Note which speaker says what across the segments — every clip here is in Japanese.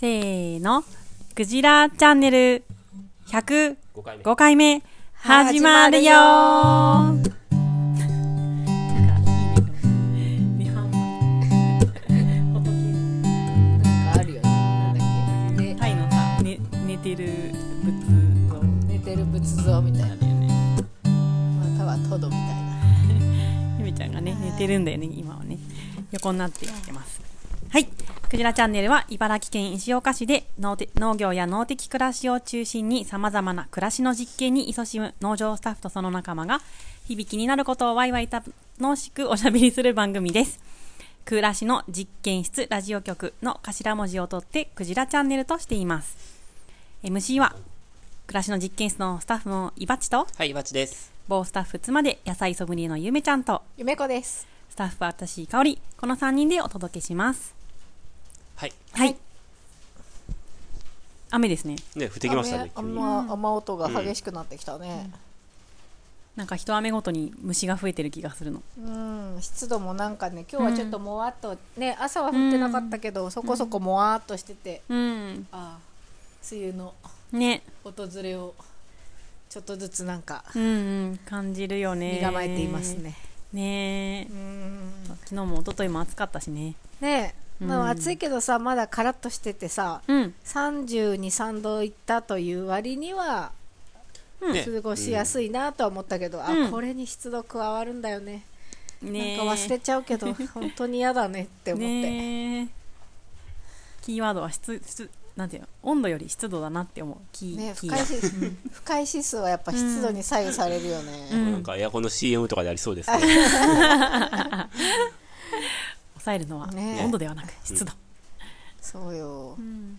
Speaker 1: せーの、クジラチャンネル105
Speaker 2: 5回目
Speaker 1: 回目始まるよー
Speaker 3: なんかあるよね。なんだっけ。ね
Speaker 1: タイのさ、ね、寝てる仏像
Speaker 3: 寝てる仏像みたいな。またはトドみたいな。
Speaker 1: ゆめちゃんがね寝てるんだよね今はね横になってやってますはいクジラチャンネルは茨城県石岡市で農て農業や農的暮らしを中心にさまざまな暮らしの実験に勤しむ農場スタッフとその仲間が日々気になることをワイワイ楽しくおしゃべりする番組です暮らしの実験室ラジオ局の頭文字を取ってクジラチャンネルとしています MC は暮らしの実験室のスタッフのいばっちと
Speaker 2: はい、バチです。
Speaker 1: 某スタッフ妻で野菜ソムリエのゆめちゃんと
Speaker 3: ゆめこです。
Speaker 1: スタッフは私、香り。この3人でお届けします。
Speaker 2: はい。
Speaker 1: はい。雨ですね。
Speaker 2: ね、降ってきましたね、急
Speaker 3: 雨
Speaker 2: に。
Speaker 3: 雨雨音が激しくなってきたね。
Speaker 1: なんか一雨ごとに虫が増えてる気がするの。
Speaker 3: うん、湿度もなんかね、今日はちょっともわっと、ね、朝は降ってなかったけど、そこそこもわっとしてて、
Speaker 1: うん。
Speaker 3: ああ、梅雨の
Speaker 1: ね。
Speaker 3: 訪れをちょっとずつなんか
Speaker 1: うんうん。感じるよね。
Speaker 3: 身構えています。ね。
Speaker 1: ねえ
Speaker 3: う。ん。
Speaker 1: 昨日も一昨日も暑かったしね。
Speaker 3: ねえ、ま
Speaker 1: うん
Speaker 3: あ暑いけどさ、まだカラッとしててさ、
Speaker 1: うん。
Speaker 3: 32、3度いったという割には、
Speaker 1: うん
Speaker 2: ね
Speaker 3: 過ごしやすいなとは思ったけど、
Speaker 1: うん
Speaker 3: あこれに湿度加わるんだよね、
Speaker 1: ねえ。
Speaker 3: なんか忘れちゃう けど本当に嫌だねって思って、
Speaker 1: ねえ。キーワードは湿、湿、なんていうの温度より湿度だなって思う。キー、
Speaker 3: ね
Speaker 1: キ
Speaker 3: 不
Speaker 1: ーが
Speaker 3: 快指数不快指数はやっぱ湿度に左右されるよね、
Speaker 1: うん
Speaker 2: なんかエアコンの CM とかでありそうですね。
Speaker 1: 抑えるのは
Speaker 3: ねえ
Speaker 1: 温度ではなく湿度。
Speaker 3: そうよ
Speaker 1: うん。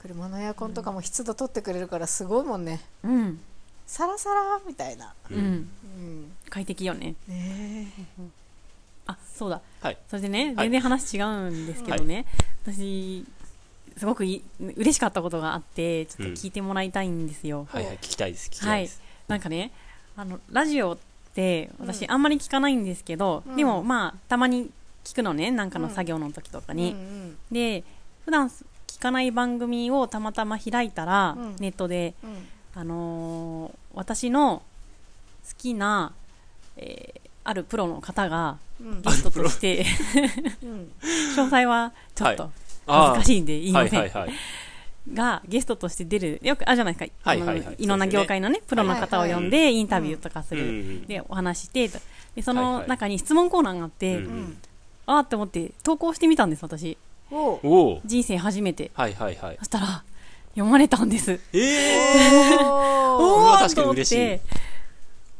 Speaker 3: 車のエアコンとかも湿度取ってくれるからすごいもんね
Speaker 1: うん。
Speaker 3: サラサラみたいな、
Speaker 2: う
Speaker 1: うんん。
Speaker 3: うん、
Speaker 1: 快適よね。
Speaker 3: ねえ
Speaker 1: あ、そうだ。
Speaker 2: はい。
Speaker 1: それでね、
Speaker 2: は
Speaker 1: 全
Speaker 2: い
Speaker 1: 然話違うんですけどね、私、すごくい嬉しかったことがあって、ちょっと聞いてもらいたいんですよ。
Speaker 2: はいはい、聞きたいです。聞きたいです。
Speaker 1: なんかね、あの、ラジオって、私、
Speaker 3: うん
Speaker 1: あんまり聞かないんですけど、
Speaker 3: うん
Speaker 1: でも、まあ、たまに聞くのね、なんかの作業の時とかに。
Speaker 3: うん
Speaker 1: で、普段聞かない番組をたまたま開いたら、
Speaker 3: うん
Speaker 1: ネットで、
Speaker 3: うんうん
Speaker 1: あのー私の好きな、えーあるプロの方が
Speaker 3: うん
Speaker 1: ゲストと して、
Speaker 3: うん
Speaker 1: 詳細はちょっと恥ず
Speaker 2: あ
Speaker 1: かしいんで言い
Speaker 2: あは
Speaker 1: ま
Speaker 2: い
Speaker 1: せん、
Speaker 2: はいはい。
Speaker 1: がゲストとして出るよくあるじゃないですか、
Speaker 2: はいはいは
Speaker 1: あ
Speaker 2: い
Speaker 1: の
Speaker 2: そうですね
Speaker 1: いろんな業界のねプロの方を呼んでインタビューとかす
Speaker 2: う
Speaker 1: る、
Speaker 2: ん。
Speaker 1: でお話ししてとでそ
Speaker 2: はい
Speaker 1: の
Speaker 2: はい
Speaker 1: 中に質問コーナーがあって、
Speaker 2: うん
Speaker 3: うん
Speaker 1: あーって思って投稿してみたんです私
Speaker 3: おう
Speaker 2: おお。
Speaker 1: 人生初めて
Speaker 2: はいはいはい
Speaker 1: そ。したら読まれたんです
Speaker 2: ええ。れ
Speaker 3: おう
Speaker 2: は
Speaker 1: ー
Speaker 2: 確かに嬉しい
Speaker 1: と思って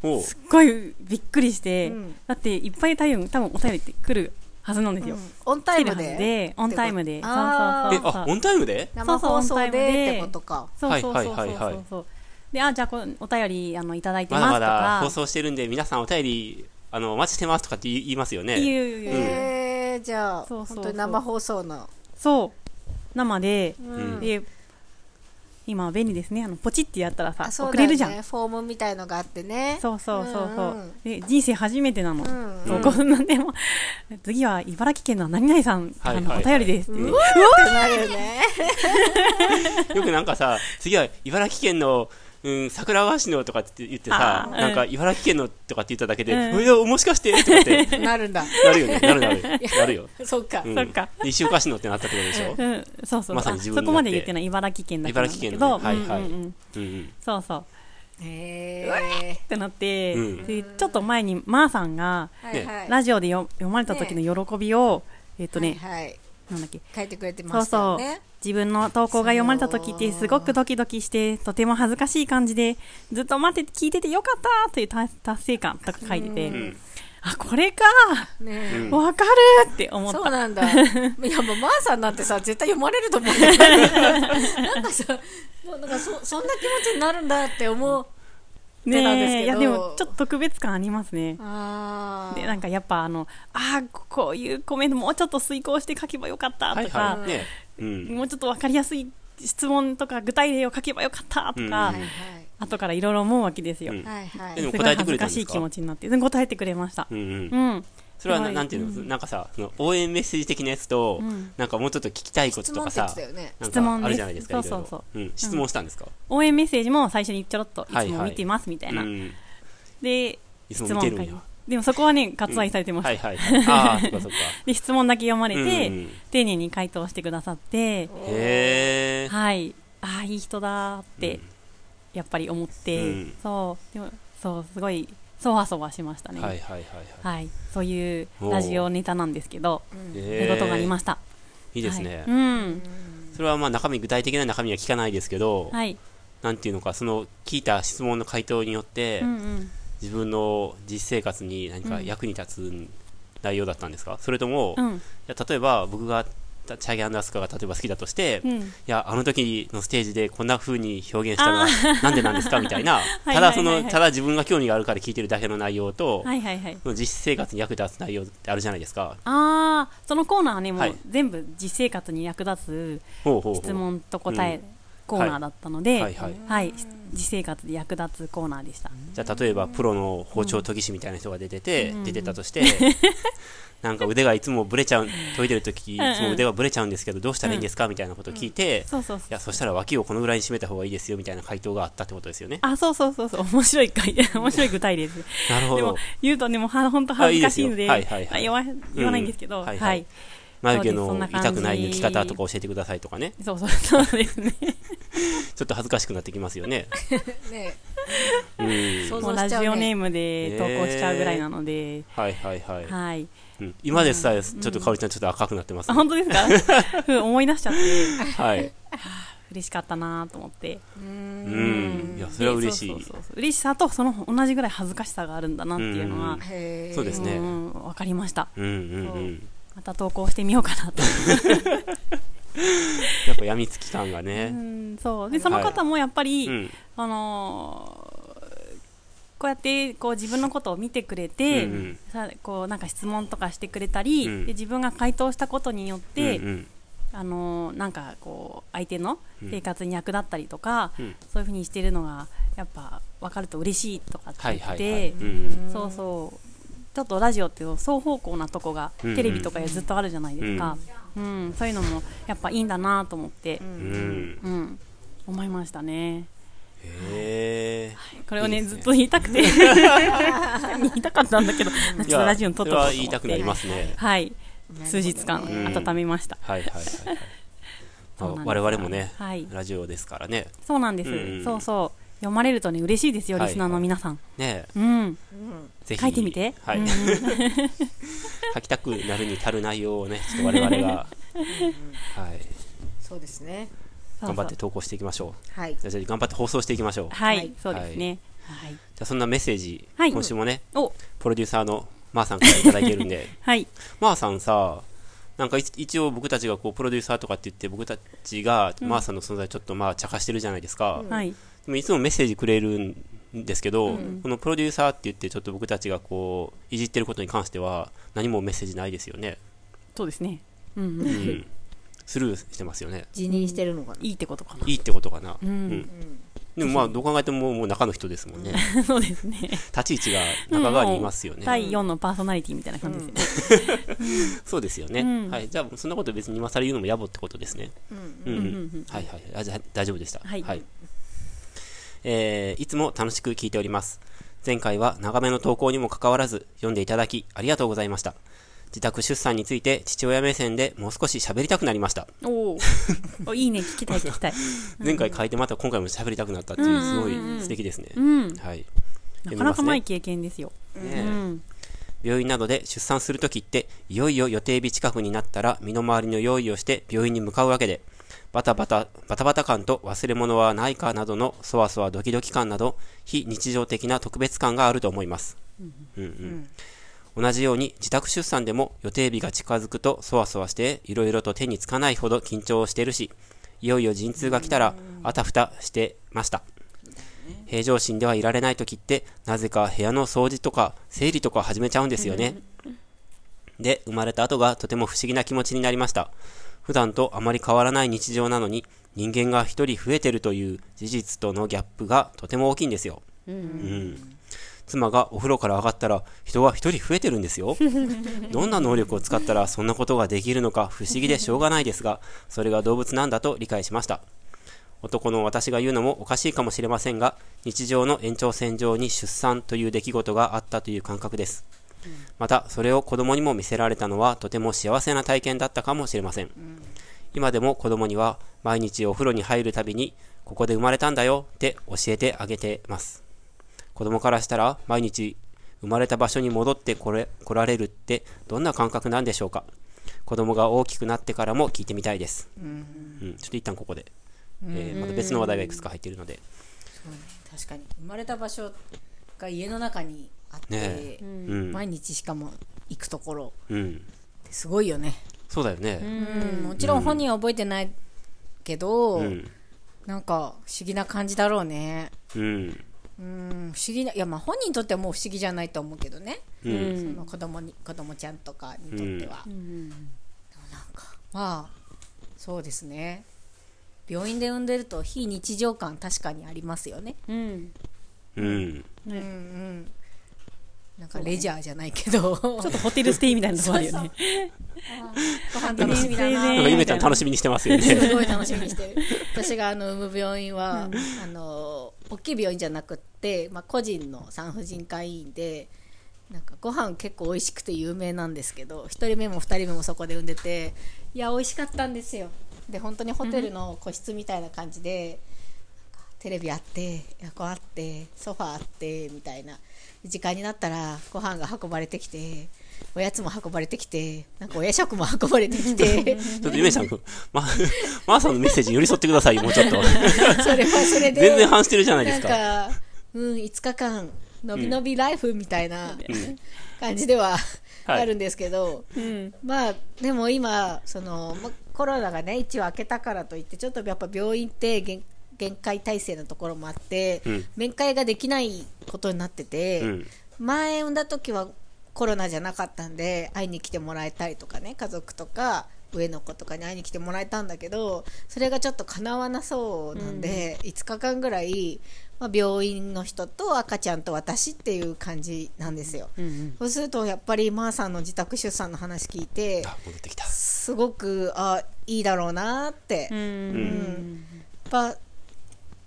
Speaker 2: おお。
Speaker 1: すっごいびっくりして、
Speaker 3: うん
Speaker 1: だっていっぱい多分多分お便りって来るはずなんですよ、
Speaker 3: うんオンタイ
Speaker 1: 来る
Speaker 3: ム
Speaker 1: はず
Speaker 3: で
Speaker 1: でオンタイムでそう
Speaker 3: あ
Speaker 1: そ
Speaker 2: え
Speaker 1: う、そうそ
Speaker 2: あ
Speaker 1: う、
Speaker 2: オンタイムで
Speaker 3: 生放送でってことか
Speaker 1: そうそうそうそうそうそう、
Speaker 2: はいはいはいはい
Speaker 1: であじゃあこうお便りあのいただいて
Speaker 2: ま
Speaker 1: ます
Speaker 2: だ
Speaker 1: とか
Speaker 2: まだ放送してるんで、皆さんお便り、あの、お待ちしてますとかって言いますよ
Speaker 1: い
Speaker 2: ね。
Speaker 1: うい
Speaker 3: へ
Speaker 1: うい
Speaker 2: ん
Speaker 1: う
Speaker 3: えじゃあ
Speaker 1: そうそうそう
Speaker 3: 本当に生放送の、
Speaker 1: そう生で、
Speaker 2: ん
Speaker 1: で今は便利ですねあのポチってやったらさ、
Speaker 3: あそう
Speaker 1: 送
Speaker 3: だよ
Speaker 1: れ
Speaker 3: ね
Speaker 1: るじゃん
Speaker 3: フォームみたいのがあってね
Speaker 1: そうそうそうそう、
Speaker 3: うん
Speaker 1: で人生初めてなの、
Speaker 3: ん
Speaker 1: そうこんなでも 次は茨城県の何々さんからの
Speaker 2: は
Speaker 1: お
Speaker 2: いはいは
Speaker 1: 便
Speaker 2: い
Speaker 1: りですっていう、
Speaker 2: うん
Speaker 3: ってなるよね
Speaker 2: よくなんかさ、次は茨城県の、うん、桜川市のとかって言ってさ
Speaker 1: あ、ー
Speaker 2: なんか
Speaker 1: う
Speaker 2: 茨城県のとかって言っただけで、
Speaker 1: うん
Speaker 2: いや、もしかしてとかって、
Speaker 3: なるんだ
Speaker 2: なるよね、なるなる。なるよ。
Speaker 3: そっか、
Speaker 2: う ん
Speaker 1: そっか。
Speaker 2: 西岡市のってなったってことで しょ
Speaker 1: うん、そうそう、
Speaker 2: まさに
Speaker 1: あ
Speaker 2: 自分
Speaker 1: そ
Speaker 2: になって
Speaker 1: こまで言ってない茨城県だけなんだけど、
Speaker 2: 茨城県のねはいはい
Speaker 1: うんうんうん、
Speaker 2: うん
Speaker 1: そうそう
Speaker 3: へえ
Speaker 1: ってなって、
Speaker 2: うん
Speaker 1: でちょっと前にまーさんが
Speaker 3: はいはい
Speaker 1: ラジオでよ読まれた時の喜びを、えっ、とね、
Speaker 3: はいはい
Speaker 1: なんだっけ
Speaker 3: 書いてくれて
Speaker 1: そ
Speaker 3: ま
Speaker 1: う
Speaker 3: した
Speaker 1: そ
Speaker 3: よ
Speaker 1: う
Speaker 3: ね
Speaker 1: 自分の投稿が読まれた時ってすごくドキドキしてとても恥ずかしい感じでずっと待って聞いててよかったという達達成感とか書いてて、
Speaker 2: うん。うん。
Speaker 1: あこれか
Speaker 3: ねえ
Speaker 2: うん
Speaker 1: わかるって思っ
Speaker 3: そう
Speaker 1: た
Speaker 3: なんだ。 いや、もう、マーさんなんてさ、絶対読まれると思うんだけどなんかさ、もうなんかそ、そんな気持ちになるんだって思う。出たんですけど
Speaker 1: ねえいやでもちょっと特別感ありますね
Speaker 3: ああ。
Speaker 1: でなんかやっぱあのあーこういうコメントもうちょっと遂行して書けばよかった
Speaker 2: はい
Speaker 1: とか、
Speaker 2: はい。ね。うん。
Speaker 1: もうちょっとわかりやすい質問とか具体例を書けばよかったとか、
Speaker 2: う
Speaker 3: はいは
Speaker 1: 後からいろいろ思うわけですよ、
Speaker 2: うん
Speaker 3: い。はいは
Speaker 2: えで
Speaker 3: い。
Speaker 2: も
Speaker 1: す
Speaker 2: 答
Speaker 1: ごい
Speaker 2: えて
Speaker 1: 恥
Speaker 2: く
Speaker 1: ず
Speaker 2: れた
Speaker 1: か
Speaker 2: んで
Speaker 1: しい
Speaker 2: す
Speaker 1: 気
Speaker 2: か
Speaker 1: 持ちになってうん答えてくれました
Speaker 2: うんうん
Speaker 1: うん
Speaker 2: それ
Speaker 1: や
Speaker 2: は
Speaker 1: ば
Speaker 2: ないなんていうの、
Speaker 1: うん
Speaker 2: なんかさその応援メッセージ的なやつと、
Speaker 1: うん
Speaker 2: なんかもうちょっと聞きたいこと
Speaker 3: 質
Speaker 2: とか
Speaker 3: 問って言っ
Speaker 2: さ
Speaker 3: てたよね。
Speaker 2: なん
Speaker 1: 質問です
Speaker 2: かあるじゃないですか
Speaker 1: そうそうそう
Speaker 2: いろいろうん、質問したんですか、
Speaker 1: 応援メッセージも最初にちょろっとい
Speaker 2: は
Speaker 1: つ
Speaker 2: い
Speaker 1: も
Speaker 2: はい
Speaker 1: 見てますみた
Speaker 2: う
Speaker 1: いな、
Speaker 2: ん、
Speaker 1: で
Speaker 2: いつ
Speaker 1: 質
Speaker 2: も
Speaker 1: 問
Speaker 2: 見てるん
Speaker 1: 会
Speaker 2: や
Speaker 1: でもそこはね割愛されてました、
Speaker 2: はいはいはいああそっ かそっか
Speaker 1: で質問だけ読まれて、
Speaker 2: うんうん
Speaker 1: 丁寧に回答してくださって
Speaker 2: へえ
Speaker 1: はいああいい人だーって、やっぱり思って、
Speaker 2: うん
Speaker 1: そうでもそうすごいそわそわしましたね
Speaker 2: はいはいはいはい
Speaker 1: はい、そういうラジオネタなんですけど
Speaker 3: うん
Speaker 1: とい
Speaker 2: え
Speaker 1: うことがありました、
Speaker 2: いいですね、
Speaker 1: はい、うん
Speaker 2: それはまあ中身具体的な中身は聞かないですけど、
Speaker 1: はい、
Speaker 2: なんていうのかその聞いた質問の回答によって、
Speaker 1: うんうん、
Speaker 2: 自分の実生活に何か役に立つ内容だったんですか、それとも、
Speaker 1: う
Speaker 2: い
Speaker 1: ん
Speaker 2: や例えば僕がチャゲアンダースカが例えば好きだとして、
Speaker 1: う
Speaker 2: い
Speaker 1: ん
Speaker 2: やあの時のステージでこんな風に表現し たのはなんでなんですかみたいな
Speaker 1: い
Speaker 2: ただそ
Speaker 1: はいはい
Speaker 2: の
Speaker 1: はい
Speaker 2: ただ自分が興味があるから聞いてるだけの内容と、
Speaker 1: はいはいはい
Speaker 2: その実生活に役立つ内容ってあるじゃないですか
Speaker 1: ああそのコーナーはねも
Speaker 2: は
Speaker 1: う
Speaker 2: い
Speaker 1: 全部実生活に役立
Speaker 2: ほうほう
Speaker 1: つ
Speaker 2: ほう
Speaker 1: 質問と答
Speaker 2: う
Speaker 1: え
Speaker 2: ん
Speaker 1: コーナーだったので、
Speaker 2: はいはい
Speaker 1: はい実生活で役立つコーナーでした
Speaker 2: じゃあ例えばプロの包丁研ぎ師みたいな人が出てて、
Speaker 1: うん
Speaker 2: 出てたとして、なんか腕がいつもブレちゃう研いでる時い
Speaker 1: うんうん
Speaker 2: つも腕がブレちゃうんですけどどうしたらいいんですかみたいなことを聞いて、い
Speaker 1: そうそうそう
Speaker 2: やそしたら脇をこのぐらいに締めた方がいいですよみたいな回答があったってことですよね
Speaker 1: あそうそうそうそう面白い回 面白い具体例です
Speaker 2: なるほ
Speaker 1: でも
Speaker 2: ど
Speaker 1: 言うとねもう本当恥ずかしいので
Speaker 2: あいいですよはいはいは
Speaker 1: あ
Speaker 2: い
Speaker 1: 言わ言わないんですけど、
Speaker 2: うんはいはい
Speaker 1: はい
Speaker 2: 眉毛
Speaker 1: そうですそん
Speaker 2: の
Speaker 1: な感じ
Speaker 2: 痛くない抜き方とか教えてくださいとかね
Speaker 1: そうそうそうですね
Speaker 2: ちょっと恥ずかしくなってきますよ ね、
Speaker 3: ね
Speaker 2: うん、
Speaker 3: 想
Speaker 1: もう
Speaker 3: 像
Speaker 1: ラ
Speaker 3: し
Speaker 1: ジ
Speaker 3: ちゃう
Speaker 1: オネ
Speaker 3: ね
Speaker 1: ー。ムで投稿しちゃうぐらいなので、
Speaker 2: はいはいはい、
Speaker 1: はい
Speaker 2: うん、今でさえちょっとかおりちゃんちょっと赤くなってます
Speaker 1: あ
Speaker 2: ね、
Speaker 1: 本当ですかうん思い出しちゃって
Speaker 2: はい
Speaker 1: 嬉しかったなと思って
Speaker 3: う
Speaker 2: うんんいやそれは嬉し
Speaker 1: で
Speaker 2: い
Speaker 1: そうそうそうそう嬉しさとその同じぐらい恥ずかしさがあるんだなっていうのは
Speaker 2: うん
Speaker 3: へー
Speaker 2: そうですね
Speaker 1: うんわかりました
Speaker 2: うんうんうん
Speaker 1: また投稿してみようかな と
Speaker 2: やっぱ病みつき感が
Speaker 1: う
Speaker 2: ね、
Speaker 1: んそうでその方もやっぱり、
Speaker 2: うん
Speaker 1: あのーこうやってこう自分のことを見てくれて、
Speaker 2: うんうん
Speaker 1: さこうなんか質問とかしてくれたり、
Speaker 2: うん
Speaker 1: で自分が回答したことによって、
Speaker 2: うんうん
Speaker 1: あのーなんかこう相手の
Speaker 2: うん
Speaker 1: 生活に役立ったりとか、
Speaker 2: うん
Speaker 1: そういうふうにしてるのがやっぱ分かると嬉しいとかって
Speaker 2: は
Speaker 1: 言
Speaker 2: い
Speaker 1: っ
Speaker 2: はい
Speaker 1: て、
Speaker 2: はい、うんうん
Speaker 1: そうそうちょっとラジオって双方向なとこが、
Speaker 2: うんうん
Speaker 1: テレビとかずっとあるじゃないですか、うんそういうのもやっぱいいんだなと思って、
Speaker 3: う
Speaker 1: うん
Speaker 2: うんん、
Speaker 1: 思いましたね
Speaker 2: へ
Speaker 1: これをね
Speaker 2: いいです
Speaker 1: ず
Speaker 2: ね
Speaker 1: っと言いたくて 言いたかったんだけどちょっ
Speaker 2: え
Speaker 1: とラジオに撮っ
Speaker 2: い
Speaker 1: と
Speaker 2: や
Speaker 1: こうと思って
Speaker 2: それは言いたくなりますね
Speaker 1: はい
Speaker 3: なるほどね
Speaker 1: 数日間
Speaker 2: うん
Speaker 1: 温めました、
Speaker 2: はいはい はいはい、まあ
Speaker 1: そうなんです
Speaker 2: 我々もね、
Speaker 1: はい
Speaker 2: ラジオですからね
Speaker 1: そうなんです、
Speaker 2: うん
Speaker 1: そうそう読まれるとね嬉しいですよ
Speaker 2: はい
Speaker 1: リスナーの皆さん、
Speaker 2: ね
Speaker 1: うん
Speaker 3: うん
Speaker 2: えぜひ
Speaker 1: 書いてみて
Speaker 2: はい、
Speaker 1: うん
Speaker 2: 書きたくなるに足る内容をねちょっと我々 が、はい、
Speaker 3: そうですね。
Speaker 2: 頑張って投稿していきましょ
Speaker 3: はい。
Speaker 2: うじゃあ頑張って放送していきましょうじゃ
Speaker 1: はい、
Speaker 3: はい
Speaker 1: そうですねはい、
Speaker 2: あそんなメッセージ、
Speaker 1: はい
Speaker 2: 今週もね
Speaker 1: お
Speaker 2: プロデューサーのまーさんからいただいてる んで
Speaker 1: はい
Speaker 2: まーさんさなんかい一応僕たちがこうプロデューサーとかって言って僕たちがまーさんの存在ちょっとまあ茶化してるじゃないですか、で
Speaker 1: はい
Speaker 2: もいつもメッセージくれるんですけど、
Speaker 1: ん
Speaker 2: このプロデューサーって言ってちょっと僕たちがこういじってることに関しては何もメッセージないですよね、
Speaker 1: そうですねうんうん、
Speaker 2: うん、スルーしてますよね
Speaker 3: 辞任してるのかな。
Speaker 1: いいってことかない
Speaker 2: いってことかな、
Speaker 1: うん
Speaker 2: でもまあどう考えてももう中の人ですもんね
Speaker 1: そうですね
Speaker 2: 立ち位置が中側にいますよね、
Speaker 1: 第4のパーソナリティみたいな感じですね、
Speaker 2: そうですよね、
Speaker 1: うん
Speaker 2: はい、じゃあそんなこと別に今更言うのも野暮ってことですね
Speaker 3: うん
Speaker 2: うんうん
Speaker 1: うんうんうん
Speaker 2: はいはいあじゃあ大丈夫でした
Speaker 1: はい
Speaker 2: えーいつも楽しく聞いております前回は長めの投稿にもかかわらず読んでいただきありがとうございました自宅出産について父親目線でもう少し喋りたくなりました、
Speaker 1: お ーおいいね聞きたい聞きたい
Speaker 2: 前回書いてまた今回も喋りたくなったっていうすごい素敵ですね、
Speaker 1: うん
Speaker 2: はい
Speaker 1: なかなかない経
Speaker 2: 読
Speaker 1: 験ですよ、
Speaker 2: みます
Speaker 1: う
Speaker 2: ねねえ
Speaker 1: ん、
Speaker 2: 病院などで出産するときって、いよいよ予定日近くになったら、身の回りの用意をして病院に向かうわけで、バタバタ、バタバタ感と忘れ物はないかなどの、そわそわドキドキ感など、非日常的な特別感があると思います。うんうん同じように自宅出産でも予定日が近づくとそわそわしていろいろと手につかないほど緊張してるしいよいよ陣痛が来たらあたふたしてました平常心ではいられない時ってなぜか部屋の掃除とか整理とか始めちゃうんですよねで生まれた後がとても不思議な気持ちになりました普段とあまり変わらない日常なのに人間が一人増えてるという事実とのギャップがとても大きいんですよ、うん妻がお風呂から上がったら人は一人増えてるんです よどんな能力を使ったらそんなことができるのか不思議でしょうがないですがそれが動物なんだと理解しました男の私が言うのもおかしいかもしれませんが日常の延長線上に出産という出来事があったという感覚ですまたそれを子供にも見せられたのはとても幸せな体験だったかもしれません今でも子供には毎日お風呂に入るたびにここで生まれたんだよって教えてあげてます子供からしたら毎日生まれた場所に戻ってこれ来られるってどんな感覚なんでしょうか子供が大きくなってからも聞いてみたいです、うんちょっと一旦ここで、えーまた別の話題がいくつか入っているので
Speaker 3: そうね確かに生まれた場所が家の中にあって、
Speaker 2: ねうん
Speaker 3: 毎日しかも行くところ
Speaker 2: うん
Speaker 3: ってすごいよね、
Speaker 2: そうだよね、
Speaker 3: うんもちろん本人は覚えてないけど、
Speaker 2: うん
Speaker 3: なんか不思議な感じだろうね
Speaker 2: うん
Speaker 3: うん不思議ないやまあ本人にとってはもう不思議じゃないと思うけどね、
Speaker 2: うんうん
Speaker 3: その子供に子供ちゃんとかにとっては、でもなんかまあそうですね病院で産んでると非日常感確かにありますよね
Speaker 1: うん
Speaker 2: うん
Speaker 3: うんうんなんかレジャーじゃないけど、
Speaker 1: ちょっとホテルステイみたいなとこあるよね。
Speaker 3: ご飯楽しみだな
Speaker 2: なん
Speaker 1: ね
Speaker 2: かゆめちゃん楽しみにしてますよね
Speaker 3: すごい楽しみにしてる私があの産む病院は、あの大きい病院じゃなくって、まあ、個人の産婦人科医院でなんかご飯結構美味しくて有名なんですけど1人目も2人目もそこで産んでていや美味しかったんですよで本当にホテルの個室みたいな感じで、なんかテレビあってエアコンあってソファーあってみたいな時間になったらご飯が運ばれてきておやつも運ばれてきてなんかお夜食も運ばれてきて
Speaker 2: ちょっとゆめちゃんままーさんのメッセージに寄り添ってくださいよもうちょっと
Speaker 3: それはそれで
Speaker 2: 全然反してるじゃないですか
Speaker 3: なんか、うん、5日間、のびのびライフみたいな感じでは、
Speaker 2: はい
Speaker 3: あるんですけど、
Speaker 1: うん。
Speaker 3: まあ、でも今、その、まコロナがね、一応明けたからといって、ちょっとやっぱ病院って限限界体制のところもあって、
Speaker 2: うん
Speaker 3: 面会ができないことになってて、
Speaker 2: うん
Speaker 3: 前産んだ時はコロナじゃなかったんで会いに来てもらえたりとかね家族とか上の子とかに会いに来てもらえたんだけどそれがちょっと叶わなそうなんで、5日間ぐらい、まあ、病院の人と赤ちゃんと私っていう感じなんですよ、
Speaker 1: うん。
Speaker 3: そうするとやっぱりまーさんの自宅出産の話聞いて
Speaker 2: あ戻ってきた
Speaker 3: すごくあいいだろうなって、
Speaker 1: う
Speaker 3: やっ
Speaker 1: ん。
Speaker 3: ぱ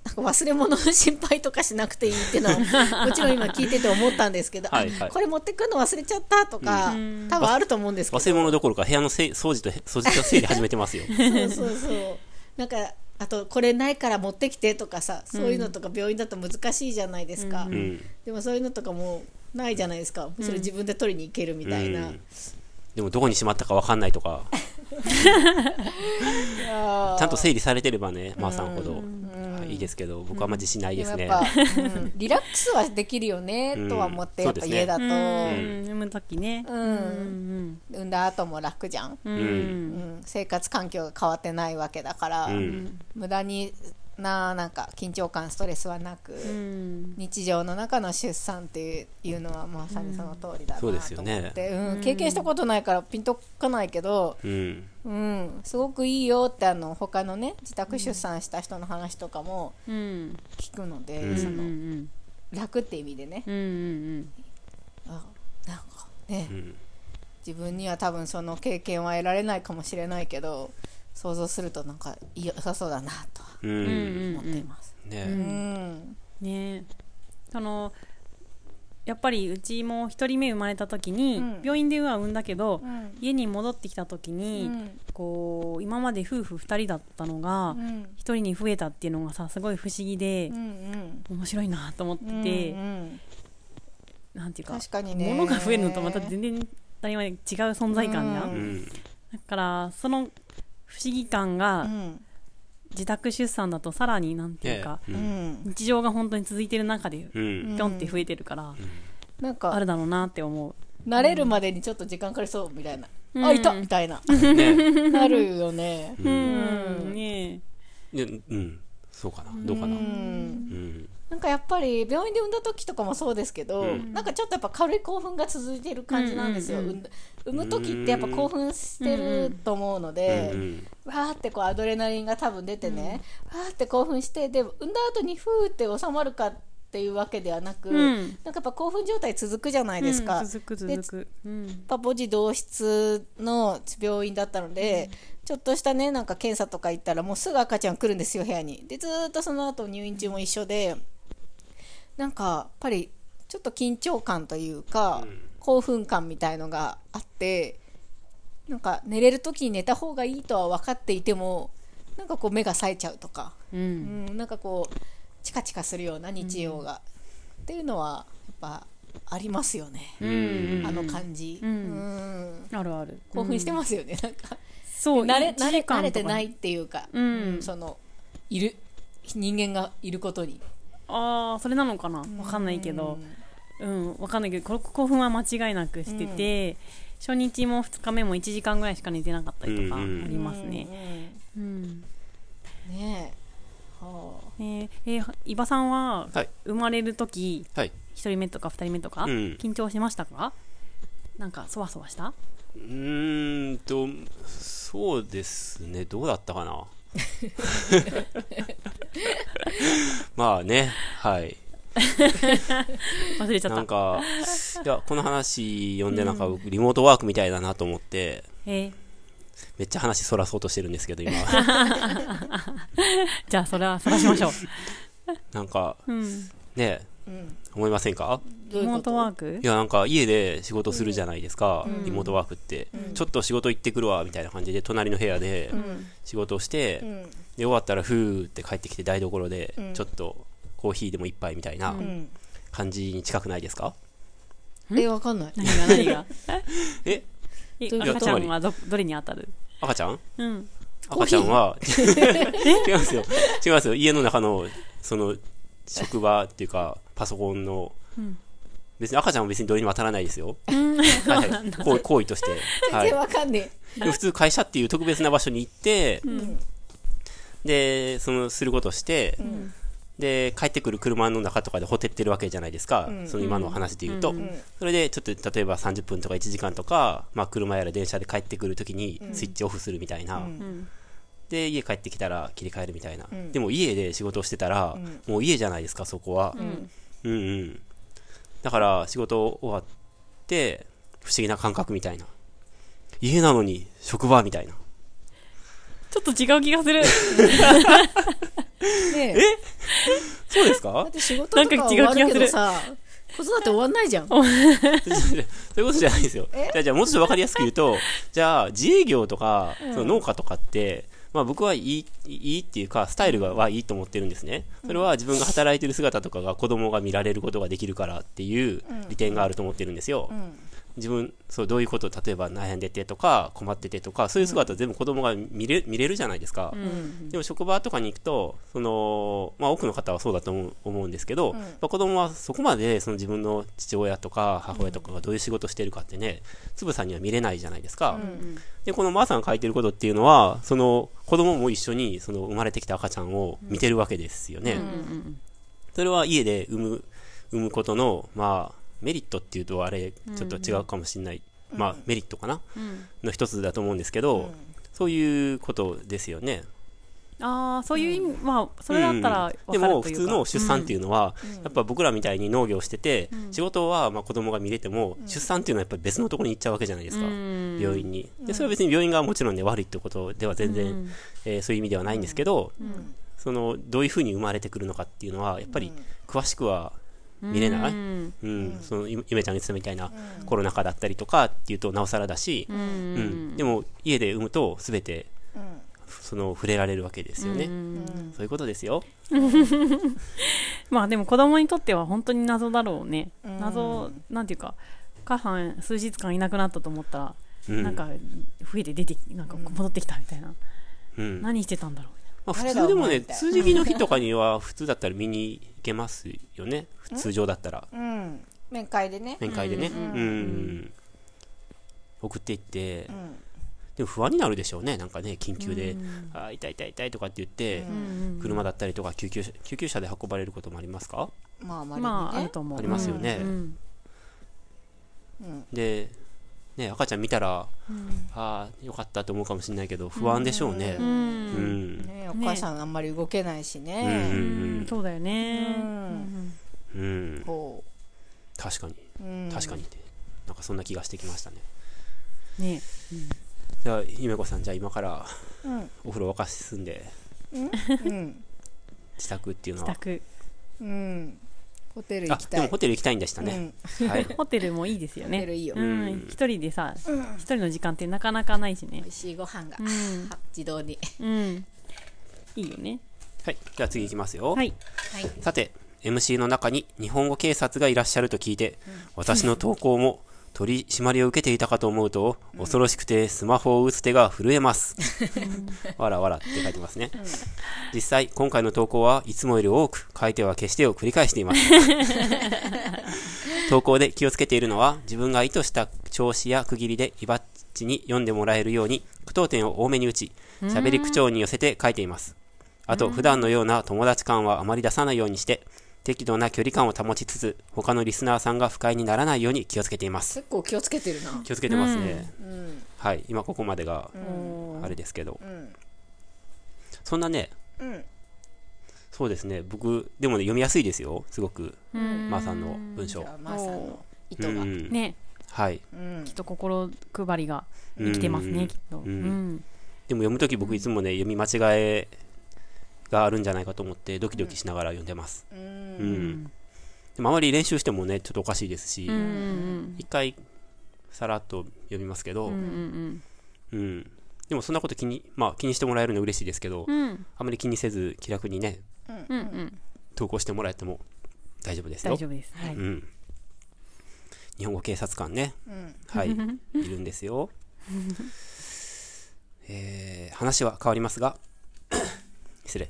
Speaker 3: なんか忘れ物の心配とかしなくていいっていうの はもちろん今聞いてて思ったんですけど、あ
Speaker 2: はいはい
Speaker 3: これ持ってくの忘れちゃったとか、
Speaker 1: うん
Speaker 3: 多分あると思うんですけど
Speaker 2: 忘れ物どころか部屋のせい掃除と掃除と整理始めてますよ
Speaker 3: そうそうそうなんかあとこれないから持ってきてとかさそういうのとか病院だと難しいじゃないですか、
Speaker 1: う
Speaker 2: うん
Speaker 3: でもそういうのとかもうないじゃないですかむしろ自分で取りに行けるみたいな、
Speaker 2: うんでもどこにしまったかわかんないとか
Speaker 3: いやー
Speaker 2: ちゃんと整理されてればねまーさんほど
Speaker 3: ん
Speaker 2: はいいいですけど僕はあんま自信ない
Speaker 3: で
Speaker 2: です
Speaker 3: も
Speaker 2: ね
Speaker 3: やっぱ、うんリラックスはできるよねとは思って、
Speaker 2: うん
Speaker 3: やっぱ家だと、
Speaker 1: う
Speaker 3: うん
Speaker 1: ん。産むときね。うん。
Speaker 3: 産んだ後も楽じゃん、
Speaker 1: う。
Speaker 3: うんん、生活環境が変わってないわけだから、
Speaker 2: うん
Speaker 3: 無駄にななんか緊張感ストレスはなく、
Speaker 1: うん。
Speaker 3: 日常の中の出産っていうのはまさにその通りだな
Speaker 2: そ
Speaker 3: と
Speaker 2: う
Speaker 3: 思
Speaker 2: で
Speaker 3: っ
Speaker 2: す
Speaker 3: て、
Speaker 2: よ
Speaker 3: うん
Speaker 2: ね
Speaker 3: 経験したことないからピンとこないけど、
Speaker 2: うん
Speaker 3: うん、すごくいいよってあの他のね自宅出産した人の話とかも
Speaker 1: うん。
Speaker 3: 聞くので、
Speaker 2: うん
Speaker 3: そ
Speaker 1: うん。う
Speaker 3: の
Speaker 1: ん。
Speaker 3: 楽って意味でね、
Speaker 1: うん。
Speaker 3: あなんかね、
Speaker 2: うん
Speaker 3: 自分には多分その経験は得られないかもしれないけど想像するとなんか良さそうだなとは
Speaker 2: う
Speaker 1: うん
Speaker 3: 思っています。
Speaker 2: ね
Speaker 3: うん
Speaker 1: ねえそのやっぱりうちも一人目生まれた時に、
Speaker 3: うん
Speaker 1: 病院では産んだけど、
Speaker 3: うん
Speaker 1: 家に戻ってきた時に、
Speaker 3: うん
Speaker 1: こう今まで夫婦二人だったのが
Speaker 3: うん
Speaker 1: 一、人に増えたっていうのがさすごい不思議で
Speaker 3: う、ん
Speaker 1: 面白いなと思って
Speaker 3: うん
Speaker 1: て、
Speaker 3: うんうん
Speaker 1: なんていうか
Speaker 3: 確かにね
Speaker 1: 物が増えるのとまた全然当たり前に違う存在感じゃん、
Speaker 3: う
Speaker 2: うんん
Speaker 1: だからその不思議感が
Speaker 3: うん
Speaker 1: 自宅出産だとさらになんていうか、
Speaker 2: ねう
Speaker 3: うんん
Speaker 1: 日常が本当に続いてる中で
Speaker 2: う
Speaker 1: ピ
Speaker 2: ん
Speaker 1: ョンって増えてるから、
Speaker 3: なん
Speaker 1: あ
Speaker 3: か
Speaker 1: るだろうなって思う。
Speaker 3: 慣れるまでにちょっと時間かかりそうみたいな、
Speaker 1: うん
Speaker 3: あいたみたいな
Speaker 2: ね
Speaker 3: なるよね
Speaker 1: うん、ね
Speaker 2: でうんそうかなどうかな
Speaker 3: う
Speaker 2: うんん
Speaker 3: なんかやっぱり病院で産んだ時とかもそうですけど、
Speaker 2: うん
Speaker 3: なんかちょっとやっぱ軽い興奮が続いてる感じなんですよ、
Speaker 1: うんうん
Speaker 3: 産んだ産む時ってやっぱ興奮してると思うの
Speaker 2: う
Speaker 3: で、
Speaker 2: ん
Speaker 3: わーってこうアドレナリンが多分出てね、わーって興奮してで産んだ後にふーって収まるかっていうわけではなく、
Speaker 1: うん
Speaker 3: なんかやっぱ興奮状態続くじゃないですか、
Speaker 1: うん続く
Speaker 3: で
Speaker 1: 続く。うん。
Speaker 3: やっぱ母児同室の病院だったので、ちょっとしたねなんか検査とか行ったらもうすぐ赤ちゃん来るんですよ部屋にでずーっとその後入院中も一緒でなんかやっぱりちょっと緊張感というか、興奮感みたいのがあってなんか寝れる時に寝た方がいいとは分かっていてもなんかこう目が冴えちゃうとか、
Speaker 1: う。
Speaker 3: うんん、なんかこうチカチカするような日曜が、っていうのはやっぱありますよね。
Speaker 1: うん。
Speaker 3: あの感じ、
Speaker 1: うん
Speaker 3: うん
Speaker 1: あるある。
Speaker 3: 興奮して
Speaker 1: す。
Speaker 3: ますよね、なんか
Speaker 1: そう。
Speaker 3: 慣れ
Speaker 1: 一時
Speaker 3: 慣れ
Speaker 1: 間
Speaker 3: 慣れてな
Speaker 1: と
Speaker 3: いっていうか、
Speaker 1: うん
Speaker 3: そのいる人間がいることに
Speaker 1: かね。ああ、それなのかな。わかんないけど。うん、わかんないけど、こ興奮は間違いなくしてて。初日も二日目も一時間ぐらいしか寝てなかったりとかあ
Speaker 2: うんうん
Speaker 1: ります
Speaker 3: う
Speaker 1: ね。
Speaker 3: ん
Speaker 1: うん。
Speaker 3: うんねえ、はあ、
Speaker 1: えーえー、伊庭さんは
Speaker 2: はい
Speaker 1: 生まれる時
Speaker 2: はい。
Speaker 1: 一人目とか二人目とか
Speaker 2: うん
Speaker 1: 緊張しましたか？なんかそわそわした？
Speaker 2: うーんと、そうですね。どうだったか な。まあね、はい。
Speaker 1: 忘れちゃった。
Speaker 2: なんか、いや、この話読んで、なんか、僕リモートワークみたいだなと思って、
Speaker 1: えー
Speaker 2: めっちゃ話そらそうとしてるんです けど、今。
Speaker 1: じゃあそれは探しましょう。
Speaker 2: なんか、
Speaker 1: うん。
Speaker 2: ね、
Speaker 3: うん、
Speaker 2: 思いませんか
Speaker 3: どう
Speaker 1: リ
Speaker 3: いう
Speaker 1: モ
Speaker 3: こ
Speaker 1: ー
Speaker 3: と
Speaker 1: トワーク
Speaker 2: いや、なんか、家で仕事するじゃないですか、
Speaker 3: うん
Speaker 2: リモートワークって。
Speaker 3: うん
Speaker 2: ちょっと仕事行ってくるわ、みたいな感じで、隣の部屋で
Speaker 3: うん
Speaker 2: 仕事をして、
Speaker 3: う
Speaker 2: で、
Speaker 3: ん
Speaker 2: 終わったら、ふーって帰ってきて、台所で
Speaker 3: うん、
Speaker 2: ちょっと、コーヒーでも一杯みたいな
Speaker 3: うん
Speaker 2: 感じに近くないですか、
Speaker 3: えわかんない
Speaker 1: 何が何が
Speaker 2: え
Speaker 1: え
Speaker 3: どういう
Speaker 2: こと
Speaker 1: 赤ちゃんはどどれに当たる
Speaker 2: 赤ちゃん
Speaker 1: うん
Speaker 3: コー
Speaker 2: 赤
Speaker 3: ヒ
Speaker 2: ち
Speaker 3: ー
Speaker 2: ゃんは、 違いますよ。違いますよ。家の中の、その、職場っていうか、パソコンの、
Speaker 1: うん
Speaker 2: 別に赤ちゃんは別にどれにも当たらないです よ。はいはい。行為行為として。
Speaker 3: 全
Speaker 2: はい
Speaker 3: 然。わかんね
Speaker 2: でも普通会社っていう特別な場所に行って、
Speaker 3: え、うん
Speaker 2: で、その、することして、で、帰ってくる車の中とかでホテってるわけじゃないですか。
Speaker 3: うん
Speaker 2: その今のお話で言うと。
Speaker 3: ん
Speaker 2: それで、ちょっと例えば30分とか1時間とか、まあ車やら電車で帰ってくるときにスイッチオフするみたいな。
Speaker 3: うん
Speaker 1: う ん
Speaker 2: で家帰ってきたら切り替えるみたいな、
Speaker 3: うん
Speaker 2: でも家で仕事をしてたら、
Speaker 3: うん
Speaker 2: もう家じゃないですかそこは
Speaker 1: う、ん
Speaker 2: うん、うんだから仕事終わって不思議な感覚みたいな家なのに職場みたいな
Speaker 1: ちょっと違う気がする
Speaker 3: ねえ
Speaker 2: そうです
Speaker 3: だ
Speaker 2: か
Speaker 3: って仕事とかは終わるけどさ子育て終わんないじゃ ん
Speaker 2: そういうことじゃないですよじゃあじゃあもうちょっと分かりやすく言う とじゃあ自営業とかその農家とかって、まあ、僕はいいいいっていうかスタイルがはいいと思ってるんですねそれは自分が働いてる姿とかが子供が見られることができるからっていう利点があると思ってるんですよ、
Speaker 3: うん
Speaker 2: 自分そうどういうこと例えば悩んでてとか困っててとかそういう姿全部子供が見れ見れるじゃないですか、
Speaker 3: うん
Speaker 2: でも職場とかに行くとその、まあ、多くの方はそうだと思う思うんですけど、
Speaker 3: ん
Speaker 2: まあ、子供はそこまでその自分の父親とか母親とかがどういう仕事してるかってねつぶさには見れないじゃないですか、でこのマーさんが書いてることっていうのはその子供も一緒にその生まれてきた赤ちゃんを見てるわけですよね、
Speaker 1: うん
Speaker 2: それは家で産む産むことの、まあ、メリットっていうとあれちょっと違うかもしれない、まあ、メリットかな、
Speaker 1: ん
Speaker 2: の一つだと思うんですけど、そういうことですよね。
Speaker 1: ああそういう意味まあそれだったら
Speaker 2: で
Speaker 1: 分か
Speaker 2: も
Speaker 1: ると
Speaker 2: 普
Speaker 1: い
Speaker 2: 通
Speaker 1: うか
Speaker 2: の出産っていうのは、やっぱ僕らみたいに農業してて、仕事はまあ子供が見れても、出産っていうのはやっぱり別のところに行っちゃうわけじゃないですか、
Speaker 1: うん
Speaker 2: 病院にでそれは別に病院がもちろんね悪いってことでは全然、
Speaker 1: うん
Speaker 2: えーそういう意味ではないんですけど、
Speaker 3: ん
Speaker 2: そのどういうふうに生まれてくるのかっていうのはやっぱり詳しくは見れない、
Speaker 1: うん
Speaker 2: うん、そのゆゆめちゃんが言ってたみたいなコロナ禍だったりとかっていうとなおさらだし、
Speaker 1: う
Speaker 2: うん
Speaker 1: ん
Speaker 2: でも家で産むと全て
Speaker 3: うん
Speaker 2: その触れられるわけですよね、
Speaker 3: うん
Speaker 2: そういうことですよ
Speaker 1: まあでも子供にとっては本当に謎だろうね
Speaker 3: うん
Speaker 1: 謎なんていうかお母さん数日間いなくなったと思ったら
Speaker 2: うん
Speaker 1: なんか増えて出てきなんか戻ってきたみたいな
Speaker 2: うんま
Speaker 1: 何してたんだろう
Speaker 2: あ、普
Speaker 3: 誰だ
Speaker 2: 通でも
Speaker 3: お前
Speaker 2: ね
Speaker 3: みたいな
Speaker 2: 通じ日の日とかには普通だったら見に行けますよね通常だったら
Speaker 3: うん面会でね
Speaker 2: 面会でねうん、送っていって、でも不安になるでしょうねなんかね緊急で、あー痛い痛い痛いとかって言って、車だったりとか救急車救急車で運ばれることもありますか
Speaker 3: まああまりにね
Speaker 1: まああると思う
Speaker 2: ありますよね
Speaker 1: うん
Speaker 2: で、ね、赤ちゃん見たら、ああよかったと思うかもしれないけど不安でしょうね。う
Speaker 1: うんん
Speaker 2: うん
Speaker 3: ねお母さんあんまり動けないし
Speaker 2: うん
Speaker 3: ね
Speaker 1: うんそうだよね
Speaker 3: うん
Speaker 2: うん
Speaker 3: ほ
Speaker 2: 確かに
Speaker 3: う、うん、
Speaker 2: 確かにって、なんかそんな気がしてきましたね
Speaker 1: ね
Speaker 2: じゃあゆめこさんじゃあ今から
Speaker 3: うん
Speaker 2: お風呂沸かすんで
Speaker 3: うん、
Speaker 2: 自宅っていうの
Speaker 1: 自
Speaker 2: は
Speaker 1: 宅
Speaker 3: うん、ホテル行
Speaker 2: あ
Speaker 3: き
Speaker 2: で
Speaker 3: た
Speaker 2: も
Speaker 3: い
Speaker 2: ホテル行きたいんでしたね、はい
Speaker 1: ホテルもいいですよね
Speaker 3: ホテルいいよ
Speaker 1: うん、一人でさ
Speaker 3: うん、
Speaker 1: 一人の時間ってなかなかないしね
Speaker 3: 美味しいご飯が、
Speaker 1: うん
Speaker 3: 自動に
Speaker 1: うんいいよね
Speaker 2: はい、じゃあ次行きますよ、
Speaker 1: はい
Speaker 3: はい
Speaker 2: さて MC の中に日本語警察がいらっしゃると聞いて、私の投稿も取り締まりを受けていたかと思うと、恐ろしくてスマホを打つ手が震えます。わらわらって書いてますね。実際、今回の投稿はいつもより多く、書いては消してを繰り返してい ます。投稿で気をつけているのは、自分が意図した調子や区切りでイバッチに読んでもらえるように、句読点を多めに打ち、喋り口調に寄せて書いています。あと、普段のような友達感はあまり出さないようにして、適度な距離感を保ちつつ、他のリスナーさんが不快にならないように気をつけています。
Speaker 3: 結構気をつけてるな
Speaker 2: 気をつけてますね。
Speaker 3: うん
Speaker 2: はい、今ここまでが
Speaker 1: お
Speaker 2: あれですけど、
Speaker 3: うん
Speaker 2: そんなね、
Speaker 3: うん
Speaker 2: そうですね、僕、でもね、読みやすいですよ、すごく、
Speaker 1: うん
Speaker 2: まーさんの文
Speaker 3: じ
Speaker 2: 章
Speaker 3: ゃ。あまーさんの意図
Speaker 2: う
Speaker 3: が、
Speaker 2: ん、
Speaker 1: ね
Speaker 2: はい。
Speaker 3: うん
Speaker 1: きっと心配りが生きてます
Speaker 2: うん
Speaker 1: ねきっと
Speaker 2: ん
Speaker 1: うん
Speaker 2: でも読むとき、僕いつもね、読み間違えがあるんじゃないかと思って、ドキドキしながら読んでます。
Speaker 3: う
Speaker 2: うんん。でも、あまり練習してもね、ちょっとおかしいですし
Speaker 1: うんう、ん
Speaker 2: 一回、さらっと読みますけど
Speaker 1: うんう、ん
Speaker 2: うん。でも、そんなこと気に、まあ、気にしてもらえるの嬉しいですけど
Speaker 1: う、ん
Speaker 2: あまり気にせず、気楽にね、
Speaker 1: うんうん
Speaker 2: 投稿してもらえても大丈夫ですよ。
Speaker 1: 大丈夫ですはい
Speaker 2: うん。日本語警察官ね。
Speaker 3: うん
Speaker 2: はい。いるんですよ。えー話は変わりますが、 失礼。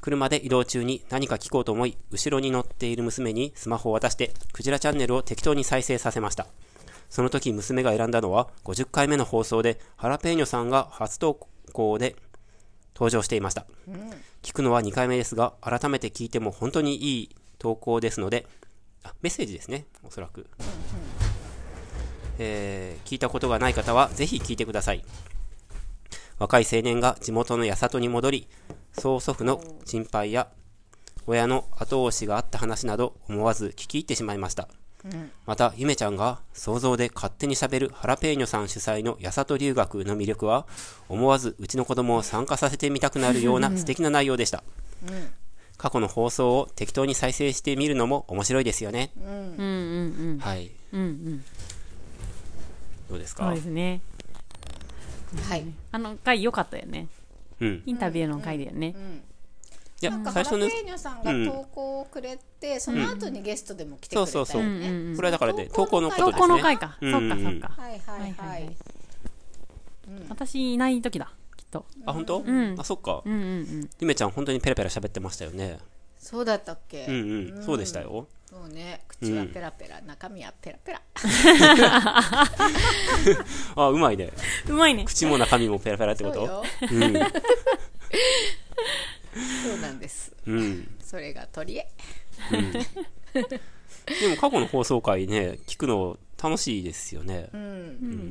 Speaker 2: 車で移動中に何か聞こうと思い、後ろに乗っている娘にスマホを渡して、クジラチャンネルを適当に再生させました。その時娘が選んだのは、50回目の放送で、ハラペーニョさんが初投稿で登場していました。聞くのは2回目ですが、改めて聞いても本当にいい投稿ですので、あメッセージですね、おそらく。えー聞いたことがない方はぜひ聞いてください若い青年が地元の八里に戻り曽祖父の心配や親の後押しがあった話など思わず聞き入ってしまいました、またゆめちゃんが想像で勝手にしゃべるハラペーニョさん主催の八里留学の魅力は思わずうちの子供を参加させてみたくなるような素敵な内容でした、過去の放送を適当に再生してみるのも面白いですよね、
Speaker 1: うんうん
Speaker 2: はい
Speaker 1: うんうんうん
Speaker 2: どうですか
Speaker 1: そうですね
Speaker 3: はい
Speaker 1: あの回良かったよね
Speaker 2: うん
Speaker 1: インタビューの回だよね
Speaker 3: うん
Speaker 2: いや
Speaker 3: なんかハ
Speaker 2: 最
Speaker 3: ラペ
Speaker 2: 初の
Speaker 3: ーニョさんが投稿をくれて、その後にゲストでも来てくれた
Speaker 2: そうそうそう
Speaker 3: よ
Speaker 1: うんうんう
Speaker 3: ね
Speaker 1: ん
Speaker 2: これはだからね投稿のこ
Speaker 1: 投
Speaker 2: と
Speaker 1: 稿の
Speaker 2: です
Speaker 1: 回
Speaker 2: ね
Speaker 1: か
Speaker 2: うん
Speaker 1: そっかそっか
Speaker 3: はいはい
Speaker 1: は
Speaker 3: はい
Speaker 1: はいはい
Speaker 3: い
Speaker 1: 私いない時だきっと
Speaker 2: あ本当、
Speaker 1: ん
Speaker 2: あそっか、
Speaker 1: うんうんうん
Speaker 2: ゆめちゃん本当にペラペラ喋ってましたよね
Speaker 3: そうだったっけ
Speaker 2: うんうん、そうでしたよ
Speaker 3: そうね口はペラペラ中身はペラペラ
Speaker 2: あうまいね
Speaker 1: うまいね
Speaker 2: 口も中身もペラペラって
Speaker 3: そ
Speaker 2: こ
Speaker 3: う
Speaker 2: と
Speaker 3: よそうなんです
Speaker 2: うん、うん、
Speaker 3: それが取り柄
Speaker 2: でも過去の放送回ね聞くの楽しいですよね、
Speaker 3: うん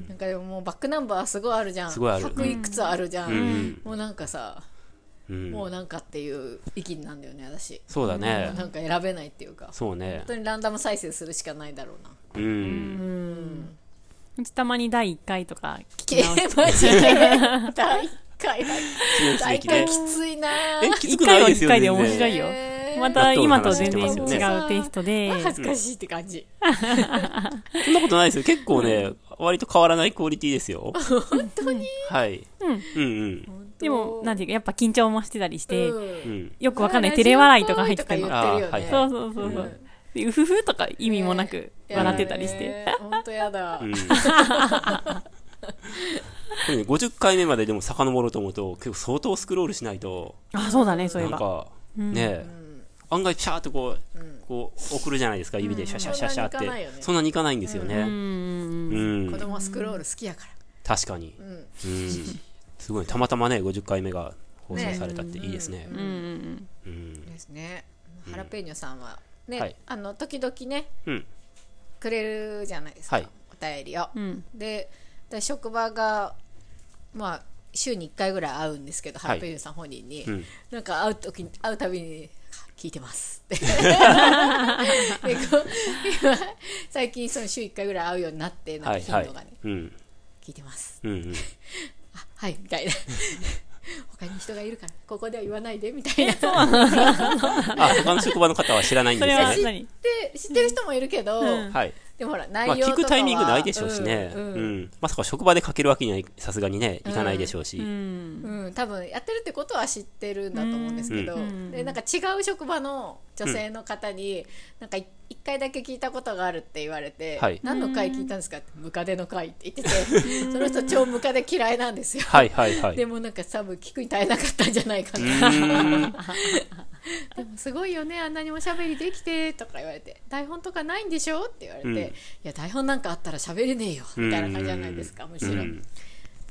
Speaker 3: なんかでももうバックナンバーすごいあるじゃん
Speaker 2: すごいある
Speaker 3: 100いくつあるじゃん、
Speaker 2: ん
Speaker 3: もうなんかさ、
Speaker 2: うん
Speaker 3: もうなんかっていう域になんだよね私
Speaker 2: そうだね、
Speaker 3: なんか選べないっていうか
Speaker 2: そうね
Speaker 3: 本当にランダム再生するしかないだろうな
Speaker 2: うん、
Speaker 1: うちたまに第1回とか聞き
Speaker 3: け
Speaker 1: 直し
Speaker 3: マ ジで第1回
Speaker 2: 記念すべ
Speaker 3: 第1
Speaker 2: きね
Speaker 3: 回きついな
Speaker 2: え
Speaker 3: ぁ
Speaker 2: きつ
Speaker 1: 1
Speaker 2: く
Speaker 1: 回
Speaker 2: な
Speaker 1: はい
Speaker 2: で
Speaker 1: 1
Speaker 2: すよね
Speaker 1: 回で面白いよ
Speaker 3: えー
Speaker 1: また今と全然違
Speaker 2: 納豆の話してます
Speaker 1: うテイストで
Speaker 3: 恥ずかしいって感じ、
Speaker 2: そんなことないですよ結構ね、割と変わらないクオリティですよ本当にはい、うん、うんうん
Speaker 1: でもなんていうかやっぱ緊張もしてたりして
Speaker 3: うん
Speaker 1: よくわかんない照れ笑いとか入ってたりそう
Speaker 3: ラジオっぽいとか言っ
Speaker 2: あ
Speaker 3: てるよね
Speaker 2: ーはい
Speaker 1: そうそうそうでうふふとか意味もなく笑ってたりして
Speaker 3: えー本当やだ、
Speaker 2: うんこれね50回目まででも遡ろうと思うと結構相当スクロールしないと
Speaker 1: あそうだねそういえ
Speaker 2: なん
Speaker 1: ば
Speaker 2: かねえ案外シャーってこうこう送るじゃないですか指でシャシャシャシャっ
Speaker 3: そんなにいかない
Speaker 2: てそんなにいかない
Speaker 3: よね
Speaker 2: んですよ
Speaker 1: う
Speaker 2: ね
Speaker 1: ん
Speaker 2: うん
Speaker 3: 子供はスクロール好きやか
Speaker 2: 確かに
Speaker 3: ら、うん、
Speaker 2: うんすごいたまたまね50回目が放送されたっていいですね
Speaker 1: うんうん
Speaker 2: うん
Speaker 3: ですねハラペーニョさんはね、
Speaker 2: はい
Speaker 3: あの時々ね
Speaker 2: うん
Speaker 3: くれるじゃないですか、
Speaker 2: はい
Speaker 3: お便りを、
Speaker 1: うん
Speaker 3: でで職場がまあ週に1回ぐらい会うんですけど、
Speaker 2: はい
Speaker 3: ハルペユンさん本人に、
Speaker 2: うん
Speaker 3: なんか会う時に会うたびに聞いて ますってでこう今最近その週1回ぐらい会うようになってな
Speaker 2: は
Speaker 3: んか
Speaker 2: い
Speaker 3: 頻
Speaker 2: はい
Speaker 3: 度がね、
Speaker 2: うん
Speaker 3: 聞いてます
Speaker 2: うんうん
Speaker 3: あはいみたいな 他に人がいるからここでは言わないでみたいな
Speaker 2: あ他の職場の方は知らないん
Speaker 1: そ
Speaker 2: で
Speaker 1: れ
Speaker 2: す
Speaker 1: は
Speaker 2: ね
Speaker 1: 何
Speaker 3: で知ってる人もいるけど、
Speaker 1: うん
Speaker 2: はい
Speaker 3: でもほら
Speaker 2: まあ、
Speaker 3: 内容
Speaker 2: 聞
Speaker 3: とか
Speaker 2: く
Speaker 3: は
Speaker 2: タイミングないでしょうしね、う
Speaker 3: うん
Speaker 2: ん
Speaker 3: うん
Speaker 2: まさか職場でかけるわけにはいさすがにねいかないでしょうし、
Speaker 1: うん
Speaker 3: うん、多分やってるってことは知ってるんだと思うんですけど、
Speaker 1: うんうん
Speaker 3: でなんか違う職場の女性の方に、なんかい一回だけ聞いたことがあるって言われて、
Speaker 2: はい
Speaker 3: 何の回聞いたんですかってムカデの回って言っててその人超ムカデ嫌いなんですよ、
Speaker 2: はいはいはい
Speaker 3: でもなんか多分聞くに耐えなかったんじゃないか
Speaker 2: う
Speaker 3: な、
Speaker 2: ーん
Speaker 3: でもすごいよねあんなにおしゃべりできてとか言われて台本とかないんでしょって言われて、
Speaker 2: うん
Speaker 3: いや台本なんかあったら喋れねえよみたいな感じじゃないですかむしろ、
Speaker 2: うん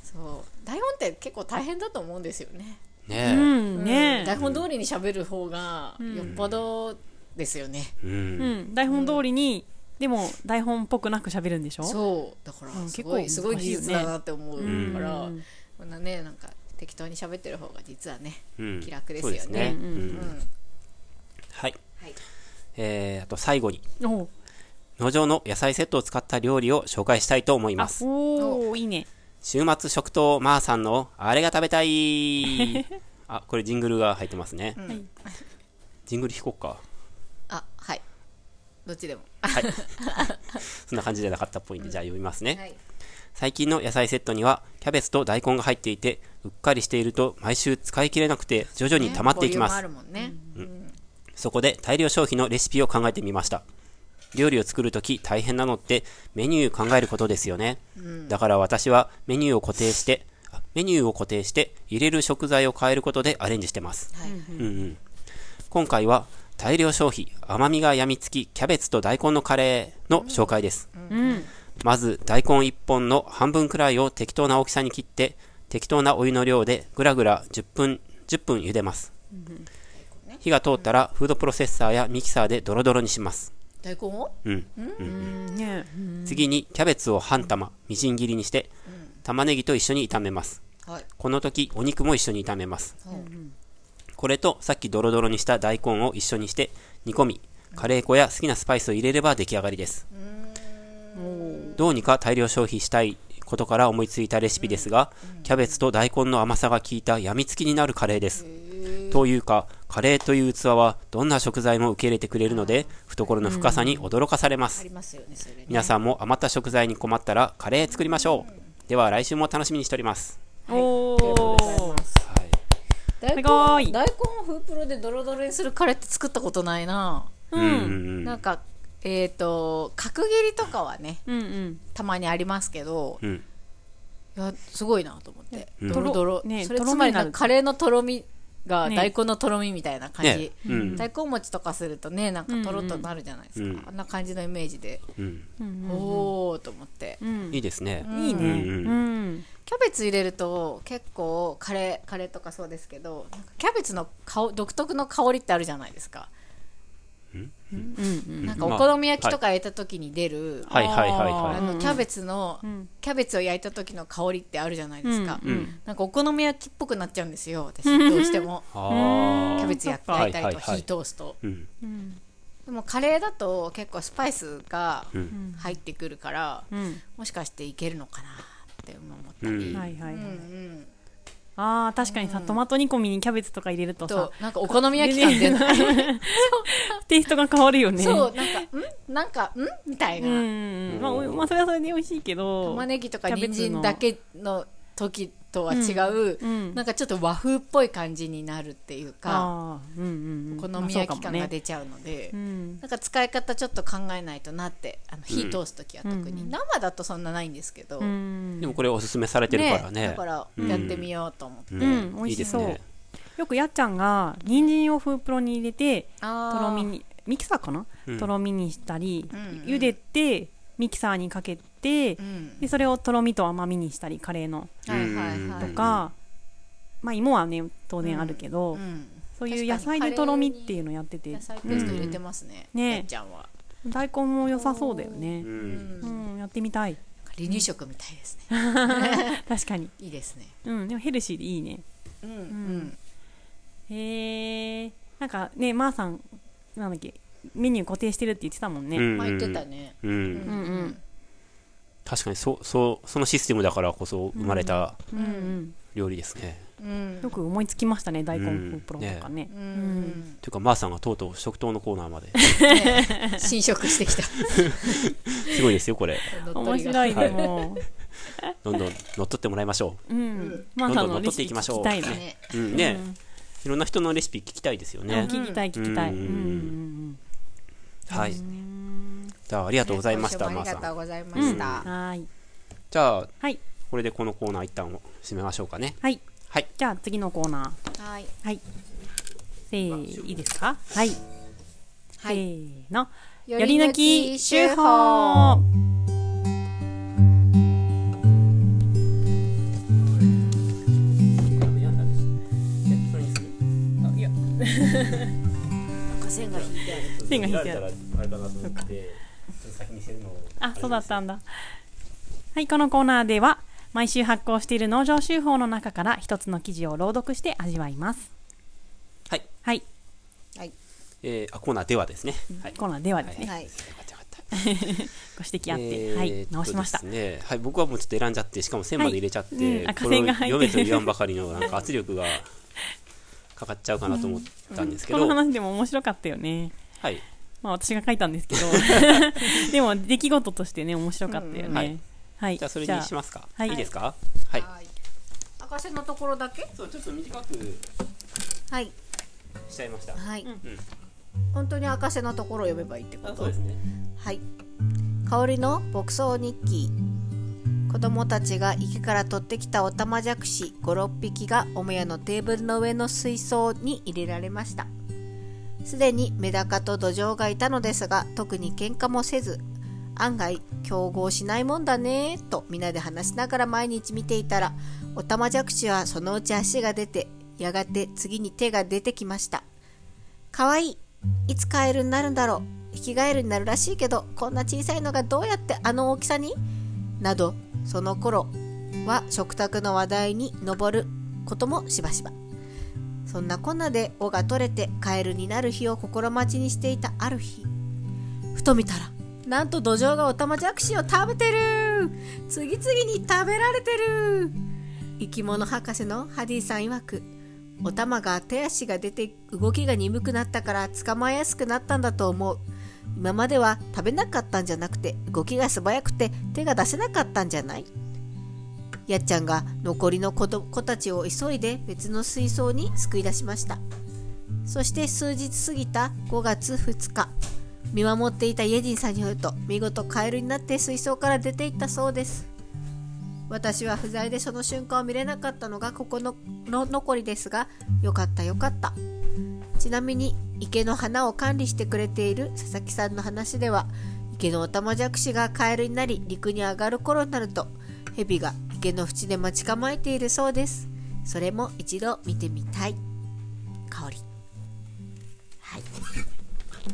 Speaker 3: そう台本って結構大変だと思うんですよね
Speaker 1: う
Speaker 2: ね
Speaker 1: んね
Speaker 3: 台本通りに喋る方がよっぽどですよね、
Speaker 2: え、う
Speaker 1: うんん台本通りにでも台本っぽくなく喋るんでしょ
Speaker 3: そうだから
Speaker 1: うん
Speaker 3: すごい、
Speaker 1: 結
Speaker 3: す
Speaker 1: 構
Speaker 3: ごい
Speaker 1: 難し
Speaker 3: 技
Speaker 1: いよね
Speaker 3: 術だなって思うから、
Speaker 1: うん
Speaker 3: こんなねなんか適当に喋ってる方が実はね、
Speaker 2: うん
Speaker 3: 気楽です
Speaker 2: そう
Speaker 3: よね
Speaker 2: ですね、
Speaker 1: うんうん
Speaker 3: うん
Speaker 2: はい、
Speaker 3: はい
Speaker 2: えー、あと最後に
Speaker 1: おう
Speaker 2: 農場の野菜セットを使った料理を紹介したいと思い
Speaker 1: あ
Speaker 2: ます
Speaker 1: おーいいね
Speaker 2: 週末食堂まーさんのあれが食べた いあこれジングルが入ってますね、
Speaker 1: はい
Speaker 2: ジングル弾こうか
Speaker 3: あはいどっちでも
Speaker 2: はいそんな感じじゃなかったっぽいんで、じゃあ読みますね、
Speaker 3: はい
Speaker 2: 最近の野菜セットにはキャベツと大根が入っていてうっかりしていると毎週使い切れなくて徐々に溜まっていきます、
Speaker 3: ねボリュームあるもんね、うん
Speaker 2: そこで大量消費のレシピを考えてみました料理を作るとき大変なのってメニュー考えることですよね、だから私はメニューを固定してあメニューを固定して入れる食材を変えることでアレンジしてます
Speaker 3: はい
Speaker 2: うんうん、今回は大量消費甘みが病みつきキャベツと大根のカレーの紹介です、
Speaker 1: うん
Speaker 2: まず大根1本の半分くらいを適当な大きさに切って適当なお湯の量でぐらぐら10分10分茹でます、火が通ったらフードプロセッサーやミキサーでドロドロにします、
Speaker 3: 大根を
Speaker 2: うん
Speaker 1: うんね
Speaker 2: 次にキャベツを半玉みじん切りにして玉ねぎと一緒に炒めます
Speaker 3: はい、
Speaker 2: この時お肉も一緒に炒めます
Speaker 3: うん
Speaker 2: これとさっきドロドロにした大根を一緒にして煮込みカレー粉や好きなスパイスを入れれば出来上がりですどうにか大量消費したいことから思いついたレシピですがキャベツと大根の甘さが効いた病みつきになるカレーですというかカレーという器はどんな食材も受け入れてくれるので懐の深さに驚かされま
Speaker 3: あ
Speaker 2: す
Speaker 3: りますよねそれね
Speaker 2: 皆さんも余った食材に困ったらカレー作りましょうでは来週も楽しみにしております
Speaker 1: おお
Speaker 2: はい
Speaker 3: 大根
Speaker 1: ごい
Speaker 3: 大根をフープロでドロドロにするカレーって作ったことないな、
Speaker 2: うんうんう
Speaker 3: なん
Speaker 2: ん
Speaker 3: かえっ、と角切りとかはね
Speaker 1: うんうん
Speaker 3: たまにありますけど
Speaker 2: うん
Speaker 3: いやすごいなと思って、
Speaker 2: うん
Speaker 3: ドロドロ、
Speaker 1: ね
Speaker 3: それ
Speaker 1: とろみ
Speaker 3: つまり
Speaker 1: にな
Speaker 3: な
Speaker 1: る
Speaker 3: んかカレーのとろみが
Speaker 1: ね
Speaker 3: 大根のとろみみたいな感じ、
Speaker 2: ねうん
Speaker 3: 大根餅とかするとねなんかとろっとなるじゃないですか、
Speaker 2: うんうん
Speaker 3: あんな感じのイメージで、
Speaker 2: うん
Speaker 1: うん
Speaker 3: おおと思って
Speaker 1: うん
Speaker 2: いいですね
Speaker 1: いいね
Speaker 2: うんう
Speaker 1: うん
Speaker 3: キャベツ入れると結構カレーカレーとかそうですけどなんかキャベツの香独特の香りってあるじゃないですか
Speaker 1: うん
Speaker 3: なんかお好み焼きとか焼いた時に出る、
Speaker 2: はいはいはい
Speaker 3: あ
Speaker 2: は
Speaker 3: のキャベツの、
Speaker 1: ん
Speaker 3: キャベツを焼いた時の香りってあるじゃないですか、
Speaker 1: うん
Speaker 2: うん
Speaker 3: なんかお好み焼きっぽくなっちゃうんですよ私どうしてもキ
Speaker 2: い
Speaker 3: ャベツ焼焼いたり
Speaker 2: はい
Speaker 3: と
Speaker 2: はいはい
Speaker 3: 火通すと
Speaker 2: うん
Speaker 3: でもカレーだと結構スパイスが
Speaker 2: うん
Speaker 3: 入ってくるから、
Speaker 1: うん
Speaker 3: もしかしていけるのかなって思ったり、
Speaker 2: うん
Speaker 1: はいはい
Speaker 3: うん
Speaker 1: ああ確かにさトマト煮込みにキャベツとか入れる
Speaker 3: うん
Speaker 1: とさ
Speaker 3: となんかお好み焼き感出ない
Speaker 1: テイストが変わるよね
Speaker 3: そうなんかんなんかんみたいな、
Speaker 1: うんまあおまあそれはそれで美味しいけど
Speaker 3: 玉ねぎとか
Speaker 1: キャベ
Speaker 3: 人
Speaker 1: ツの
Speaker 3: 参だけの時とは違う、
Speaker 1: うん
Speaker 3: なんかちょっと和風っぽい感じになるっていう
Speaker 1: あ
Speaker 3: か、
Speaker 1: ーうんうんうん
Speaker 3: お好み焼き感が出ちゃうので、
Speaker 1: うん
Speaker 3: なんか使い方ちょっと考えないとなってあの火通す時は特に、生だとそんなないんですけど、
Speaker 1: うん
Speaker 2: でもこれおすすめされてるからね
Speaker 3: だからやってみようと思って、
Speaker 2: うん
Speaker 1: うん美味しそうよくやっちゃんが人参をフープロに入れて
Speaker 3: あー
Speaker 1: とろみにミキサーかな、
Speaker 2: うん
Speaker 1: とろみにしたり、
Speaker 3: うんうん
Speaker 1: 茹でてミキサーにかけて、
Speaker 3: うん
Speaker 1: でそれをとろみと甘みにしたりカレーの
Speaker 3: はいはいはい、
Speaker 2: う
Speaker 1: と
Speaker 2: ん
Speaker 1: か、まあ芋はね当然あるけど、
Speaker 3: うん
Speaker 1: そういう野菜でとろみっていうのやってて
Speaker 3: 野菜ペースト入れてますね、
Speaker 1: うんね
Speaker 3: やっちゃんは、
Speaker 1: 大根も良さそうだよね
Speaker 2: う、
Speaker 3: うん
Speaker 2: ん
Speaker 1: う んやってみたい
Speaker 3: なんか
Speaker 4: 離乳食みたいですね、
Speaker 1: 確かに。
Speaker 4: いいですね
Speaker 1: うん、でもヘルシーでいいね。
Speaker 4: うんうん、
Speaker 1: へえ。なんかね、まー、さん、なんだっけ、メニュー固定してるって言ってたもんね。
Speaker 2: うん
Speaker 4: まあ言ってたね
Speaker 2: うん
Speaker 4: うんうん
Speaker 2: 確かにそうそうそのシステムだからこそ生まれた
Speaker 1: うんうん。
Speaker 2: 料理ですね、
Speaker 4: うん
Speaker 1: よく思いつきましたね、大根プロとかね。
Speaker 4: うんうん
Speaker 2: というかまーさんがとうとう食堂のコーナーまで
Speaker 4: ね侵食してきた
Speaker 2: すごいですよこれ
Speaker 4: 乗
Speaker 1: 面
Speaker 4: っ取りが
Speaker 1: 白い、でも。
Speaker 2: どんどん乗っ取ってもらいましょ
Speaker 1: うん。まー、さんのレシピ聞きたいね。
Speaker 4: ね
Speaker 2: う、うん、ね、いろんな人のレシピ聞きたいですよね、
Speaker 1: 聞きたい、聞きたい。う
Speaker 2: うんん
Speaker 1: うんうん。
Speaker 2: はいじゃあありがとうございましたま
Speaker 4: 今週もあ
Speaker 2: ー
Speaker 4: り
Speaker 2: さ
Speaker 4: がとうんございました、
Speaker 1: はーい。
Speaker 2: じゃあ
Speaker 1: はい。
Speaker 2: これでこのコーナー一旦締めましょうかね
Speaker 1: はい。
Speaker 2: はい
Speaker 1: じゃあ次のコーナ
Speaker 4: はい
Speaker 1: ー。はい。せー、いいですかはい。
Speaker 4: はい
Speaker 1: せーの。
Speaker 4: よ
Speaker 1: より
Speaker 4: り
Speaker 1: 抜
Speaker 4: 抜
Speaker 1: き
Speaker 4: き
Speaker 1: 手
Speaker 4: 手
Speaker 1: 法
Speaker 4: 法
Speaker 1: いや
Speaker 4: 線が引いてある
Speaker 1: 線が引いてある
Speaker 2: あれかなと思って先にせるの
Speaker 1: あそうだったんだはいこのコーナーでは毎週発行している農場手法の中から一つの記事を朗読して味わいます
Speaker 2: はい、
Speaker 1: はい、
Speaker 4: はい
Speaker 2: えー、あコーナーではですねはい
Speaker 1: コーナーではですね、
Speaker 4: はい
Speaker 2: よかったよかった
Speaker 1: ご指摘あって、
Speaker 2: えー
Speaker 1: はい直しました、
Speaker 2: えっとですねはい、僕はもうちょっと選んじゃってしかも線まで入れちゃって、
Speaker 1: はいうん赤
Speaker 2: これ
Speaker 1: 線
Speaker 2: を
Speaker 1: が入ってる
Speaker 2: 読めと言わんばかりのなんか 圧力がかかっちゃうかなと思ったんですけ
Speaker 1: こ
Speaker 2: ど、
Speaker 1: の話でも面白かったよね
Speaker 2: はい、
Speaker 1: まあ私が書いたんですけどでも出来事としてね面白かったよね、
Speaker 4: うん
Speaker 1: はい、
Speaker 2: じゃあそれにしますか、
Speaker 1: はい
Speaker 2: い、いですかはい、
Speaker 4: い赤線のところだけ
Speaker 2: そうちょっと短く
Speaker 4: はい
Speaker 2: しちゃいました
Speaker 4: はい、
Speaker 2: ん
Speaker 4: 本当に赤線のところを読めばいいってこ
Speaker 2: あ
Speaker 4: と
Speaker 2: そうですね
Speaker 4: はい香りの牧草日記子供たちが池から取ってきたオタマジャクシ56匹が母屋のテーブルの上の水槽に入れられましたすでにメダカとドジョウがいたのですが特に喧嘩もせず案外競合しないもんだねとみんなで話しながら毎日見ていたらオタマジャクシはそのうち足が出てやがて次に手が出てきましたかわいいいつカエルになるんだろうヒキガエルになるらしいけどこんな小さいのがどうやってあの大きさになどその頃は食卓の話題に上ることもしばしばそんなこんなで尾が取れてカエルになる日を心待ちにしていたある日ふと見たらなんと土壌がオタマジャクシを食べてる次々に食べられてる生き物博士のハディさん曰くお玉が手足が出て動きが鈍くなったから捕まえやすくなったんだと思う今までは食べなかったんじゃなくて動きが素早くて手が出せなかったんじゃないやっちゃんが残りの子ど子たちを急いで別の水槽に救い出しましたそして数日過ぎた5月2日見守っていたイェジンさんによると見事カエルになって水槽から出ていったそうです私は不在でその瞬間を見れなかったのがここのの残りですがよかったよかったちなみに池の花を管理してくれている佐々木さんの話では池のオタマジャクシがカエルになり陸に上がる頃になるとヘビが池の縁で待ち構えているそうですそれも一度見てみたい香りはい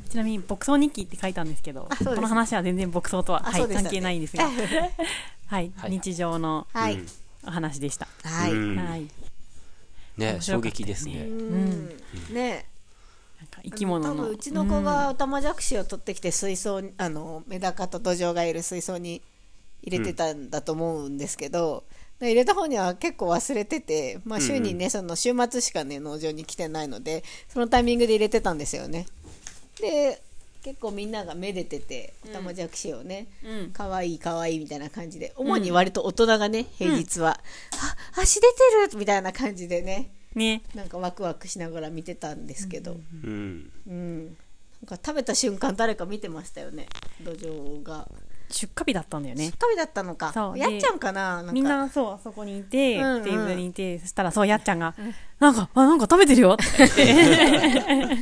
Speaker 1: ちなみに「牧草日記」って書いたんですけど
Speaker 4: あそうです
Speaker 1: この話は全然牧草とは、
Speaker 4: あ
Speaker 1: は
Speaker 4: そう
Speaker 1: い、
Speaker 4: でした
Speaker 1: 関
Speaker 4: ね
Speaker 1: 係ないんですが、はい、
Speaker 2: はい
Speaker 1: 日常の
Speaker 4: はい、
Speaker 2: うん
Speaker 1: お話でした、
Speaker 4: はい、
Speaker 2: うん
Speaker 1: はい
Speaker 2: ね
Speaker 1: 面白
Speaker 2: 衝
Speaker 1: かった
Speaker 2: 撃です
Speaker 1: よ
Speaker 2: ね
Speaker 4: うんねえ
Speaker 1: なんか生き物
Speaker 4: 多
Speaker 1: の
Speaker 4: 分うちの子がオタマジャクシを取ってきて水槽にあのメダカとドジョウがいる水槽に入れてたんだと思うんですけど、で入れた方には結構忘れてて、まあ、週にね、その週末しかね農場に来てないのでそのタイミングで入れてたんですよねで結構みんながめでててオタマジャクシをね、
Speaker 1: うん
Speaker 4: かわいいかわいいみたいな感じで主に割と大人がね平日は、あ足出てるみたいな感じでね
Speaker 1: ね
Speaker 4: なんかワクワクしながら見てたんですけど、
Speaker 2: うん
Speaker 4: うん、なんか食べた瞬間誰か見てましたよね土壌が
Speaker 1: 出荷日だったんだよね
Speaker 4: 食べだったのか
Speaker 1: そう
Speaker 4: やっちゃんかななんか
Speaker 1: みんなそうあそこにいて、
Speaker 4: うんうん
Speaker 1: テーブルにいてそしたらそうやっちゃんが「なんかあなんか食べてるよ」って言って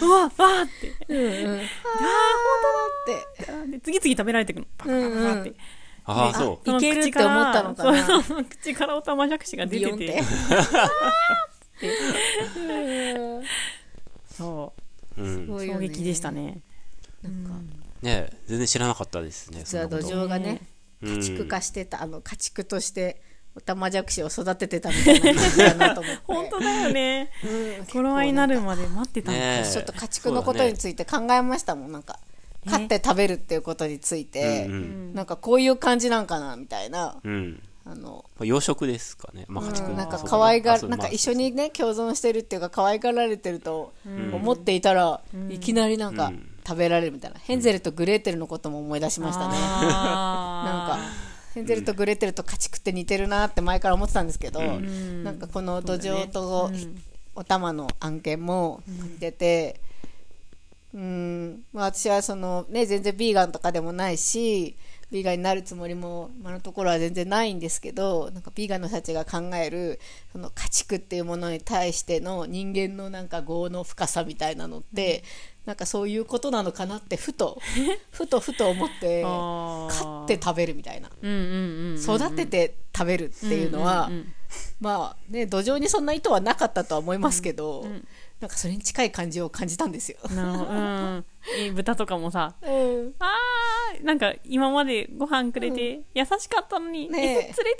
Speaker 1: うわわーって
Speaker 4: うんうんあー本当だって
Speaker 1: で次々食べられてくのパクパクパクって、
Speaker 2: ああそ、
Speaker 1: その
Speaker 4: いけるって思ったのかな
Speaker 1: 口らそうそう口からおたまじゃくしが出
Speaker 4: ビ
Speaker 1: て
Speaker 4: ヨンって
Speaker 1: て そう
Speaker 2: うん、
Speaker 1: う衝撃でしたね
Speaker 4: なんか
Speaker 2: ね全然知らなかったですね
Speaker 4: 実
Speaker 2: そ
Speaker 4: は
Speaker 2: んな
Speaker 4: 土
Speaker 2: こと
Speaker 4: 壌がね
Speaker 2: うん
Speaker 4: 家畜化してた、あの家畜としてオタマジャクシを育ててたみたいな感じだなと思って
Speaker 1: 本当だよね。
Speaker 4: うん
Speaker 1: 頃合いになるまで待ってたのか。
Speaker 2: ねえ
Speaker 4: ちょっと家畜のことについて考えましたもん、なんか
Speaker 1: え
Speaker 4: 飼って食べるっていうことについて、
Speaker 2: うんう
Speaker 4: なんかこういう感じなんかなみたいな、
Speaker 2: うん
Speaker 4: あの
Speaker 2: まあ養殖ですかね、まあ、家畜
Speaker 4: う
Speaker 2: の
Speaker 4: んなんか
Speaker 2: そう
Speaker 4: 可愛が
Speaker 2: あそう
Speaker 4: なん
Speaker 2: ま
Speaker 4: か
Speaker 2: あ
Speaker 4: 一緒にね共存してるっていうか可愛がられてると思っていたら、いきなりなん
Speaker 2: う
Speaker 4: か
Speaker 2: ん
Speaker 4: 食べられるみたいな、ヘンゼルとグレーテルのことも思い出しましたねなん
Speaker 1: あ
Speaker 4: かヘンゼルとグレーテルと家畜って似てるなって前から思ってたんですけど、なんかこの土壌とお玉の案件も似てて、うんまあ、私はその、ね、全然ビーガンとかでもないしビーガンになるつもりも今のところは全然ないんですけどなんかビーガンの人たちが考えるその家畜っていうものに対しての人間のなんか業の深さみたいなのって、なんかそういうことなのかなってふとふとふと思 って
Speaker 1: あー
Speaker 4: 飼って食べるみたいな。
Speaker 1: ー。うんうんうん。
Speaker 4: 育てて食べるっていうのは、まあね土壌にそんな意図はなかったとは思いますけど、なんかそれに近い感じを感じたんですよ。
Speaker 1: なるほど。うん。え豚とかもさ、
Speaker 4: うん
Speaker 1: あーなんか今までご飯くれて優しかったのに、
Speaker 4: ねえ
Speaker 1: いつ連れていかれるの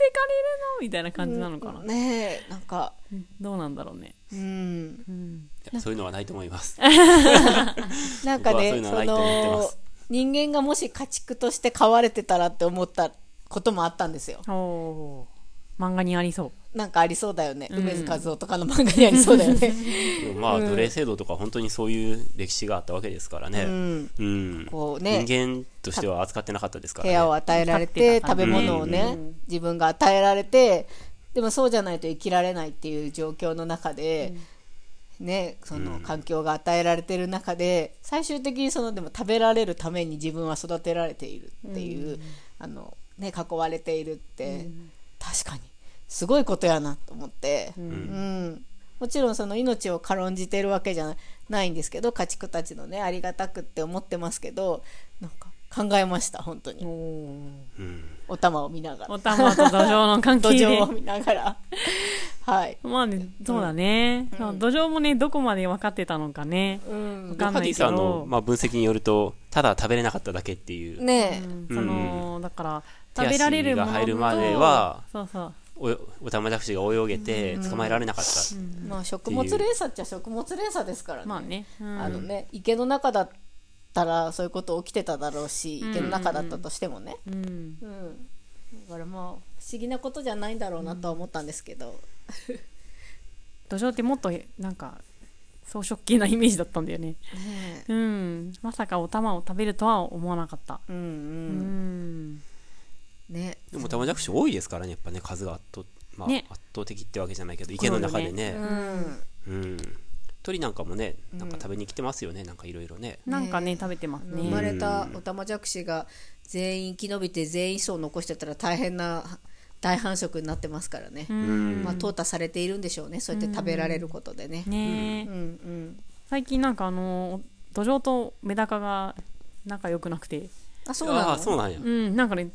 Speaker 1: みたいな感じなのかな、
Speaker 4: ねえなんか
Speaker 1: どうなんだろうね、
Speaker 4: うん
Speaker 2: いやそういうのはないと思い ます。僕はそういうのはないと思
Speaker 4: なんかねそ
Speaker 2: ってま
Speaker 4: の
Speaker 2: す
Speaker 4: 人間がもし家畜として飼われてたらって思ったこともあったんですよ。
Speaker 1: おー漫画にありそう
Speaker 4: なんかありそうだよね、梅津和夫とかの漫画にありそうだよね。
Speaker 2: でもまあ奴隷制度とか本当にそういう歴史があったわけですからね、
Speaker 4: うん
Speaker 2: うん
Speaker 4: こうね
Speaker 2: 人間としては扱ってなかったですか
Speaker 4: 部屋
Speaker 2: ら
Speaker 4: を
Speaker 2: ね。
Speaker 4: 与えられて
Speaker 1: 立ってた
Speaker 4: 食
Speaker 1: か
Speaker 4: べ
Speaker 1: ら
Speaker 4: 物をね、自分が与えられてでもそうじゃないと生きられないっていう状況の中で、ねその環境が与えられてる中で最終的にそのでも食べられるために自分は育てられているっていう、あのね囲われているって、確かにすごいことやなと思って、うんもちろんその命を軽んじてるわけじゃないんですけど家畜たちのねありがたくって思ってますけどなんか考えました本当に。お玉を見ながら
Speaker 1: おたまと土壌の関
Speaker 4: 土
Speaker 1: 係
Speaker 4: 壌を
Speaker 1: で
Speaker 4: 見ながらはい、
Speaker 1: まあねそうだね、まあ土壌もねどこまで分かってたのかね
Speaker 4: う
Speaker 1: 分、
Speaker 4: ん
Speaker 2: ド
Speaker 1: かん
Speaker 2: カ
Speaker 1: な
Speaker 2: ティ
Speaker 1: いけ
Speaker 2: さんの、
Speaker 1: ど、
Speaker 2: まあ、分析によるとただ食べれなかっただけっていう、
Speaker 4: ねえ、
Speaker 1: その、だから食べられるものと
Speaker 2: 手足が入るまでは
Speaker 1: そうそう
Speaker 2: おおたまじゃくしが泳げて捕まえられなかった、
Speaker 4: まあ食物連鎖っちゃ食物連鎖ですからね,、
Speaker 1: まあね、うん
Speaker 4: あのね池の中だったらそういうこと起きてただろうし池の中だったとしてもね、
Speaker 1: うん
Speaker 4: うんだからまあ不思議なことじゃないんだろうなとは思ったんですけど、
Speaker 1: 土壌ってもっとなんか草食系なイメージだったんだよね
Speaker 4: ねえ
Speaker 1: うんまさかお玉を食べるとは思わなかった
Speaker 4: うん
Speaker 1: う
Speaker 4: うん
Speaker 1: ん
Speaker 4: ね
Speaker 2: でもおたまじゃくし多いですからねやっぱね数が圧倒,、まあ
Speaker 1: ね
Speaker 2: 圧倒的ってわけじゃないけど池の中でね
Speaker 4: う、ん
Speaker 2: うん、鳥なんかもねなんか食べに来てますよねなんかいろいろね、
Speaker 1: なんかね食べてます
Speaker 4: 生ま
Speaker 1: ね
Speaker 4: れたオタマジャクシが全員生き延びて全員子孫残してたら大変な大繁殖になってますからね、
Speaker 1: うん
Speaker 4: まあ、淘汰されているんでしょうねそうやって食べられることでね。
Speaker 1: ねえ
Speaker 4: うんうん、
Speaker 1: 最近なんかあの土壌とメダカが仲良くなくて
Speaker 4: あそう
Speaker 2: あ
Speaker 4: な
Speaker 2: あ
Speaker 4: の
Speaker 2: そうなんや、
Speaker 1: うんなんかね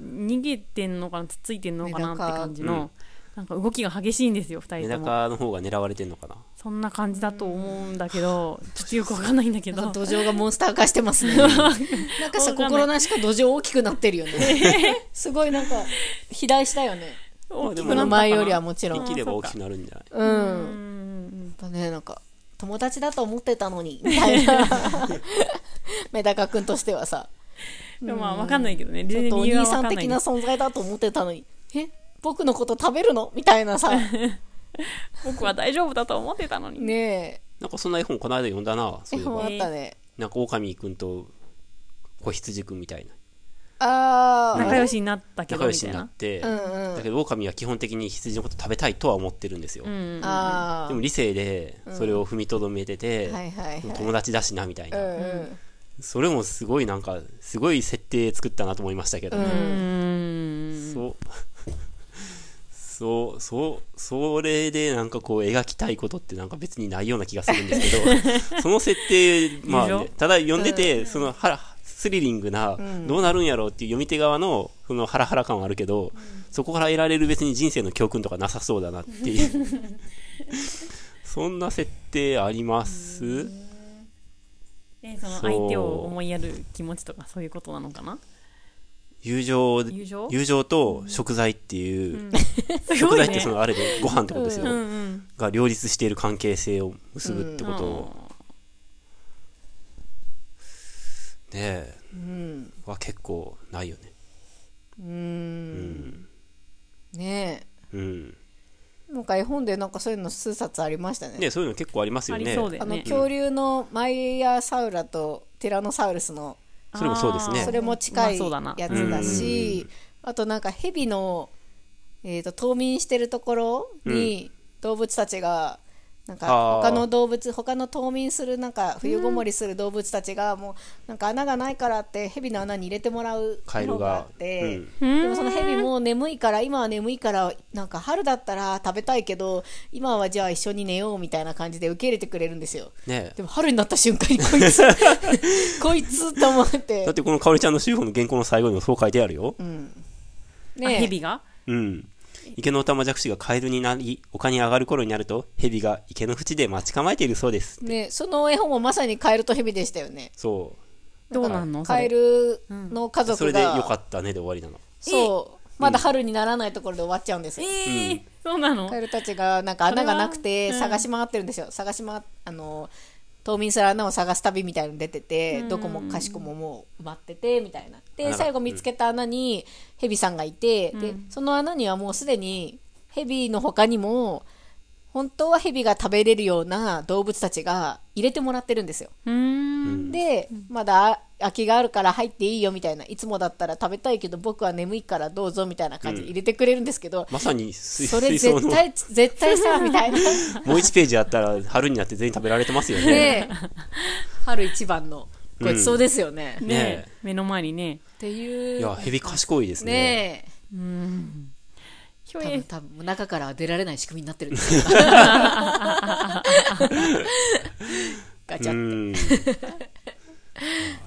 Speaker 1: 逃げてんのかなつっついてんのかなって
Speaker 4: メダカ
Speaker 1: 感じの、なんか動きが激しいんですよ2人
Speaker 2: メダ
Speaker 1: とも
Speaker 2: カの方が狙われてんのかな
Speaker 1: そんな感じだと思うんだけどちょっとよくわかんないんだけ
Speaker 4: なん
Speaker 1: ど
Speaker 4: か土壌がモンスター化してますねなんかさ
Speaker 1: わかんない
Speaker 4: 心なしか土壌大きくなってるよねすごいなんか肥大したよね
Speaker 1: 大きく
Speaker 2: ま
Speaker 1: なった
Speaker 2: あでも
Speaker 4: 前よりはもちろ
Speaker 2: 生
Speaker 4: ん
Speaker 2: きれば大きくなるんじゃない
Speaker 4: うん
Speaker 1: う
Speaker 4: やっ
Speaker 1: ん
Speaker 4: ぱねなんか友達だと思ってたのにみたいなメダカ君としてはさ
Speaker 1: でもまあわかんないけどね
Speaker 4: ちょっ
Speaker 1: 全
Speaker 4: と
Speaker 1: 然
Speaker 4: お
Speaker 1: 理由はわか
Speaker 4: 兄さ
Speaker 1: ん
Speaker 4: ん
Speaker 1: ない
Speaker 4: 的な存在だと思ってたのにえ僕のこと食べるのみたいなさ
Speaker 1: 僕は大丈夫だと思ってたのに
Speaker 4: ね
Speaker 2: なんかそんな絵本この間読んだなそ
Speaker 4: え
Speaker 2: うい
Speaker 4: 絵
Speaker 2: えば
Speaker 4: 本あったね
Speaker 2: なんか狼くんと子羊くんみたいな
Speaker 4: あ
Speaker 1: 仲
Speaker 4: あ
Speaker 1: 良しになったけ
Speaker 2: 仲
Speaker 1: ど
Speaker 2: 良
Speaker 1: み
Speaker 2: した
Speaker 1: い
Speaker 2: になっ
Speaker 1: な
Speaker 2: て、
Speaker 4: うんうん
Speaker 2: だけど狼は基本的に羊のこと食べたいとは思ってるんですよ、
Speaker 1: うん
Speaker 4: あ
Speaker 2: でも理性でそれを踏みとどめてて、
Speaker 4: ーはいはいはい
Speaker 2: 友達だしなみたいな、
Speaker 4: うん
Speaker 2: それもすごいなんかすごい設定作ったなと思いましたけど、
Speaker 1: う
Speaker 4: うん
Speaker 1: ん
Speaker 2: そう そうそうそれでなんかこう描きたいことってなんか別にないような気がするんです けどその設定まあ
Speaker 1: でし
Speaker 2: ね、
Speaker 1: ょ
Speaker 2: ただ読んでて、そのハラスリリングな、どうなるんやろうっていう読み手側のそのハラハラ感はあるけど、そこから得られる別に人生の教訓とかなさそうだなっていう そんな設定あります、
Speaker 1: えその
Speaker 2: そう
Speaker 1: 相手を思いやる気持ちとかそういうことなのかな
Speaker 2: 友情
Speaker 1: 友情
Speaker 2: 友情と食材っていう、
Speaker 1: す
Speaker 2: 食
Speaker 1: ご
Speaker 2: 材
Speaker 1: い
Speaker 2: って
Speaker 1: ね
Speaker 2: そのあれでご飯ってことですよ、
Speaker 1: うんうん
Speaker 2: が両立している関係性を結ぶってことを、ねえ
Speaker 4: うん
Speaker 2: は結構ないよね
Speaker 4: うんね
Speaker 2: うん
Speaker 4: えなんか絵本でなんかそういうの数冊ありましたね
Speaker 2: ねそういうの結構ありますよ
Speaker 1: あ
Speaker 2: ね
Speaker 1: りそうだ
Speaker 4: あ
Speaker 1: よ
Speaker 4: の
Speaker 1: ね
Speaker 4: 恐竜のマイヤーサウラとティラノサウルスの
Speaker 2: それもそうですね
Speaker 1: あー
Speaker 4: それも近い
Speaker 1: うま
Speaker 4: や
Speaker 1: そうだな
Speaker 4: つだしあとなんかヘビの、えー、と冬眠してるところに動物たちがなんか
Speaker 2: あー
Speaker 4: 他の動物他の冬眠するなんか冬ごもりする動物たちがもうなんか穴がないからってヘビの穴に入れてもらう
Speaker 2: カエル
Speaker 4: のがあ
Speaker 2: が
Speaker 4: っ、
Speaker 2: う
Speaker 4: て
Speaker 2: ん。
Speaker 4: でもそのヘビも眠いから今は眠いからなんか春だったら食べたいけど今はじゃあ一緒に寝ようみたいな感じで受け入れてくれるんですよ
Speaker 2: ね
Speaker 4: でも春になった瞬間 にこいつこいつと思って
Speaker 2: だってこのかおりちゃんの修法の原稿の最後にもそう書いてあるよ。
Speaker 1: あ
Speaker 4: ねえ
Speaker 1: 蛇が
Speaker 2: うん。池のオタマジャクシがカエルになり、丘に上がる頃になると、蛇が池の縁で待ち構えているそうです。
Speaker 4: ね、その絵本もまさにカエルとヘビでしたよね。
Speaker 2: そ
Speaker 1: どうなんの
Speaker 4: カエルの家
Speaker 2: う。そ
Speaker 4: 族
Speaker 2: れでよ
Speaker 4: が、
Speaker 2: かったねで終わりなの。
Speaker 4: そう、まだ春にならないところで終わっちゃうんです
Speaker 1: それ
Speaker 4: よ。
Speaker 1: えーそうなの
Speaker 4: カエルたちがなんか穴がなくて
Speaker 1: それは
Speaker 4: 探し回ってるんですよ。探し回あの冬眠する穴を探す旅みたいなの出てて、どこもかしこももう埋まっててみたいな。
Speaker 2: あ
Speaker 4: で
Speaker 2: ら
Speaker 4: 最後見つけた穴にヘビさんがいて、でその穴にはもうすでにヘビの他にも本当はヘビが食べれるような動物たちが入れてもらってるんですよ。
Speaker 1: うーん
Speaker 4: で、まだ空きがあるから入っていいよみたいないつもだったら食べたいけど僕は眠いからどうぞみたいな感じで入れてくれるんですけど、
Speaker 2: まさに水
Speaker 4: それ
Speaker 2: 水槽
Speaker 4: 絶
Speaker 2: の、
Speaker 4: 対絶対さ みたいな
Speaker 2: もう一ページあったら、春になって全員食べられてますよね。
Speaker 4: で春一番のごちそうですよね、っ
Speaker 1: ね
Speaker 2: ね
Speaker 1: 目の前にね
Speaker 4: て
Speaker 2: い
Speaker 4: いう
Speaker 2: や、蛇賢いですね。
Speaker 4: ねえ
Speaker 1: ひょ
Speaker 4: 多
Speaker 1: い
Speaker 4: 分多分中からは出られない仕組みにな ってるんですよガチ
Speaker 2: う
Speaker 4: ャ
Speaker 2: ん。あ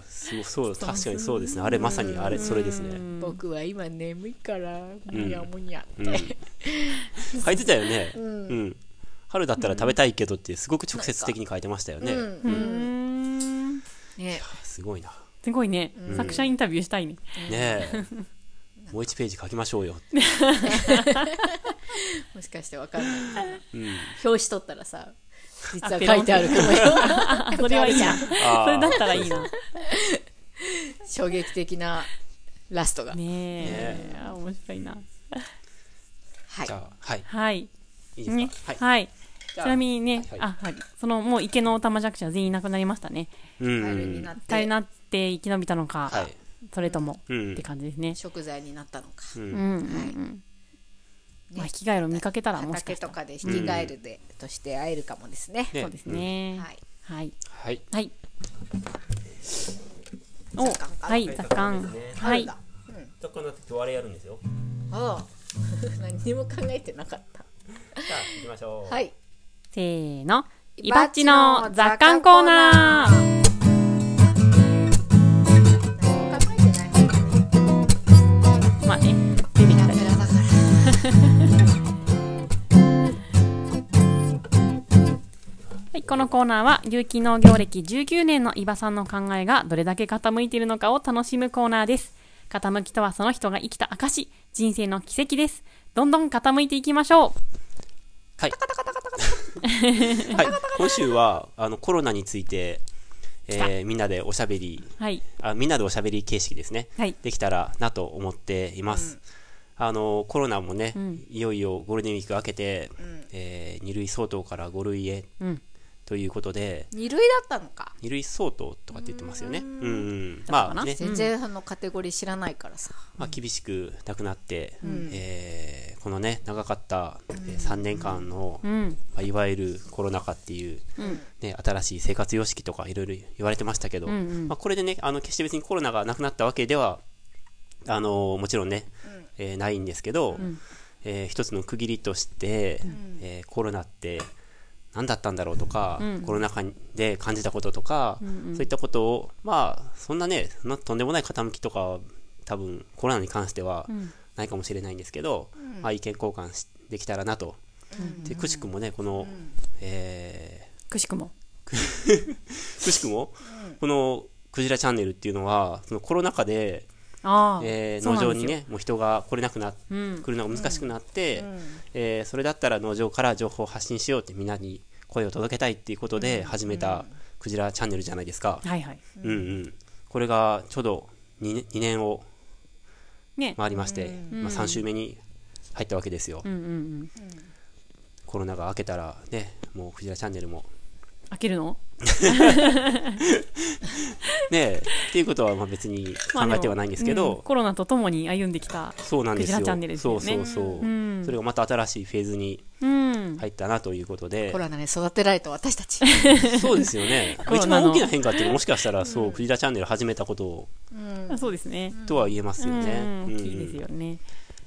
Speaker 2: そうそう、確かにそうですね。あれ、まさにあれ、それですね。
Speaker 4: 僕は今眠いからむにゃむにゃって、
Speaker 2: 書いてたよね。うん。春だったら食べたいけどって、すごく直接的に書いてましたよね。
Speaker 1: うん
Speaker 4: ね
Speaker 2: すごいな。
Speaker 1: すごいね作者インタビューしたいね
Speaker 2: ねえ。もう一ページ書きましょうよ。
Speaker 4: もしかしてわかんない
Speaker 2: うん。
Speaker 4: 表紙取ったらさ実は書いてあるかもよ
Speaker 1: それはい いな
Speaker 2: あー
Speaker 1: それだったらいいなね
Speaker 4: 衝撃的なラストが、
Speaker 1: えあー面白いな
Speaker 4: はい
Speaker 2: じゃあ、はい。
Speaker 1: はい
Speaker 2: いいですか、
Speaker 1: ね
Speaker 2: はい。
Speaker 1: はいちなみにね
Speaker 2: はい
Speaker 1: あはいそのもう池のオタマジャクシは全員いなくなりましたね
Speaker 2: う
Speaker 4: カエルに
Speaker 2: ん
Speaker 4: な。って
Speaker 1: 大変なって生き延びたのか
Speaker 2: はい。
Speaker 1: それとも
Speaker 2: う
Speaker 1: っ
Speaker 2: ん
Speaker 1: て。感じですね
Speaker 4: 食材になったのか、
Speaker 1: うんうんうんまあ引き返りを見かけたらもしか
Speaker 4: 畑
Speaker 1: した
Speaker 4: と
Speaker 1: ら
Speaker 4: かで引きガエルで、として会えるかもですね
Speaker 2: ね
Speaker 1: そうですね
Speaker 4: はい
Speaker 1: はい
Speaker 2: はい。
Speaker 1: はいおはい雑感はい
Speaker 2: 雑貨になって今日あれやるんですよ。
Speaker 4: ああ 何にも考えてなかった
Speaker 2: じゃあ、行きましょう。
Speaker 4: はい
Speaker 1: せーの。
Speaker 4: イ
Speaker 1: イ
Speaker 4: バ
Speaker 1: バ
Speaker 4: ッ
Speaker 1: ッ
Speaker 4: チ
Speaker 1: チの
Speaker 4: の雑
Speaker 1: 雑感
Speaker 4: 感コ
Speaker 1: コ
Speaker 4: ー
Speaker 1: ー
Speaker 4: ナ
Speaker 1: ナー。
Speaker 4: 何も考えてない方がいい
Speaker 1: まあね、出てきた
Speaker 4: ペ
Speaker 1: り。
Speaker 4: ラだから
Speaker 1: はい、このコーナーは、有機農業歴19年の伊庭さんの考えがどれだけ傾いているのかを楽しむコーナーです。傾きとはその人が生きた証、人生の奇跡です。どんどん傾いていきましょ
Speaker 2: はい。はい。今週は、あの、コロナについて、えー、みんなでおしゃべり、
Speaker 1: う。はい。
Speaker 2: あみんなでおしゃべり形式ですね。
Speaker 1: はい
Speaker 2: できたらなと思っています。あのコロナもね、いよいよゴールデンウィーク明けて、えー二類相当から五類へ
Speaker 1: うん。
Speaker 2: ということで、
Speaker 4: 二類だったのか
Speaker 2: 二類相当とかって言ってますよね。うん、うん、まあね、
Speaker 4: 全然あのカテゴリー知らないからさ、
Speaker 2: まあ、厳しくなくなって、えーこのね、長かった3年間の、
Speaker 1: うん。
Speaker 2: まあ、いわゆるコロナ禍っていう、ね、新しい生活様式とかいろいろ言われてましたけど、
Speaker 1: んうん
Speaker 2: まあ、これでねあの決して別にコロナがなくなったわけではあのもちろんね、えーないんですけど、えー一つの区切りとして、えーコロナって何だったんだろうとか、コロナ禍で感じたこととか、そういったことをまあそんなねそんなとんでもない傾きとかは多分コロナに関してはないかもしれないんですけど、まあ、意見交換しできたらなとでくしくもねこの、え
Speaker 1: くしくも。
Speaker 2: ーくしくも、この「クジラチャンネル」っていうのはそのコロナ禍で
Speaker 1: ああ、
Speaker 2: えー
Speaker 1: そう
Speaker 2: 農
Speaker 1: なん
Speaker 2: 場
Speaker 1: です
Speaker 2: に
Speaker 1: よ
Speaker 2: ねもう人が来れなくなっ
Speaker 1: うん
Speaker 2: 来るのが難しくなって、えーそれだったら農場から情報を発信しようってみんなに声を届けたいっていうことで始めたクジラチャンネルじゃないですか、
Speaker 1: はいはい
Speaker 2: うんうん、これがちょうど 2, 2年を
Speaker 1: ね、
Speaker 2: 回りまして、まあ、3週目に入ったわけですよ、
Speaker 1: うんうんうん
Speaker 2: コロナが明けたらねもうクジラチャンネルも
Speaker 1: 開けるの
Speaker 2: ねえっていうことはまあ別に考
Speaker 1: まあも
Speaker 2: えてはないんですけ
Speaker 1: うん
Speaker 2: ど、
Speaker 1: コロナとともに歩んできた
Speaker 2: そうなんですよ
Speaker 1: クジラチャンネルですよね
Speaker 2: そうそうそう、
Speaker 1: うん
Speaker 2: それがまた新しいフェーズに
Speaker 1: うん
Speaker 2: 入ったなということで
Speaker 3: コロナに育てられた私たち、
Speaker 2: そうですよね
Speaker 1: コロ
Speaker 2: 一
Speaker 1: ナ
Speaker 2: 番
Speaker 1: の
Speaker 2: 大きな変化っていうのはもしかしたらそう、クジラチャンネル始めたこと
Speaker 3: うん
Speaker 1: あそうですね
Speaker 2: とは言えますよ
Speaker 1: うん
Speaker 2: ね、う
Speaker 1: うんん大
Speaker 2: うん
Speaker 1: きいですよね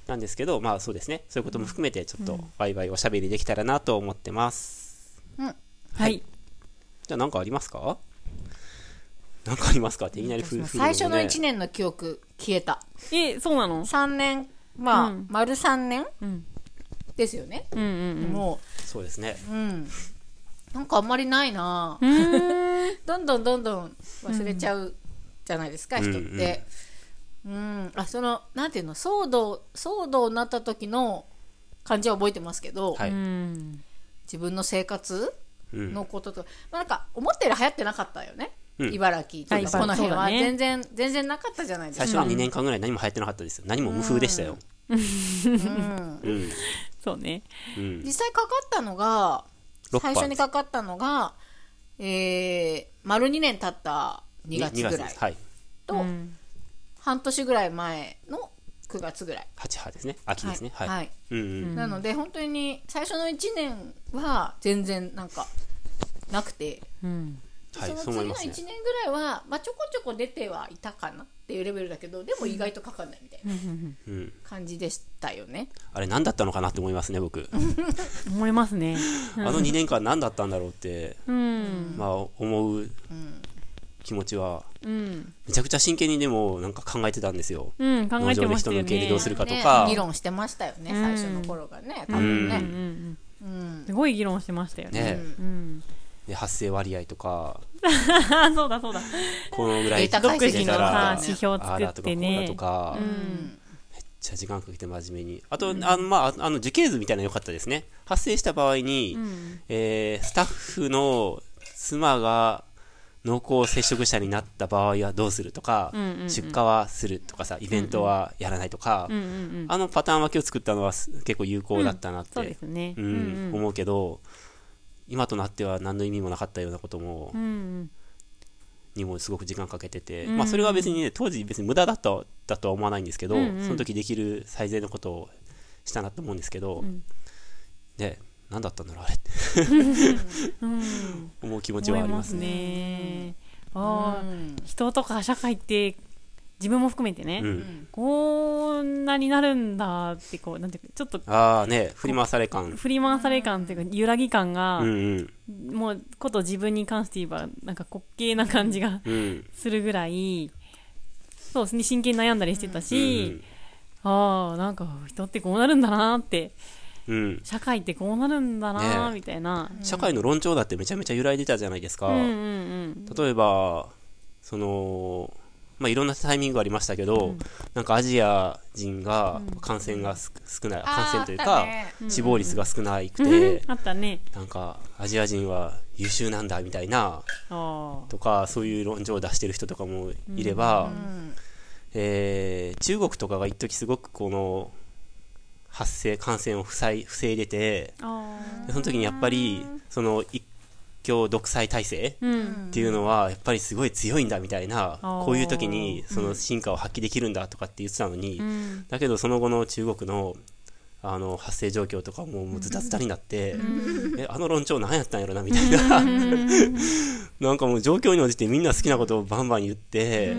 Speaker 2: なんですけどまあそうですねそういうことも含めてちょっとワイワイおしゃべりできたらなと思ってます、
Speaker 1: はい
Speaker 2: じゃあ何かありますか何かありますかっていきなりふふ
Speaker 3: 最初の
Speaker 2: ね
Speaker 3: 1年の記憶消えた
Speaker 1: えそうなの
Speaker 3: 3年まあ、
Speaker 1: うん
Speaker 3: 丸3年
Speaker 1: うん
Speaker 3: ですよね、
Speaker 1: うんうん
Speaker 3: も
Speaker 2: そうですね
Speaker 3: ううんなんかあんまりないな
Speaker 1: うんうーん、
Speaker 3: どんどんどんどん忘れちゃうじゃないですか、
Speaker 2: うん
Speaker 3: 人って。うん、あそのなんていうの騒動騒動になった時の感じは覚えてますけど、
Speaker 2: はいう
Speaker 1: ん
Speaker 3: 自分の生活
Speaker 2: うん
Speaker 3: のこととか、まあ、なんか思ったより流行ってなかったよね、
Speaker 2: うん
Speaker 3: 茨城と
Speaker 1: はい
Speaker 3: かこの辺
Speaker 1: そうだ
Speaker 3: は
Speaker 1: ね
Speaker 3: 全然、全然なかったじゃないです
Speaker 2: 最初
Speaker 3: か
Speaker 2: の2年間ぐらい何も流行ってなかったですよ何も無風でしたよ
Speaker 3: うん
Speaker 2: うん、
Speaker 1: そうね
Speaker 2: うん
Speaker 3: 実際かかったのが
Speaker 2: 六
Speaker 3: 最
Speaker 2: 波
Speaker 3: 初にかかったのが、えー、丸2年経った2
Speaker 2: に
Speaker 3: 月ぐらい
Speaker 2: ですはい
Speaker 3: と、
Speaker 1: うん
Speaker 3: 半年ぐらい前の9月ぐらい
Speaker 2: 8波ですね秋ですねは
Speaker 3: は
Speaker 2: いい、
Speaker 3: はい
Speaker 2: うんうん
Speaker 3: なので本当に最初の1年は全然なんかなくて、
Speaker 1: うん
Speaker 2: はいそ
Speaker 3: そう
Speaker 2: 思
Speaker 3: の
Speaker 2: い
Speaker 3: 次
Speaker 2: ま
Speaker 3: の1
Speaker 2: すね
Speaker 3: 年ぐらいは、まあ、ちょこちょこ出てはいたかなっていうレベルだけどでも意外とかかんないみたいな
Speaker 2: うん
Speaker 3: 感じでしたよね。
Speaker 2: あれ何だったのかなって思いますね僕
Speaker 1: 思います ね
Speaker 2: あの2年間何だったんだろうって
Speaker 1: うん
Speaker 2: まあ思う気持ちは
Speaker 1: うん
Speaker 2: めちゃくちゃ真剣にでもなんか考えてたんですよ
Speaker 1: うん考えてました
Speaker 2: 農場で人の
Speaker 1: よ
Speaker 2: 受け入れどうす
Speaker 1: ね
Speaker 2: るかとか
Speaker 3: ね議論してましたよね、
Speaker 1: うん
Speaker 3: 最初の頃がね多分
Speaker 1: うんう
Speaker 3: ね。
Speaker 1: ん
Speaker 3: うん
Speaker 1: すごい議論してましたよね
Speaker 2: ね
Speaker 1: うん
Speaker 2: で発生割合とか
Speaker 1: あーそうだそうだ
Speaker 2: このぐらい
Speaker 3: データ解析
Speaker 2: 出た
Speaker 3: のさ
Speaker 2: ら
Speaker 3: 指
Speaker 1: 標
Speaker 2: あーだとか
Speaker 1: 作ってね
Speaker 2: こうだとか
Speaker 1: う
Speaker 2: めっ
Speaker 1: ん
Speaker 2: ちゃ時間かけて真面目にあとあのまああの樹形図みたいなの良かったですね発生した場合に
Speaker 1: ん
Speaker 2: えースタッフの妻が濃厚接触者になった場合はどうするとか
Speaker 1: んうんうん
Speaker 2: 出荷はするとかさイベントはやらないとか
Speaker 1: うんうん
Speaker 2: あのパターン分けを作ったのはす結構有効だったなっ
Speaker 1: そうで
Speaker 2: て
Speaker 1: すね
Speaker 2: う
Speaker 1: うんんうん
Speaker 2: 思うけど今となっては何の意味もなかったようなことも
Speaker 1: うん
Speaker 2: にもすごく時間かけてて、
Speaker 1: うん
Speaker 2: まあ、それは別にね当時別に無駄だっただとは思わないんですけど、
Speaker 1: うんうん
Speaker 2: その時できる最善のことをしたなと思うんですけど、
Speaker 1: ん
Speaker 2: ね何だったんだろうあれって
Speaker 1: うん
Speaker 2: 思う気持ちはありますね。
Speaker 1: ね。ああ、
Speaker 3: うん
Speaker 1: 人とか社会って自分も含めてね、
Speaker 2: うん、
Speaker 1: こんなになるんだってこうなんていうかちょっと
Speaker 2: ああね振り回され感
Speaker 1: 振り回され感っていうか揺らぎ感が
Speaker 2: う、ん
Speaker 1: もうこと自分に関して言えばなんか滑稽な感じが
Speaker 2: うんうん
Speaker 1: するぐらい。そうですね真剣に悩んだりしてた
Speaker 2: う
Speaker 1: し
Speaker 2: ん、
Speaker 1: ああなんか人ってこうなるんだなって
Speaker 2: うん
Speaker 1: 社会ってこうなるんだな
Speaker 2: ね
Speaker 1: みたいな、
Speaker 2: 社会の論調だってめちゃめちゃ揺らいでたじゃないですか、
Speaker 1: うんうん
Speaker 2: 例えばそのまあいろんなタイミングがありましたけど、なんかアジア人が感染がす少ない、感染という
Speaker 3: あーあ
Speaker 2: か、
Speaker 3: った
Speaker 2: 死亡率が少なくて、
Speaker 1: うんあったね
Speaker 2: なんかアジア人は優秀なんだみたいな
Speaker 1: ああ
Speaker 2: とかそういう論調を出してる人とかもいれば、
Speaker 3: うん
Speaker 2: えー中国とかが一時すごくこの発生感染を防い防いでて
Speaker 1: あ
Speaker 2: でその時にやっぱりその一強独裁体制
Speaker 1: あうん
Speaker 2: っていうのはやっぱりすごい強いんだみたいな
Speaker 1: あー
Speaker 2: こういう時にその進化を発揮できるんだとかって言ってたのに、
Speaker 1: うん
Speaker 2: だけどその後の中国のあの発生状況とかももうズタズタになって、えあの論調何やったんやろなみたいな、なんかもう状況に応じてみんな好きなことをバンバン言って、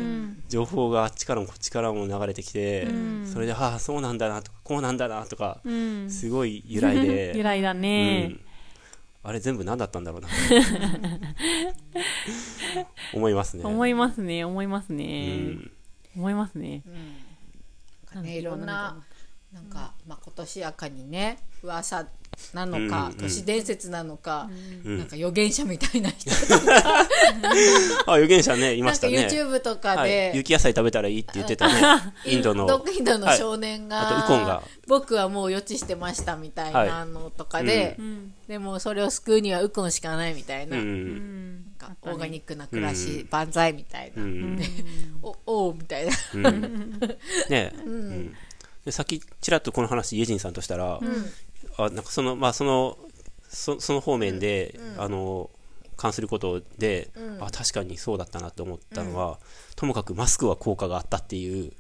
Speaker 2: 情報があっちからもこっちからも流れてきて、それでああそうなんだなとかこうなんだなとか、
Speaker 1: うん
Speaker 2: すごい由来 で
Speaker 1: 由来だ
Speaker 2: う
Speaker 1: ね
Speaker 2: ん、あれ全部何だったんだろう な思いますね。
Speaker 1: 思いますね思います
Speaker 2: う
Speaker 1: ね、
Speaker 2: ん
Speaker 1: 思いますね
Speaker 3: なんかねいろんななんか、まあ、今年赤にね噂なの
Speaker 2: う
Speaker 3: か、
Speaker 2: んうん
Speaker 3: 都市伝説なのか、
Speaker 2: うん
Speaker 3: なんか預言者みたい な人
Speaker 2: あ、預言者ね、いま
Speaker 3: なん
Speaker 2: し
Speaker 3: か
Speaker 2: たね。
Speaker 3: YouTube とか
Speaker 2: はい、
Speaker 3: で、
Speaker 2: 雪野菜食べたらいいって言ってた ね。インドの。
Speaker 3: ドインドの少年が,、
Speaker 2: はいあとウコンが
Speaker 3: 僕はもう予知してましたみたいなのとかで、
Speaker 1: うん
Speaker 3: でもそれを救うにはウコンしかないみたいな,、
Speaker 2: はい、う。
Speaker 1: うんん
Speaker 3: なんかオーガニックな暮らし、万歳みたいな、
Speaker 2: うん。
Speaker 3: おおうみたいな、
Speaker 2: うんねえ、うんでさっきちらっとこの話家人さんとしたら、あなんかそのまあそのそその方面で、あの関することで、あ確かにそうだったなと思ったのは、ともかくマスクは効果があったっていう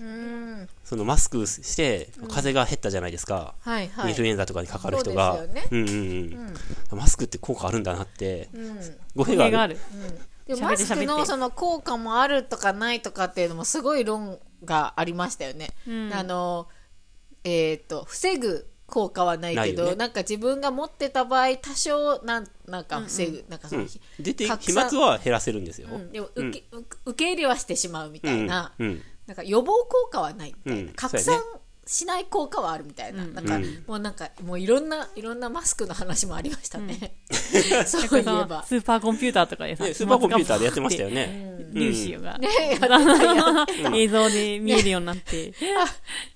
Speaker 3: うん
Speaker 2: そのマスクして風邪が減ったじゃないですか、
Speaker 3: はいは
Speaker 2: イ
Speaker 3: い
Speaker 2: ンフルエンザとかにかかる人が
Speaker 3: そうですよ
Speaker 2: うんうんうんマスクって効果あるんだなって、
Speaker 3: うん
Speaker 2: 語弊
Speaker 1: 語
Speaker 2: があ
Speaker 1: 弊
Speaker 2: る
Speaker 1: がある。
Speaker 3: でも
Speaker 1: 喋っ
Speaker 3: マ
Speaker 1: て
Speaker 3: スク
Speaker 1: 喋っ
Speaker 3: の
Speaker 1: て
Speaker 3: その効果もあるとかないとかっていうのもすごい論がありましたよね。
Speaker 1: ん
Speaker 3: あのえっ、と防ぐ効果はない
Speaker 2: ない
Speaker 3: けど
Speaker 2: よ
Speaker 3: な,、
Speaker 2: ね
Speaker 3: んか自分が持ってた場合多少なんなんか防ぐ、なんかそ
Speaker 2: うん
Speaker 3: の、
Speaker 2: 出て
Speaker 3: 拡
Speaker 2: 飛
Speaker 3: 散
Speaker 2: 沫は減らせるんですよ、
Speaker 3: うんでも受け,、受け入れはしてしまうみたいな、
Speaker 2: うんうん
Speaker 3: なんか予防効果はないみたいな、
Speaker 2: うん
Speaker 3: 拡
Speaker 2: そう
Speaker 3: 散
Speaker 2: やね
Speaker 3: しない効果はあるみたいな、なんか、
Speaker 2: うん
Speaker 3: もうなんかもういろんないろんなマスクの話もありましたね、 そういえ
Speaker 1: 逆にその
Speaker 3: ば
Speaker 1: スーパーコンピューターとかでさ、
Speaker 2: ね、スーパーコンピューターでやってましたよね、うん
Speaker 1: 粒子が、
Speaker 3: ねやってたやってた
Speaker 1: 映像で見えるようになって、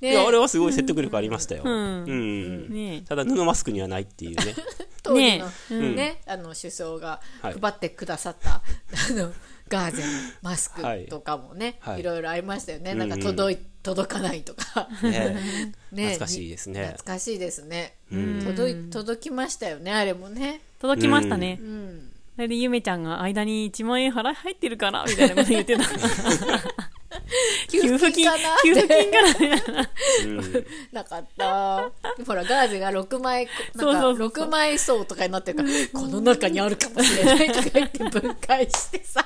Speaker 3: ね
Speaker 2: いや、あれはすごい説得力ありましたよ。
Speaker 1: ん
Speaker 2: うん
Speaker 1: ね
Speaker 2: ただ、布マスクにはないっていうね。
Speaker 3: 当時の
Speaker 1: ね
Speaker 3: ね,、
Speaker 2: ん
Speaker 3: あの首相が
Speaker 2: はい
Speaker 3: 配ってくだ さった、あのガーゼのマスクとかもね、
Speaker 2: はい
Speaker 3: い、ろいろありましたよね、
Speaker 2: うん
Speaker 3: なんか届い届かないと か、
Speaker 2: ね
Speaker 3: ね
Speaker 2: 懐かしいですね
Speaker 3: 懐かしいですね、届い届きましたよねあれもね
Speaker 1: 届きましたね
Speaker 3: う。ん
Speaker 1: それでゆめちゃんが間に1万円払い入ってるからみたいなこと言 ってた。給付金
Speaker 3: かな、
Speaker 1: 給付金からね。
Speaker 3: なかったほらガーゼが6枚
Speaker 1: そう
Speaker 3: な
Speaker 1: そ
Speaker 3: ん
Speaker 1: う
Speaker 3: か
Speaker 1: そうそう
Speaker 3: 6枚層とかになってるからこの中にあるかもしれないとか言って分解してさ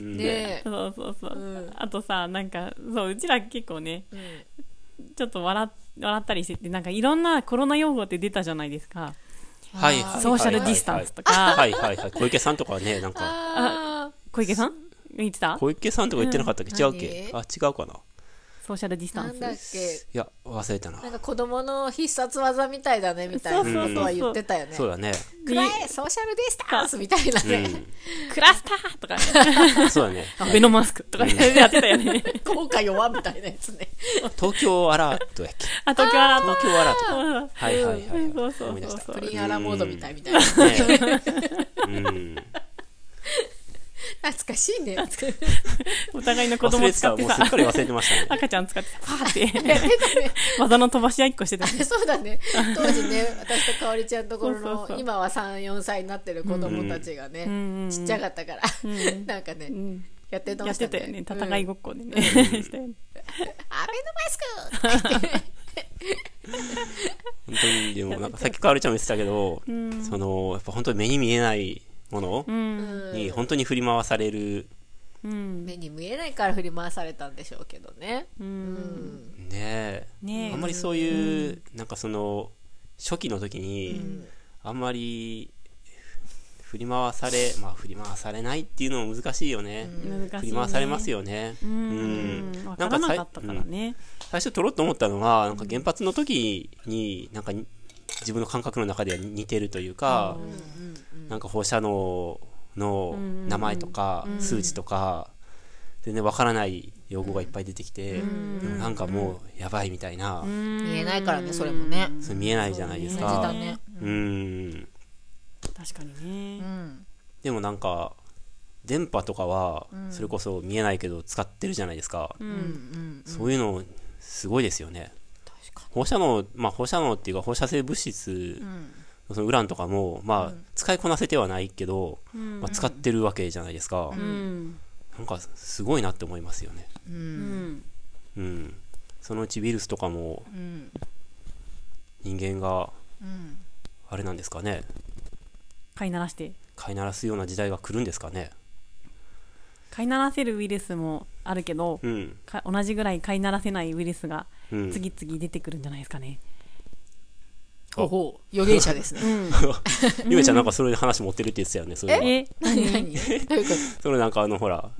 Speaker 3: ねえ
Speaker 1: そうそうそう。
Speaker 3: うん
Speaker 1: あとさ、なんか、そう、うちら結構ね、
Speaker 3: う
Speaker 1: ちょっと笑っ笑ったりしてて、なんかいろんなコロナ用語って出たじゃないですか。
Speaker 3: ん
Speaker 2: はいはい。
Speaker 1: ソーシャルディスタンスとか
Speaker 2: はいはいはい。小池さんとかはね、なんか、
Speaker 3: あ
Speaker 1: 小池さん言ってた
Speaker 2: 小池さんとか言ってなかったっけ、
Speaker 3: う
Speaker 2: 違
Speaker 3: ん
Speaker 2: うっけあ、
Speaker 3: 何
Speaker 2: 違うかな。
Speaker 1: ソーシャルディス
Speaker 3: ー
Speaker 1: タ
Speaker 3: な
Speaker 1: ン
Speaker 3: ん
Speaker 1: ス。
Speaker 3: だっけ
Speaker 2: いや、忘れたな
Speaker 3: なん。か子供の必殺技みたいだねみたいなことは言ってたよね
Speaker 2: そうだね。
Speaker 3: くらえソーシャルディスタンスみたいなね、
Speaker 1: クラスターとか、ね、
Speaker 2: そうだね。
Speaker 1: アベノマスクとかね、やってたよね。
Speaker 3: 効果弱みたいなやつね
Speaker 2: 東京アラートやっけ
Speaker 1: あ、東京アラート。
Speaker 2: 東京アラート。
Speaker 1: うん
Speaker 2: はいはいはい
Speaker 1: そ
Speaker 2: は
Speaker 1: う
Speaker 2: い。
Speaker 1: そうそう
Speaker 2: 思い出した。
Speaker 1: そう
Speaker 3: プリンアラモードみたいみたいな
Speaker 2: ねうん。
Speaker 3: 懐かしいねやって
Speaker 1: お互いの子
Speaker 2: 忘
Speaker 1: 供
Speaker 2: れて
Speaker 1: 使
Speaker 2: た。
Speaker 1: って
Speaker 2: もう
Speaker 1: さ
Speaker 2: すっ、かり忘れてましたね。
Speaker 1: 赤ちゃん使ってさ、パーって、
Speaker 3: た ね
Speaker 1: 技の飛ばし合いっこしてた。
Speaker 3: そうだね当時 ね私とかおりちゃんところの
Speaker 1: そうそうそう
Speaker 3: 今は34歳になってる子供たちがね、
Speaker 1: ん
Speaker 3: ちっちゃかったから、なんかね、
Speaker 1: ん
Speaker 3: やってた
Speaker 1: や
Speaker 3: ま
Speaker 1: っ
Speaker 3: して
Speaker 1: た
Speaker 3: た
Speaker 1: よね。戦いごっこでね。 したよね
Speaker 3: アベノマスク
Speaker 2: 本当にでもなんかさっきかわるちゃんも言ってたけど、そのやっぱ本当に目に見えないものに本当に振り回される、
Speaker 1: うん。
Speaker 3: 目に見えないから振り回されたんでしょうけどね、
Speaker 2: ねえ
Speaker 1: ねえ
Speaker 2: あんまりそういう、なんかその初期の時に、あんまり振り回されまあ振り回されないっていうのも難しいよね、
Speaker 1: 難しいね
Speaker 2: 振り回されますよねう
Speaker 1: うんん。わ
Speaker 2: な
Speaker 1: から
Speaker 2: んか
Speaker 1: な
Speaker 2: さい
Speaker 1: かったからね。
Speaker 2: 最初取ろうと思ったのはなんか原発の時になんかに自分の感覚の中では似てるというか、なんか放射能の名前とか数値とか全然わからない用語がいっぱい出てきて、でもなんかもうやばいみたいな、
Speaker 3: 見えないからねそれもね
Speaker 2: それ見えないじゃないです
Speaker 3: 同じだ
Speaker 2: か。
Speaker 3: ね
Speaker 2: うん
Speaker 1: 確かにね。
Speaker 2: でもなんか電波とかはそれこそ見えないけど使ってるじゃないですか、そういうのすごいですよね放射能まあ放射能っていうか放射性物質、そのウランとかもまあ使いこなせてはないけど、まあ、使ってるわけじゃないですか、
Speaker 1: うん。
Speaker 2: なんかすごいなって思いますよね
Speaker 1: うん。
Speaker 2: うんそのうちウイルスとかも
Speaker 3: うん
Speaker 2: 人間が
Speaker 3: うん
Speaker 2: あれなんですかね
Speaker 1: 飼いならして。
Speaker 2: 飼いならすような時代が来るんですかね
Speaker 1: 飼いならせるウイルスもあるけど、
Speaker 2: うん
Speaker 1: か同じぐらい飼いならせないウイルスが
Speaker 2: うん
Speaker 1: 次々出てくるんじゃないですかね。
Speaker 3: ほうほう預言者ですね
Speaker 2: ゆめ ちゃんなんかそれで話持ってるって言ってたよねそれは
Speaker 1: え、
Speaker 3: 何何どういうこ
Speaker 2: それなんかあのほら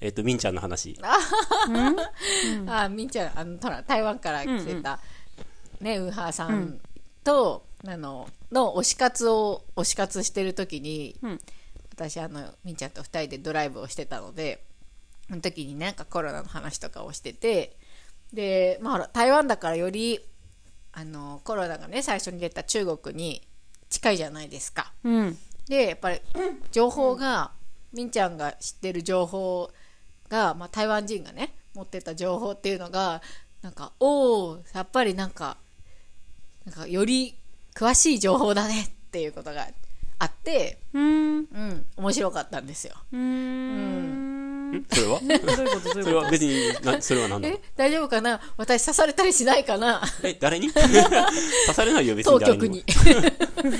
Speaker 2: えっと、みんちゃんの話。
Speaker 3: あみんちゃんあのほら台湾から来てた、ねウーハーさんと、あのの推し活を推し活してる時に、
Speaker 1: うん
Speaker 3: 私あのみんちゃんと2人でドライブをしてたのでその時になんかコロナの話とかをしててで、まあ、ほら台湾だからよりあのコロナがね最初に出た中国に近いじゃないですか。
Speaker 1: うん。
Speaker 3: でやっぱり情報が、みんちゃんが知ってる情報が、まあ、台湾人がね持ってた情報っていうのがなんかおおやっぱりなんかなんかより詳しい情報だねっていうことがあって、
Speaker 1: うん。
Speaker 3: うん、面白かったんですよ。
Speaker 1: うん。
Speaker 2: それ は
Speaker 1: どういうことどう
Speaker 2: そ
Speaker 1: い
Speaker 2: れ
Speaker 1: うこ
Speaker 2: は別に、なそれは何だろ
Speaker 3: え
Speaker 2: う
Speaker 3: 大丈夫かな私刺されたりしないかな
Speaker 2: え、誰に 刺されないよ、別に
Speaker 3: 当
Speaker 2: 誰
Speaker 3: 局
Speaker 2: にも。
Speaker 3: に。
Speaker 1: と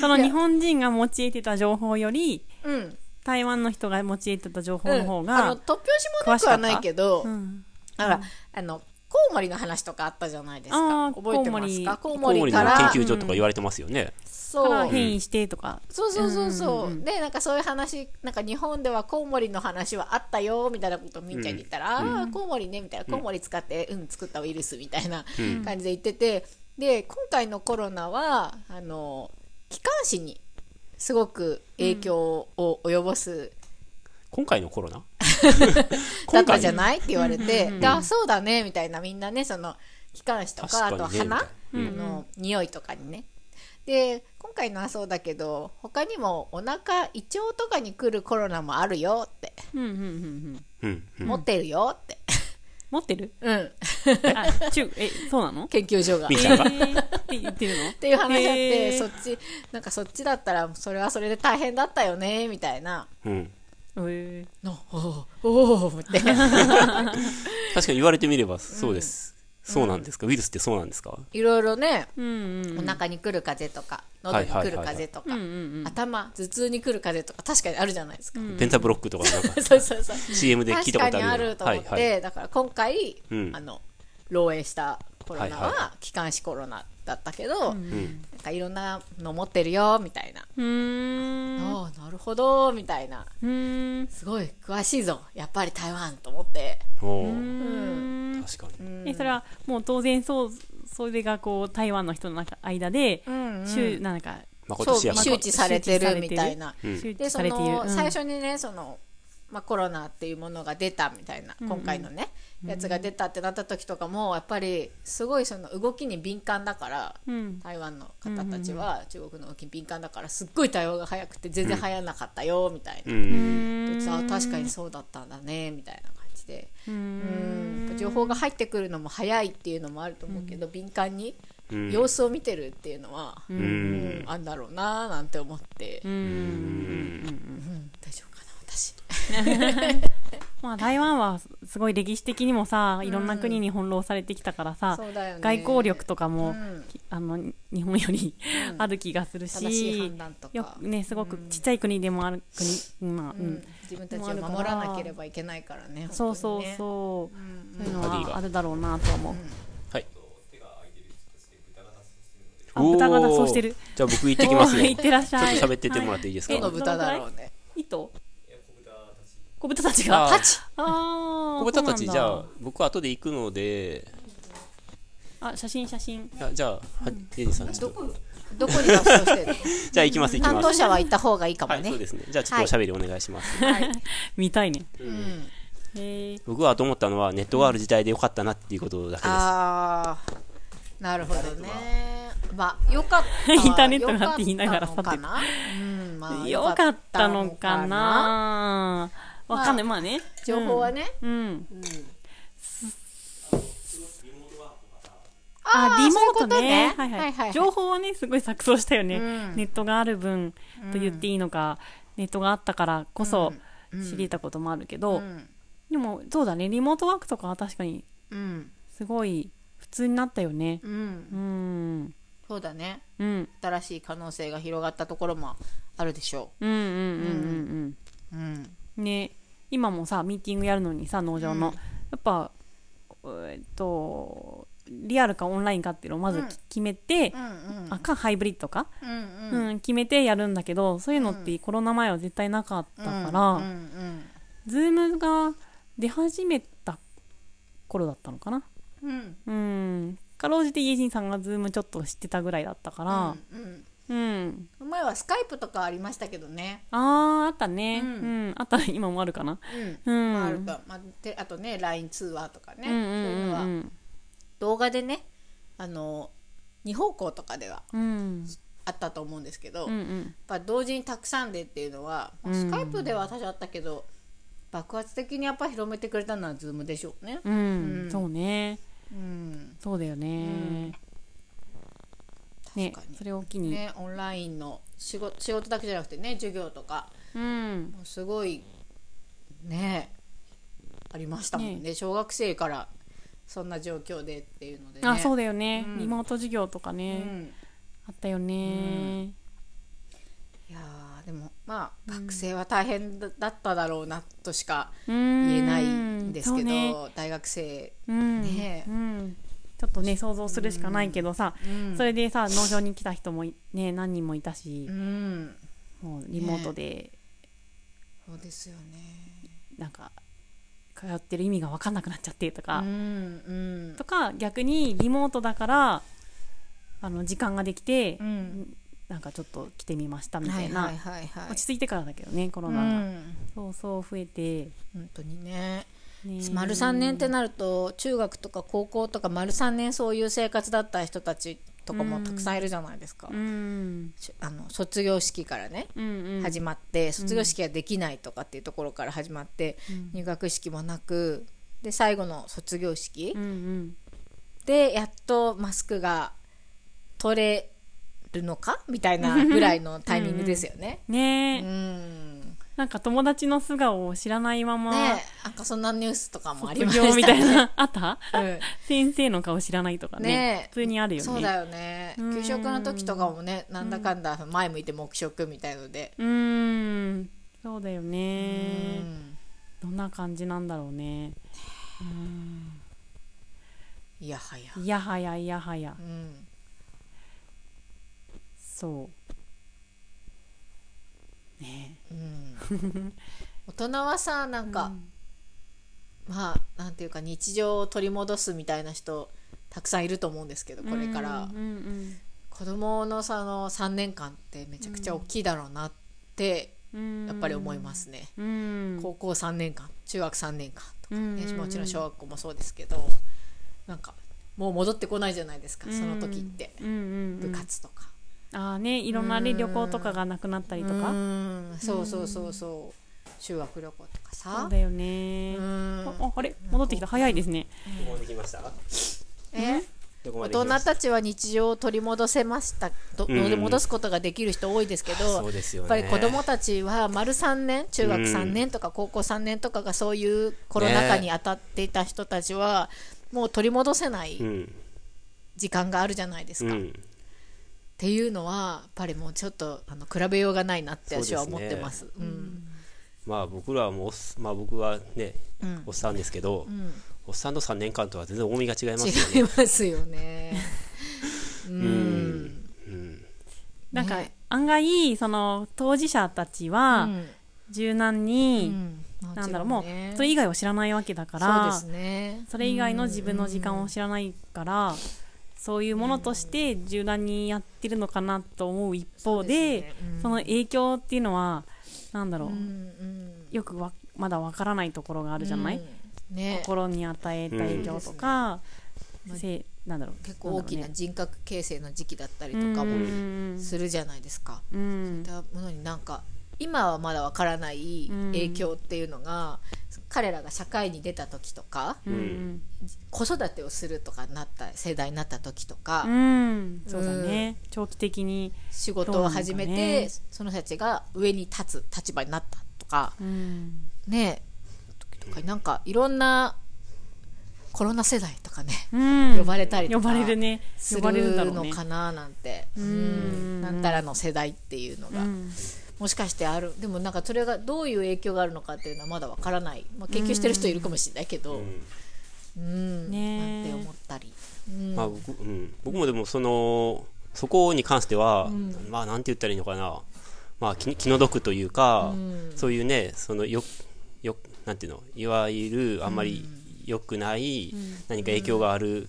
Speaker 1: その日本人が用いてた情報より、
Speaker 3: うん
Speaker 1: 台湾の人が用いてた情報
Speaker 3: う
Speaker 1: の
Speaker 3: ん、
Speaker 1: 方
Speaker 3: あ
Speaker 1: が
Speaker 3: の、突拍子もなくはないけど、
Speaker 1: うん。
Speaker 3: だから、あのコウモリの話とかあったじゃないです
Speaker 1: あ
Speaker 3: か
Speaker 1: ー
Speaker 3: 覚えてますかコウ
Speaker 2: コ
Speaker 3: モ
Speaker 2: ウモ
Speaker 3: リ
Speaker 2: リ
Speaker 3: か
Speaker 2: の
Speaker 3: ら
Speaker 2: 研究所とか言われてますよね。
Speaker 1: か
Speaker 3: そ
Speaker 1: ら
Speaker 3: う
Speaker 1: 変異してとか。
Speaker 3: そうそうそうそう、でなんかそういう話なんか日本ではコウモリの話はあったよみたいなことをみんちゃんに言ったら、ああコウモリねみたいなコウモリ使ってうん作ったウイルスみたいな感じで言ってて、で今回のコロナはあの気管支にすごく影響を及ぼす、
Speaker 2: 今回のコロナ 今
Speaker 3: だった
Speaker 2: 回
Speaker 3: じゃ
Speaker 2: の
Speaker 3: ないって言われて、であそうだねみたいなみんなねその気管支とか
Speaker 2: 確
Speaker 3: あ
Speaker 2: かに
Speaker 3: と
Speaker 2: ね
Speaker 3: 鼻、
Speaker 2: み
Speaker 3: あの匂いとかにねで今回のはそうだけど他にもお腹胃腸とかに来るコロナもあるよって、
Speaker 1: うんうんうんうん。
Speaker 2: うん。うん
Speaker 3: 持ってるよって
Speaker 1: 持ってる
Speaker 3: うん
Speaker 1: あ、中、え、そうなの
Speaker 3: 研究所が。
Speaker 2: み
Speaker 3: っ
Speaker 2: んちゃんが。
Speaker 1: って言ってるのって
Speaker 3: いう話あって、そっ
Speaker 1: う
Speaker 3: ちなんかそっちだったらそれはそれで大変だったよねみたいな
Speaker 2: うん。
Speaker 1: え
Speaker 3: のおーおーって
Speaker 2: 確かに言われてみればそうです。そうなんですかウイルスってそうなんですか
Speaker 3: いろいろね
Speaker 1: ー、うんうん
Speaker 3: お腹に来る風邪とか喉に来る風邪とか
Speaker 1: うんうんうん
Speaker 3: 頭頭痛に来る風邪とか確かにあるじゃないですか、
Speaker 2: ペンタブロックとか なんか
Speaker 3: そうそうそう
Speaker 2: CM で聞いた
Speaker 3: 確か
Speaker 2: こと
Speaker 3: に
Speaker 2: あ
Speaker 3: あ
Speaker 2: るよ
Speaker 3: ると思って、
Speaker 2: はいはい
Speaker 3: だから今回、
Speaker 2: うん
Speaker 3: あの漏洩したコロナ
Speaker 2: はいは
Speaker 3: は気管支コロナだったけど、
Speaker 2: う
Speaker 3: なん
Speaker 2: ん
Speaker 3: かいろんなの持ってるよみたいな、
Speaker 1: うーん。
Speaker 3: ああなるほどみたいな
Speaker 1: うーん。
Speaker 3: すごい詳しいぞやっぱり台湾と思って
Speaker 2: お
Speaker 1: う
Speaker 2: ー
Speaker 1: ーん
Speaker 2: 確かに
Speaker 1: えそれはもう当然そうそれがこう台湾の人の中間で、
Speaker 3: んうん
Speaker 1: 周なんか
Speaker 2: まこ
Speaker 3: そ
Speaker 2: と
Speaker 3: う
Speaker 2: しやか
Speaker 3: 周知されてるみたいな。
Speaker 2: うん
Speaker 1: 周知
Speaker 3: で
Speaker 1: さ
Speaker 3: そ
Speaker 1: れている、
Speaker 3: の
Speaker 1: うん
Speaker 3: 最初にねその、まあ、コロナっていうものが出たみたいな、今回のねやつが出たってなった時とかもやっぱりすごいその動きに敏感だから、
Speaker 1: ん
Speaker 3: 台湾の方たちは中国の動きに敏感だからすっごい対応が早くて全然流行らなかったよみたいな、
Speaker 2: うん
Speaker 3: であ確かにそうだったんだねみたいな感じでうんやっぱ情報が入ってくるのも早いっていうのもあると思うけど、敏感に
Speaker 2: うん
Speaker 3: 様子を見てるっていうのは、
Speaker 2: う
Speaker 3: うんん、あんだろうなーなんて思って。
Speaker 2: うん
Speaker 3: 大丈夫かな私
Speaker 1: まあ、台湾はすごい歴史的にもさいろんな国に翻弄されてきたからさ、
Speaker 3: そうだよね
Speaker 1: 外交力とかも、
Speaker 3: ん
Speaker 1: きあの日本よりある気がするし,、
Speaker 3: 正しい判断とか
Speaker 1: よね、すごくちっちゃい国でもある国、まあうん
Speaker 3: うん、自分たちを守らなければいけないからね
Speaker 1: そうそう
Speaker 3: 本当にね
Speaker 1: そう、そういうの
Speaker 2: バディ
Speaker 1: は
Speaker 2: が
Speaker 1: あるだろうなとは思う、
Speaker 2: はい
Speaker 1: あ豚が脱走してる
Speaker 2: おーじゃあ僕行ってきます
Speaker 1: おー
Speaker 2: ね
Speaker 1: いってらっしゃい
Speaker 2: ちょっと喋っててもらっていいですか
Speaker 1: は
Speaker 3: ど
Speaker 1: い
Speaker 3: の豚だろうね
Speaker 1: 糸小豚たちが
Speaker 2: あー
Speaker 1: たちあー
Speaker 2: 小豚た
Speaker 1: そう
Speaker 2: ち
Speaker 1: なんだ
Speaker 2: じゃあ僕後で行くので
Speaker 1: あ写真写真
Speaker 2: あじゃあはいデニーさんちょっと
Speaker 3: どこに脱走してる
Speaker 2: じ ゃあ行きます行き
Speaker 3: 担
Speaker 2: ま
Speaker 3: 当
Speaker 2: す
Speaker 3: 者はいた方がいいかも
Speaker 2: はい
Speaker 3: ね、
Speaker 2: そうですねじゃあちょっとおしゃべりお願いします
Speaker 1: 見たいね
Speaker 3: うん、
Speaker 1: へえ
Speaker 2: 僕はと思ったのはネットがある時代でよかったなっていうことだけです
Speaker 3: あーなるほどねまあよかった
Speaker 1: インターネットがあって言いながら去って
Speaker 3: よかったのかなうん
Speaker 1: よ
Speaker 3: まあ
Speaker 1: かったのかな
Speaker 3: あ
Speaker 1: わかんないまあね
Speaker 3: 情報はね、
Speaker 1: うん、あリモートね
Speaker 3: そういうことね
Speaker 1: は
Speaker 3: はいい
Speaker 1: は
Speaker 3: はいい
Speaker 1: 情報はねすごい錯綜したよね、
Speaker 3: うん
Speaker 1: ネットがある分と言っていいのか、ネットがあったからこそ知り得たこともあるけど、
Speaker 3: うん
Speaker 1: でもそうだねリモートワークとかは確かに
Speaker 3: うん
Speaker 1: すごい普通になったよね
Speaker 3: う
Speaker 1: うんん
Speaker 3: そうだね
Speaker 1: うんうん
Speaker 3: 新しい可能性が広がったところもあるでしょ
Speaker 1: うんうんうん
Speaker 3: う、うん、
Speaker 1: うんね今もさミーティングやるのにさ農場の、
Speaker 3: うん
Speaker 1: やっぱえーっとリアルかオンラインかっていうのをまず
Speaker 3: うん
Speaker 1: き決めて
Speaker 3: う、んうん
Speaker 1: あかハイブリッドか、
Speaker 3: うんうん
Speaker 1: うん決めてやるんだけどそういうのってコロナ前は絶対なかったから、
Speaker 3: うんうん
Speaker 1: ズームが出始めた頃だったのかな
Speaker 3: うん
Speaker 1: うんかろうじてイエジンさんがズームちょっと知ってたぐらいだったから
Speaker 3: うん
Speaker 1: うん、
Speaker 3: うん、前はスカイプとかありましたけどね、
Speaker 1: あーあったねう
Speaker 3: うんん、
Speaker 1: あった今もあるかな
Speaker 3: うん
Speaker 1: うん、
Speaker 3: まあ、あるか、まあ、であとね LINE 通話とかね、
Speaker 1: うん
Speaker 3: そういうの
Speaker 1: う
Speaker 3: は
Speaker 1: ん
Speaker 3: 動画でねあの二方向とかでは
Speaker 1: うんうん
Speaker 3: あったと思うんですけど、
Speaker 1: うんう
Speaker 3: やっ
Speaker 1: ん
Speaker 3: ぱ同時にたくさんでっていうのは、まあ
Speaker 1: うん
Speaker 3: スカイプでは私あったけど爆発的にやっぱ広めてくれたのはズームでしょうね。
Speaker 1: うん、
Speaker 3: うん
Speaker 1: そうね
Speaker 3: うん、
Speaker 1: そうだよね、ね
Speaker 3: 確かに
Speaker 1: それを機に、
Speaker 3: ね、オンラインの仕事仕事だけじゃなくてね授業とか
Speaker 1: うん
Speaker 3: もうすごいねありましたもんね小学生からそんな状況でっていうのでね
Speaker 1: あそう
Speaker 3: う
Speaker 1: だよね、
Speaker 3: うん
Speaker 1: リモート授業とかね、
Speaker 3: ん、
Speaker 1: あったよね、
Speaker 3: いやーでもまあ学生は大変だだっただろうなとしか
Speaker 1: うん
Speaker 3: 言えないんですけ
Speaker 1: そう
Speaker 3: ど、
Speaker 1: ね
Speaker 3: 大学生
Speaker 1: うん
Speaker 3: ねえ
Speaker 1: うん、ちょっとね想像するしかないけどさ、
Speaker 3: うん
Speaker 1: それでさ農場に来た人もいね何人もいたし
Speaker 3: う、ん
Speaker 1: もうリモートで
Speaker 3: そうですよね
Speaker 1: なんか通ってる意味が分かんなくなっちゃってとか、
Speaker 3: うんうん
Speaker 1: とか逆にリモートだからあの時間ができて、
Speaker 3: うん
Speaker 1: なんかちょっと来てみましたみ
Speaker 3: は
Speaker 1: た
Speaker 3: い
Speaker 1: いな、
Speaker 3: はいはいはい
Speaker 1: 落ち着いてからだけどねコロ
Speaker 3: う
Speaker 1: ナが、
Speaker 3: ん
Speaker 1: そうそう増えて、
Speaker 3: 本当にね
Speaker 1: ね
Speaker 3: 丸3年ってなると中学とか高校とか丸3年そういう生活だった人たちとかもたくさんいるじゃないですか、
Speaker 1: うん
Speaker 3: しあの卒業式からね、
Speaker 1: うんうん
Speaker 3: 始まって卒業式ができないとかっていうところから始まって、入学式もなくで最後の卒業式、
Speaker 1: うんうん
Speaker 3: でやっとマスクが取れるのかみたいなぐらいのタイミングですよね。
Speaker 1: ねえ、
Speaker 3: うん
Speaker 1: なんか友達の素顔を知らないまま、
Speaker 3: ねえなんかそんなニュースとかもあり
Speaker 1: 卒
Speaker 3: ました
Speaker 1: 業みたい な、 あった
Speaker 3: うん
Speaker 1: 先生の顔知らないとかね。
Speaker 3: ねえ
Speaker 1: 普通にあるよね。
Speaker 3: そうだよね
Speaker 1: うん
Speaker 3: 給食の時とかもねなんだかんだ前向いて黙食みたいので、
Speaker 1: うーん。そうだよね
Speaker 3: う。ん
Speaker 1: どんな感じなんだろうね。
Speaker 3: いやはや、
Speaker 1: いやはやいやはや
Speaker 3: う。ん、
Speaker 1: そう。ね
Speaker 3: うん大人はさなんか、まあなんていうか日常を取り戻すみたいな人たくさんいると思うんですけど
Speaker 1: え
Speaker 3: これから、
Speaker 1: うんうん
Speaker 3: 子供のその3年間ってめちゃくちゃ大きいだろうなって
Speaker 1: うん。
Speaker 3: やっぱり思いますね、
Speaker 1: うん。
Speaker 3: 高校3年間中学3年間とかね、
Speaker 1: うん
Speaker 3: もちろん小学校もそうですけどなんかもう戻ってこないじゃないですかその時って、
Speaker 1: うんうんう
Speaker 3: 部
Speaker 1: ん。
Speaker 3: 活とか。
Speaker 1: ああね、いろんなね旅行とかがなくなったりと
Speaker 3: う
Speaker 1: か。
Speaker 3: んそうそうそうそう修学旅行とか
Speaker 1: そ
Speaker 3: さ
Speaker 1: うだよね
Speaker 3: う。ん
Speaker 1: あああれ戻ってきた。早いですね。
Speaker 2: どこまで来ました
Speaker 3: え
Speaker 2: どこま
Speaker 3: 大
Speaker 2: で来ま
Speaker 3: 人
Speaker 2: した
Speaker 3: たちは日常を取り戻せましたど
Speaker 2: うんうん
Speaker 3: 戻すことができる人多いですけど、
Speaker 2: そうですよ
Speaker 3: やっ
Speaker 2: ね
Speaker 3: ぱり子供たちは丸3年中学3年とか高校3年とかがそういうコロナ禍に当たっていた人たちは、もう取り戻せな
Speaker 2: う
Speaker 3: い
Speaker 2: ん。
Speaker 3: 時間があるじゃないです
Speaker 2: う
Speaker 3: か。っ
Speaker 2: ん。
Speaker 3: ていうのはやっぱりもうちょっとあの比べようがないなって私は
Speaker 2: そうで
Speaker 3: 思っ
Speaker 2: すね
Speaker 3: てます。うん
Speaker 2: まあ僕らはもうおっす、まあ僕はね、
Speaker 3: うん
Speaker 2: おっさんですけど、おっさんの3年間とは全然重みが違いますよね。
Speaker 3: 違いますよね。うん。
Speaker 2: うん。
Speaker 1: なんか
Speaker 3: ね
Speaker 1: 案外その当事者たちは柔軟
Speaker 3: う
Speaker 1: に、
Speaker 3: ん
Speaker 1: なんだろうもうそれ
Speaker 3: い
Speaker 1: 以外を知らないわけだか
Speaker 3: そう
Speaker 1: ら
Speaker 3: ですね。
Speaker 1: それ以外の自分の時間を知らないから、そういうものとして柔軟にやってるのかなと思う一方でそ
Speaker 3: そうですねうん
Speaker 1: の影響っていうのはなんだろう、
Speaker 3: うんうん
Speaker 1: よくわまだわからないところがあるじゃない、
Speaker 3: うんね。
Speaker 1: 心に与えた影響とか、せなんだろう
Speaker 3: 結構大きな
Speaker 1: と
Speaker 3: 人格形成の時期だったりとかも
Speaker 1: も
Speaker 3: するじゃないですか。
Speaker 1: うん
Speaker 3: そういったものになんか今はまだわからない影響っていうのが、彼らが社会に出た時とか
Speaker 1: うんうん
Speaker 3: 子育てをするとかなった世代になった時とか、
Speaker 1: うん、そうだね、長期的に、
Speaker 3: 仕事を始めて、
Speaker 1: どうなんだね
Speaker 3: その人たちが上に立つ立場になったとか
Speaker 1: うん、
Speaker 3: ねとかなんかいろんなコロナ世代とかね
Speaker 1: 呼
Speaker 3: 呼ばれたり
Speaker 1: 呼
Speaker 3: とか
Speaker 1: ばれるね呼
Speaker 3: する
Speaker 1: ばれるだろう
Speaker 3: の
Speaker 1: ね
Speaker 3: かななんて、
Speaker 1: ん
Speaker 3: うんなんたらの世代っていうのが、
Speaker 1: うん
Speaker 3: もしかしてあるでもなんかそれがどういう影響があるのかっていうのはまだわからない、まあ、研究してる人いるかもしれないけど、うん
Speaker 1: ね
Speaker 3: なんて思ったり、うん
Speaker 2: まあ僕うん、僕もでもそのそこに関しては、まあなんて言ったらいいのかな、まあ、気気の毒というか、そういうねそのよよなんていうのいわゆるあんまり良くない何か影響があるっ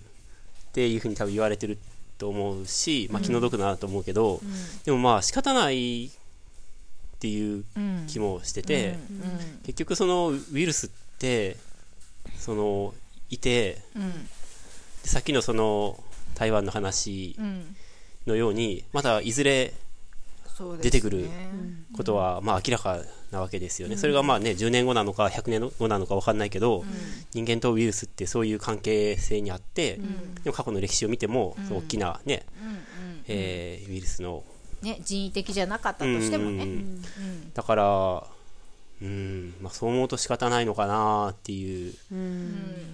Speaker 2: ていうふうに多分言われてると思うし、まあ、気の毒だなと思うけど、でもまあ仕方ないっていう
Speaker 4: うん
Speaker 2: 気もしてて、
Speaker 4: うん
Speaker 2: 結局そのウイルスってそのいて
Speaker 4: うん
Speaker 2: でさっきのその台湾の話
Speaker 4: うん
Speaker 2: のようにまたいずれ
Speaker 4: そうです
Speaker 2: 出
Speaker 4: ね
Speaker 2: てくることはまあ明らかなわけですよね、それがまあね10年後なのか100年後なのか分かんないけど、人間とウイルスってそういう関係性にあって、でも過去の歴史を見ても、その大きな、ね
Speaker 4: うんうん
Speaker 2: えーウイルスの
Speaker 4: ね人為的じゃなかったとしてもね
Speaker 2: う
Speaker 4: うん
Speaker 2: うんうん
Speaker 4: ん
Speaker 2: だからうん、まあ、そう思うと仕方ないのかなっていう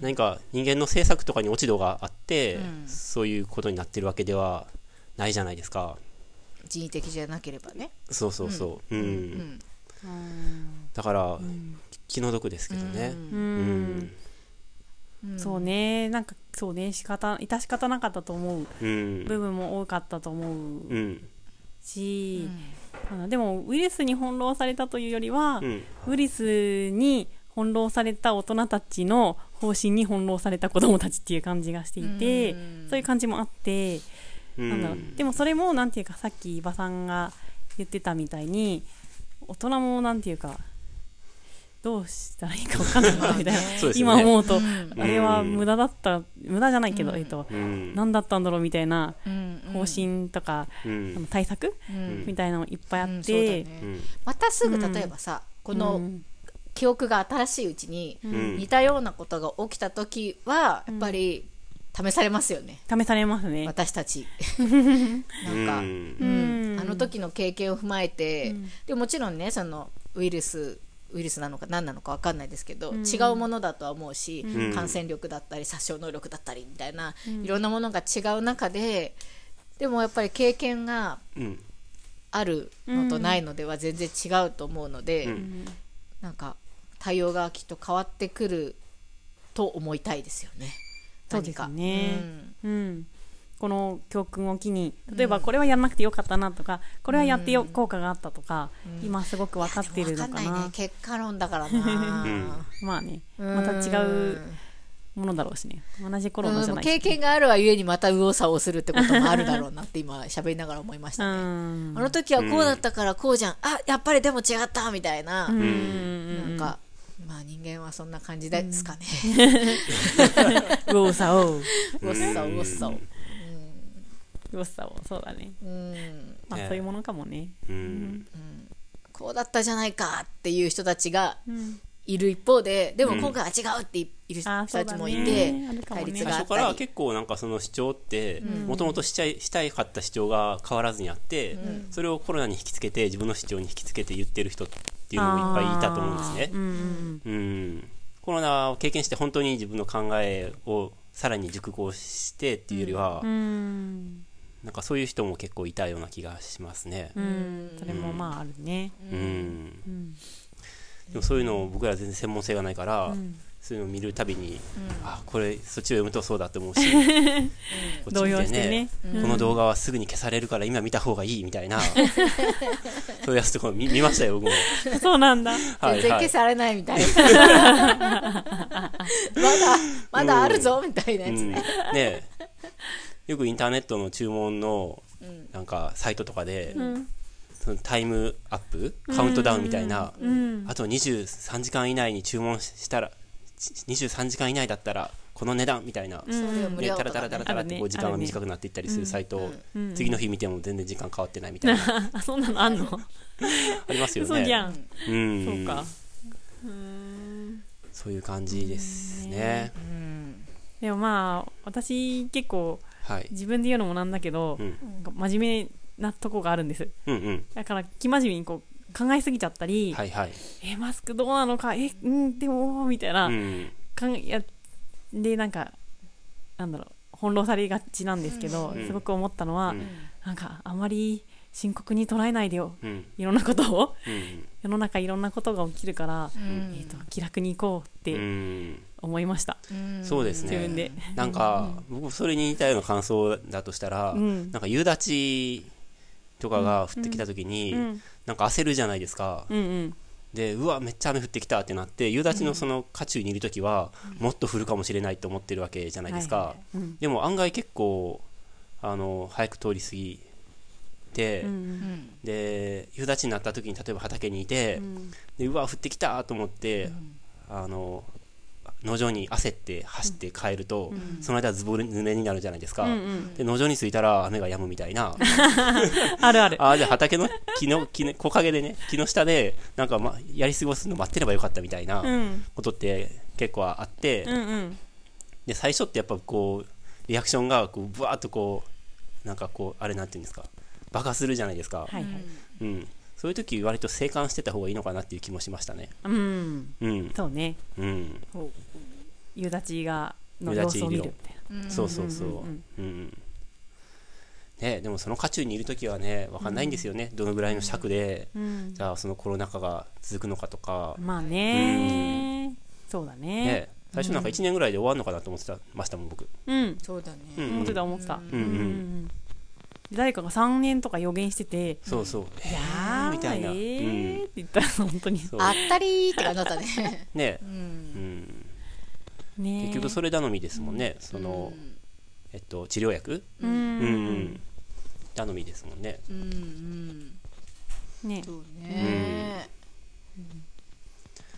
Speaker 2: 何か人間の政策とかに落ち度があって、
Speaker 4: うん
Speaker 2: そういうことになってるわけではないじゃないですか
Speaker 4: 人為的じゃなければね
Speaker 2: そうそうそううん、
Speaker 4: うん
Speaker 2: だから、気の毒ですけどね
Speaker 1: う
Speaker 2: うん、
Speaker 1: んそうねなんかそうね仕方致し方なかったと思う
Speaker 2: うんうん
Speaker 1: 部分も多かったと思う
Speaker 2: うん
Speaker 1: し、あのでもウイルスに翻弄されたというよりは、
Speaker 2: うん
Speaker 1: ウイルスに翻弄された大人たちの方針に翻弄された子どもたちっていう感じがしていて、
Speaker 4: うん
Speaker 1: そういう感じもあって、
Speaker 2: う
Speaker 1: なんだろうんでもそれもなんていうかさっき伊庭さんが言ってたみたいに大人もなんていうかどうしたらいいか分かんないなみたいな、
Speaker 2: そうですよ
Speaker 1: 今
Speaker 2: ね
Speaker 1: 思うと、
Speaker 4: ん
Speaker 1: あれは無駄だった無駄じゃないけど、えっと
Speaker 2: うん
Speaker 1: 何だったんだろうみたいな
Speaker 4: うんうん
Speaker 1: 方針とか、
Speaker 2: う
Speaker 1: あの
Speaker 2: ん
Speaker 1: 対策、
Speaker 4: うん
Speaker 1: みたいなのいっぱいあって、
Speaker 4: うんそうだね
Speaker 2: うん
Speaker 4: またすぐ例えばさこ
Speaker 1: う
Speaker 4: の
Speaker 1: ん
Speaker 4: 記憶が新しいうちに
Speaker 2: ん
Speaker 4: 似たようなことが起きた時はやっぱり試されますよね
Speaker 1: 試されますね。
Speaker 4: 私たち
Speaker 2: うん
Speaker 4: な
Speaker 2: うんん
Speaker 4: か
Speaker 1: うん
Speaker 4: あの時の経験を踏まえてでもちろんねそのウイルスウイルスなのか何なのか分かんないですけど、違うものだとは思うし、
Speaker 2: ん
Speaker 4: 感染力だったり殺傷能力だったりみたいな、いろんなものが違う中ででもやっぱり経験が
Speaker 2: うん
Speaker 4: あるのとないのでは全然違うと思うので、
Speaker 2: うん
Speaker 4: なんか対応がきっと変わってくると思いたいですよね。
Speaker 1: そうですね
Speaker 4: 何かうん
Speaker 1: うん、この教訓を機に例えばこれはやらなくてよかったなとかこれはやってよ、効果があったとか、今すごく分かっているのか
Speaker 4: でも分
Speaker 1: な
Speaker 4: かんないね結果論だからな、
Speaker 1: まあねまた違うものだろうしね同じ頃のじゃ
Speaker 4: うん
Speaker 1: ないし
Speaker 4: 経験があるはゆえにまた右往左往するってこともあるだろうなって今喋りながら思いまし
Speaker 1: う
Speaker 4: たね。
Speaker 1: ん
Speaker 4: あの時はこうだったからこうじゃん、あやっぱりでも違ったみたいな、
Speaker 1: うん
Speaker 4: なんかまあ人間はそんな感じですかね、
Speaker 1: うおうさおう
Speaker 4: うおっさうおっさう
Speaker 1: うおさおうそうだね
Speaker 4: うん
Speaker 1: まあ
Speaker 2: ね
Speaker 1: そういうものかもね
Speaker 2: うん
Speaker 4: こうだったじゃないかっていう人たちがいる一方ででも今回は違うっている人
Speaker 1: あ
Speaker 4: た
Speaker 1: ーそう
Speaker 4: ち
Speaker 1: だね
Speaker 4: もいて、
Speaker 1: あるかもね
Speaker 4: 対立
Speaker 2: 最
Speaker 4: があ
Speaker 2: 初
Speaker 4: っ
Speaker 2: か
Speaker 4: た
Speaker 2: ら
Speaker 4: り
Speaker 2: 結構なんかその主張ってもともとしちゃいしたいかった主張が変わらずにあって、それをコロナに引きつけて自分の主張に引きつけて言ってる人っていうのもいっぱいいたと思うんですね
Speaker 1: あー。うん
Speaker 2: うん、コロナを経験して本当に自分の考えをさらに熟考してっていうよりは、
Speaker 1: うんうん
Speaker 2: なんかそういう人も結構いたような気がしますね。
Speaker 1: うんうんそれもまああるね
Speaker 2: うん でもそういうのを僕ら全然専門性がないから、そういうのを見るたびに、あこれそっちを読むとそうだと 思うし、こっち見
Speaker 1: 動揺してね
Speaker 2: この動画はすぐに消されるから今見た方がいいみた いなそういうやつとかも見見ましたよ僕も。
Speaker 1: そうなんだ
Speaker 2: は
Speaker 4: 全
Speaker 2: い
Speaker 4: 然
Speaker 2: は
Speaker 4: 消
Speaker 2: い
Speaker 4: されないみたい な、まだまだあるぞみたいなやつ
Speaker 2: う ん、
Speaker 4: ね、
Speaker 2: ねえよくインターネットの注文のなんかサイトとかで、そのタイムアップカウントダウンみたいな、あと23時間以内に注文したらし23時間以内だったらこの値段みたいな、ね
Speaker 4: それを無料
Speaker 2: タ
Speaker 4: と
Speaker 2: ラタラ
Speaker 4: か、
Speaker 2: タ
Speaker 4: ね
Speaker 2: ラタラっ
Speaker 1: あ
Speaker 2: て
Speaker 1: るね
Speaker 2: こう時間が短くなっていったりするサイト、次の日見ても全然時間変わってないみたいな
Speaker 1: あそんなのあんの
Speaker 2: ありま すよね
Speaker 1: 嘘じゃん
Speaker 2: うん
Speaker 1: そうか
Speaker 2: そういう感じですね、
Speaker 1: でもまあ私結構
Speaker 2: はい、
Speaker 1: 自分で言うのもなんだけど、
Speaker 2: うん
Speaker 1: なんか真面目なとこがあるんです
Speaker 2: うんうん
Speaker 1: だから生真面目にこう考えすぎちゃったり、
Speaker 2: はいはい、
Speaker 1: えマスクどうなのかえうんでもみたいな、
Speaker 2: うん
Speaker 1: かんいやでなんかなんだろう翻弄されがちなんですけど、
Speaker 2: ん
Speaker 1: すごく思ったのは、
Speaker 2: うん
Speaker 1: なんかあまり深刻に捉えないでよ
Speaker 2: うん
Speaker 1: いろんなことを
Speaker 2: うん
Speaker 1: 世の中いろんなことが起きるから、えー、と気楽に行こう
Speaker 2: う
Speaker 1: って
Speaker 2: ん
Speaker 1: 思いました、
Speaker 2: そうですね
Speaker 1: 自分で
Speaker 2: なんか、僕それに似たような感想だとしたら、
Speaker 1: ん
Speaker 2: なんか夕立とかが降ってきた時に、
Speaker 1: うん
Speaker 2: なんか焦るじゃないですか、
Speaker 1: うんうん
Speaker 2: でうわめっちゃ雨降ってきたってなって夕立のその渦中にいる時は、もっと降るかもしれないと思ってるわけじゃないですか、
Speaker 1: はいはいはいうん
Speaker 2: でも案外結構あの早く通り過ぎて、
Speaker 1: うん
Speaker 2: で夕立になった時に例えば畑にいて、
Speaker 1: うん
Speaker 2: でうわ降ってきたと思って、あの農場に焦って走って帰ると、その間ズボル濡れになるじゃないですか、
Speaker 1: うんうん
Speaker 2: で農場に着いたら雨が止むみたいな
Speaker 1: あるある。
Speaker 2: ああじゃあ畑の木の木の木陰でね木の下でなんか、ま、やり過ごすの待ってればよかったみたいな
Speaker 1: うん
Speaker 2: ことって結構あって、
Speaker 1: うんうん
Speaker 2: で最初ってやっぱこうリアクションがこうブワーッとこうなんかこうあれなんていうんですか爆破するじゃないですか、
Speaker 1: はいはい。
Speaker 2: うん、そういう時割と静観してた方がいいのかなっていう気もしましたね。
Speaker 1: うん。
Speaker 2: うん、
Speaker 1: そうね。
Speaker 2: うん、
Speaker 1: 夕立がの
Speaker 2: 夕
Speaker 1: 様
Speaker 2: 立
Speaker 1: 子を見るみたいな。
Speaker 2: そうそうそう。うんね、でもその渦中にいる時はね分かんないんですよね、どのぐらいの尺で、
Speaker 1: うん
Speaker 2: じゃあそのコロナ禍が続くのかとか、
Speaker 1: まあね。そうだね。
Speaker 2: ね、最初なんか1年ぐらいで終わるのかなと思ってたましたもん僕、
Speaker 1: うん。
Speaker 3: そうだね、
Speaker 2: うん
Speaker 1: 思ってた思ってた。
Speaker 2: うんう、
Speaker 1: うんうんん誰かが3年とか予言してて、
Speaker 2: そうそうえ
Speaker 1: あー
Speaker 2: みたいな
Speaker 1: え
Speaker 2: う
Speaker 1: ー
Speaker 2: ん
Speaker 1: って言ったら本当に。
Speaker 2: そう
Speaker 3: あったりーって感じだったね
Speaker 2: ね、
Speaker 3: う
Speaker 2: うんん、
Speaker 1: ね
Speaker 2: 結局それ頼みですもんね、その、えっと、治療薬、
Speaker 1: う
Speaker 2: うんんうん、頼みですもんね
Speaker 3: うんうん
Speaker 1: ね
Speaker 3: そうね、う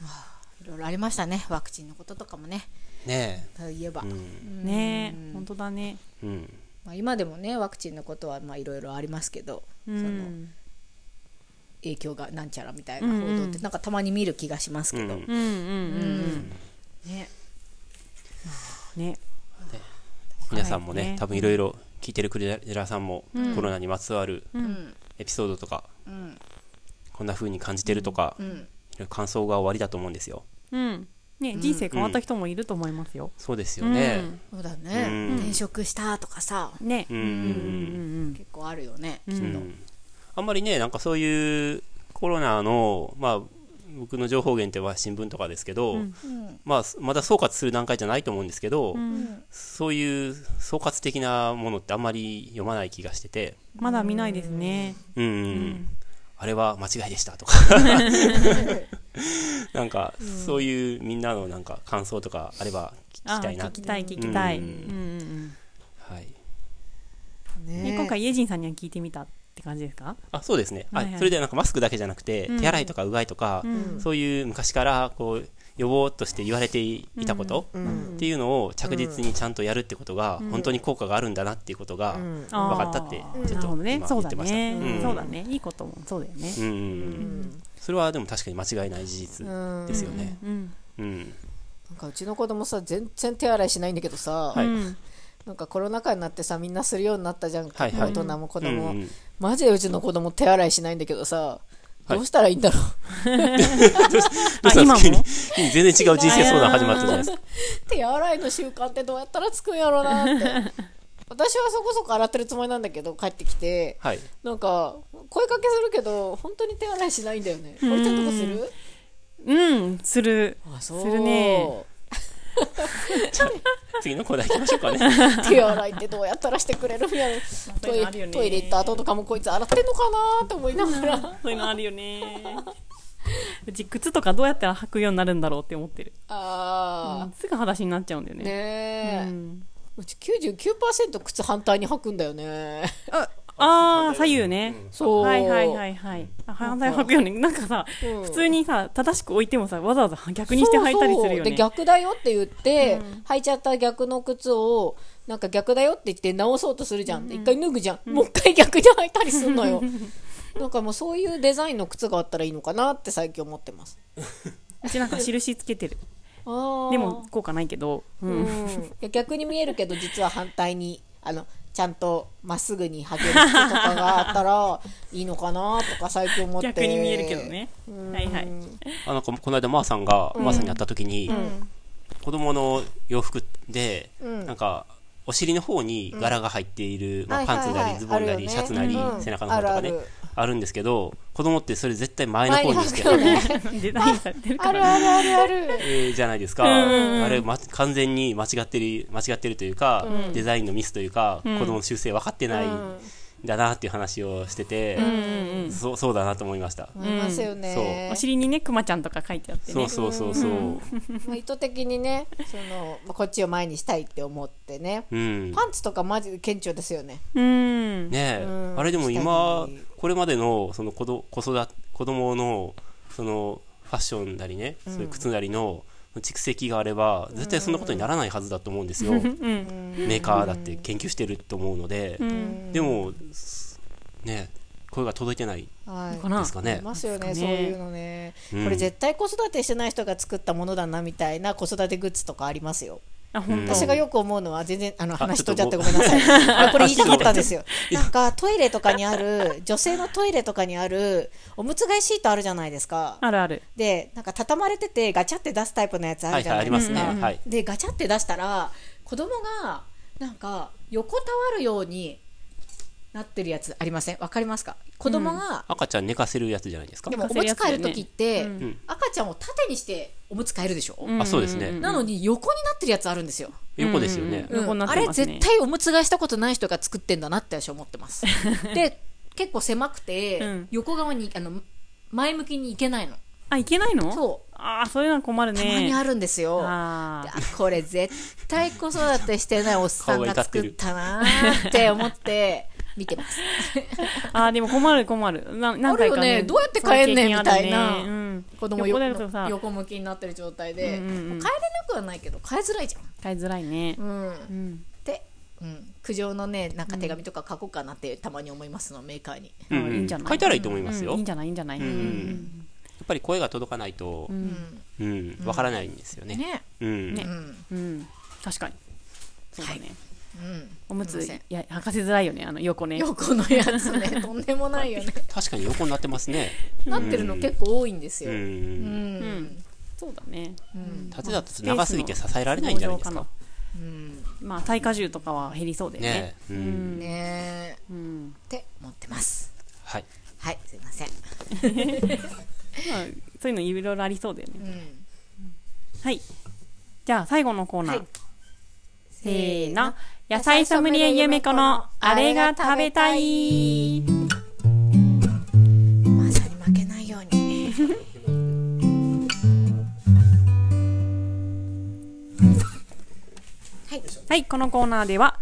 Speaker 3: んはあいろいろありましたねワクチンのこととかもね
Speaker 2: ね
Speaker 3: といえば、
Speaker 2: う
Speaker 3: うんん
Speaker 1: ね本当だね。
Speaker 2: うん
Speaker 3: まあ、今でもねワクチンのことはまあいろいろありますけど、
Speaker 1: う
Speaker 3: その
Speaker 1: ん。
Speaker 3: 影響がなんちゃらみたいな報道
Speaker 1: う
Speaker 3: っ
Speaker 1: んう
Speaker 3: て
Speaker 1: ん
Speaker 3: なんかたまに見る気がします
Speaker 2: う
Speaker 3: け
Speaker 2: ん
Speaker 3: ど、
Speaker 1: うんうんうん
Speaker 3: ね
Speaker 1: うん。ね。
Speaker 2: 皆さんもね,、
Speaker 1: はいね
Speaker 2: 多分いろいろ聞いてるクレラさんも、
Speaker 1: うん
Speaker 2: コロナにまつわる
Speaker 3: うん
Speaker 2: エピソードとか
Speaker 3: うん
Speaker 2: こんな風に感じてるとか、
Speaker 3: うん
Speaker 2: 感想が終わりだと思うんですよ
Speaker 1: うん。ね、人生変わった人もいると思いますよ。
Speaker 2: そうですよね
Speaker 3: そうだね、
Speaker 2: うん
Speaker 3: 転職したとかさ
Speaker 1: うんね
Speaker 2: う。ん
Speaker 1: うん
Speaker 3: 結構あるよね、
Speaker 1: うんうん
Speaker 2: うんあんまりねなんかそういうコロナのまあ僕の情報源っては新聞とかですけど、
Speaker 1: うん
Speaker 3: うん
Speaker 2: まあ、まだ総括する段階じゃないと思うんですけど、
Speaker 1: うんうん。
Speaker 2: そういう総括的なものってあんまり読まない気がしてて、
Speaker 1: まだ見ないですね。
Speaker 2: うんあれは間違いでしたと かなんか、そういうみんなのなんか感想とかあれば聞
Speaker 1: あ
Speaker 2: きたいな
Speaker 1: 聞
Speaker 2: って
Speaker 1: きたい聞きたい。う
Speaker 2: うんん
Speaker 1: うん
Speaker 2: はい、
Speaker 1: う
Speaker 3: ね
Speaker 1: ん。ね今回イエジンさんには聞いてみたって感じですか？
Speaker 2: あそうですね、
Speaker 1: はいはい
Speaker 2: あそれでなんかマスクだけじゃなくて、
Speaker 1: うん
Speaker 2: 手洗いとかうがいとか、
Speaker 1: ん
Speaker 2: そういう昔からこう予防として言われていたこと、っていうのを着実にちゃんとやるってことが、本当に効果があるんだなっていうことが分
Speaker 1: あー
Speaker 2: かったってちょ
Speaker 1: な
Speaker 2: っ
Speaker 1: る
Speaker 2: と
Speaker 1: ほどね。
Speaker 2: 今
Speaker 1: そ
Speaker 2: 言
Speaker 1: う
Speaker 2: っ
Speaker 1: だ
Speaker 2: てました、
Speaker 1: ね
Speaker 2: う。ん
Speaker 1: そうだね。いいこともそうだよね。
Speaker 2: うんそれはでも確かに間違いない事実ですよね。
Speaker 1: うん。
Speaker 2: うん
Speaker 4: なんかうちの子供さ全然手洗いしないんだけどさ、
Speaker 2: はい
Speaker 1: うん
Speaker 4: なんかコロナ禍になってさみんなするようになったじゃん、
Speaker 2: はいはい
Speaker 4: 大人も子
Speaker 2: うん
Speaker 4: 供も、
Speaker 2: うん
Speaker 4: マジでうちの子供手洗いしないんだけど
Speaker 2: は
Speaker 4: さ
Speaker 2: い
Speaker 4: どうしたらいいんだろう、
Speaker 2: どうしたんですか
Speaker 1: 今も
Speaker 2: 急に全然違う人生相談始まったじゃないですか。
Speaker 4: 手洗いの習慣ってどうやったらつくんやろうなって 私はそこそこ洗ってるつもりなんだけど帰ってきて
Speaker 2: はい。
Speaker 4: なんか声かけするけど本当に手洗いしないんだよねこれちゃんとこする
Speaker 1: うん。する。
Speaker 4: あ
Speaker 1: す
Speaker 4: そう
Speaker 1: るね。
Speaker 2: 次のコーナー行きましょうかね。
Speaker 4: 手洗いってどうやったらして くれるんやろ
Speaker 1: そう
Speaker 4: ト
Speaker 1: いう
Speaker 4: イ
Speaker 1: のあるよね
Speaker 4: トイレ行った後とかもこいつ洗ってんのかなって思いながら
Speaker 1: そういうのあるよ ね。うち靴とかどうやったら履くようになるんだろうって思ってる。う
Speaker 4: あ
Speaker 1: んすぐ裸足になっちゃうんだよね。
Speaker 4: あ、ね
Speaker 1: う
Speaker 4: え、
Speaker 1: ん
Speaker 4: うち99%靴反対に履くんだよね。
Speaker 1: ああ、左右ね。
Speaker 4: そう。
Speaker 1: はいはいはいはい。あ反対履くよね。なんかさ、
Speaker 4: うん
Speaker 1: 普通にさ、正しく置いてもさ、わざわざ逆にして履いたりする
Speaker 4: そうそ
Speaker 1: よ
Speaker 4: う
Speaker 1: ね。
Speaker 4: で、逆だよって言って、履いちゃった逆の靴を、なんか逆だよって言って直そうとするじゃん。で一回脱ぐじゃん。もう一回逆に履いたりすんのよ。 なんかもうそういうデザインの靴があったらいいのかなって最近思ってます。
Speaker 1: うちなんか印つけてる。
Speaker 4: あー
Speaker 1: でも、効果ないけど。う
Speaker 4: うん
Speaker 1: ん。
Speaker 4: いや逆に見えるけど、実は反対に、あの、ちゃんとまっすぐに履ける靴とかがあったらいいのかなとか最近思って。
Speaker 1: 逆に見えるけどね。はいはい。
Speaker 2: あのここの間、まーさんが、まーさんに会った時に、子供の洋服で、
Speaker 4: ん
Speaker 2: なんか、お尻の方に柄が入っている、ま
Speaker 4: は
Speaker 2: あ、
Speaker 4: いはい
Speaker 2: パ
Speaker 4: はい
Speaker 2: ンツなりズボンな
Speaker 4: ある
Speaker 2: り、
Speaker 4: よね
Speaker 2: シャツなり、
Speaker 4: うん
Speaker 2: 背中の方とかね、
Speaker 4: あるある
Speaker 2: あるんですけど、子供ってそれ絶対前の方にして
Speaker 4: 前に履くよ ね
Speaker 1: デザインされてるか
Speaker 4: ある
Speaker 1: ら。
Speaker 4: あるあるある。
Speaker 2: えーじゃないですか、あれ、ま、完全に間違ってる間違ってるというか、デザインのミスというか、子供の修正分かってないだなっていう話をしてて、
Speaker 1: うんうん
Speaker 2: そうそうだなと思いました、
Speaker 3: 思いますよ
Speaker 1: う
Speaker 3: ね
Speaker 1: ん、お。尻にねクマちゃんとか書いてあって
Speaker 2: そ
Speaker 1: ね
Speaker 2: うそうそうそう
Speaker 3: まあ、意図的にねその、まあ、こっちを前にしたいって思ってね
Speaker 2: うん
Speaker 3: パンツとかマジで顕著ですよね
Speaker 1: うん
Speaker 2: ねえ、
Speaker 3: うん
Speaker 2: あれでも今
Speaker 3: 下着
Speaker 2: これまでのその子ど子育て子供のそのファッションなりね、そういう靴なりの蓄積があれば絶対そんなことにならないはずだと思うんですよ、メーカーだって研究してると思うので、でもすねえ声が届いてない
Speaker 3: はい
Speaker 1: かな
Speaker 2: ですか
Speaker 3: あり
Speaker 2: ね
Speaker 3: ますよね
Speaker 1: です
Speaker 3: そう
Speaker 1: かね
Speaker 3: いうのね、
Speaker 2: うん
Speaker 3: これ絶対子育てしてない人が作ったものだなみたいな子育てグッズとかありますよ
Speaker 1: あ本当
Speaker 3: 私がよく思うのは全然あの
Speaker 2: あ
Speaker 3: 話飛んじゃって
Speaker 2: ちょ
Speaker 3: ご
Speaker 2: っと
Speaker 3: めんなさいあこれ言いたかったんですよなんかトイレとかにある女性のトイレとかにあるおむつ替えシートあるじゃないですか
Speaker 1: あるある
Speaker 3: でなんか畳まれててガチャって出すタイプのやつあ
Speaker 2: は
Speaker 3: る
Speaker 2: い
Speaker 3: じ
Speaker 2: はいあ
Speaker 3: ゃない
Speaker 2: り
Speaker 3: で
Speaker 2: ますす
Speaker 3: か、
Speaker 2: ね、はい
Speaker 3: でガチャって出したら子供がなんか横たわるようになってるやつありませんわかりますか子供が、
Speaker 2: 赤ちゃん寝かせるやつじゃないですか
Speaker 3: でもおむつ替える時って、
Speaker 1: うん
Speaker 3: 赤ちゃんを縦にしておむつ替えるでしょ、
Speaker 2: あそうですね、
Speaker 1: うん
Speaker 3: なのに横になってるやつあるんですよ、
Speaker 2: 横ですよね、
Speaker 1: うん横になっ
Speaker 3: あ
Speaker 1: て
Speaker 3: れ
Speaker 1: ますね
Speaker 3: 絶対おむつ替えしたことない人が作ってんだなって私は思ってますで結構狭くて、
Speaker 1: うん
Speaker 3: 横側にあの前向きに行けないの
Speaker 1: あいけないの
Speaker 3: そう
Speaker 1: ああそういうのは困るね
Speaker 3: たまにあるんですよ、
Speaker 1: あ
Speaker 3: で
Speaker 1: ー
Speaker 3: あこれ絶対子育てしてないおっさんが作ったなーって思って見てます。
Speaker 1: あーでも困る困るな何回か、
Speaker 3: あるよねどうやって帰んねん
Speaker 1: そういう経験ある
Speaker 3: みたいな
Speaker 1: うん、
Speaker 3: 子 供
Speaker 1: 横
Speaker 3: 横
Speaker 1: だとさ
Speaker 3: 横向きになってる状態で、
Speaker 1: うんうんうん
Speaker 3: もう帰れなくはないけど帰りづらいじゃ
Speaker 1: 買いづらいね
Speaker 3: ん。うん。
Speaker 1: うん
Speaker 3: で、うん、苦情のねなんか手紙とか書こうかなってたまに思いますのメーカーに。
Speaker 1: うん
Speaker 2: うんうん
Speaker 1: いいんじゃない
Speaker 2: 書いたらいいと思います
Speaker 1: う
Speaker 2: よ、
Speaker 1: んいいん
Speaker 2: や
Speaker 1: じゃないいいんじゃない、
Speaker 2: んっぱり声が届かないと、
Speaker 1: ん
Speaker 2: うん、わからないんですよね。
Speaker 3: ね。
Speaker 2: うん、
Speaker 1: ね
Speaker 3: うん。
Speaker 1: うん、確かにそうだね、
Speaker 3: うん。
Speaker 1: おむつ
Speaker 3: すい
Speaker 1: い
Speaker 3: ません
Speaker 1: や履かせづらいよねあの横ね
Speaker 3: 横のや つねとんでもないよね。
Speaker 2: 確かに横になってますね。
Speaker 3: なってるの結構多いんです
Speaker 2: う
Speaker 3: よ。うん。
Speaker 2: ん、
Speaker 1: んそうだね
Speaker 3: うん。
Speaker 2: 縦だと長すぎて支えられないんじゃないですか。
Speaker 3: うん。
Speaker 1: まあ耐荷重とかは減りそうだよね
Speaker 2: ね、う、
Speaker 1: うんん
Speaker 3: ねー
Speaker 1: うん
Speaker 3: って思ってます。
Speaker 2: はい。
Speaker 3: はい、すいません。
Speaker 1: まあそういうのいろいろありそうだよね
Speaker 3: うん。
Speaker 1: はいじゃあ最後のコーナー、
Speaker 3: はい
Speaker 1: せーの野菜ソムリエゆめこのあれが食べたい
Speaker 3: マサに負けないように。
Speaker 1: はい、このコーナーでは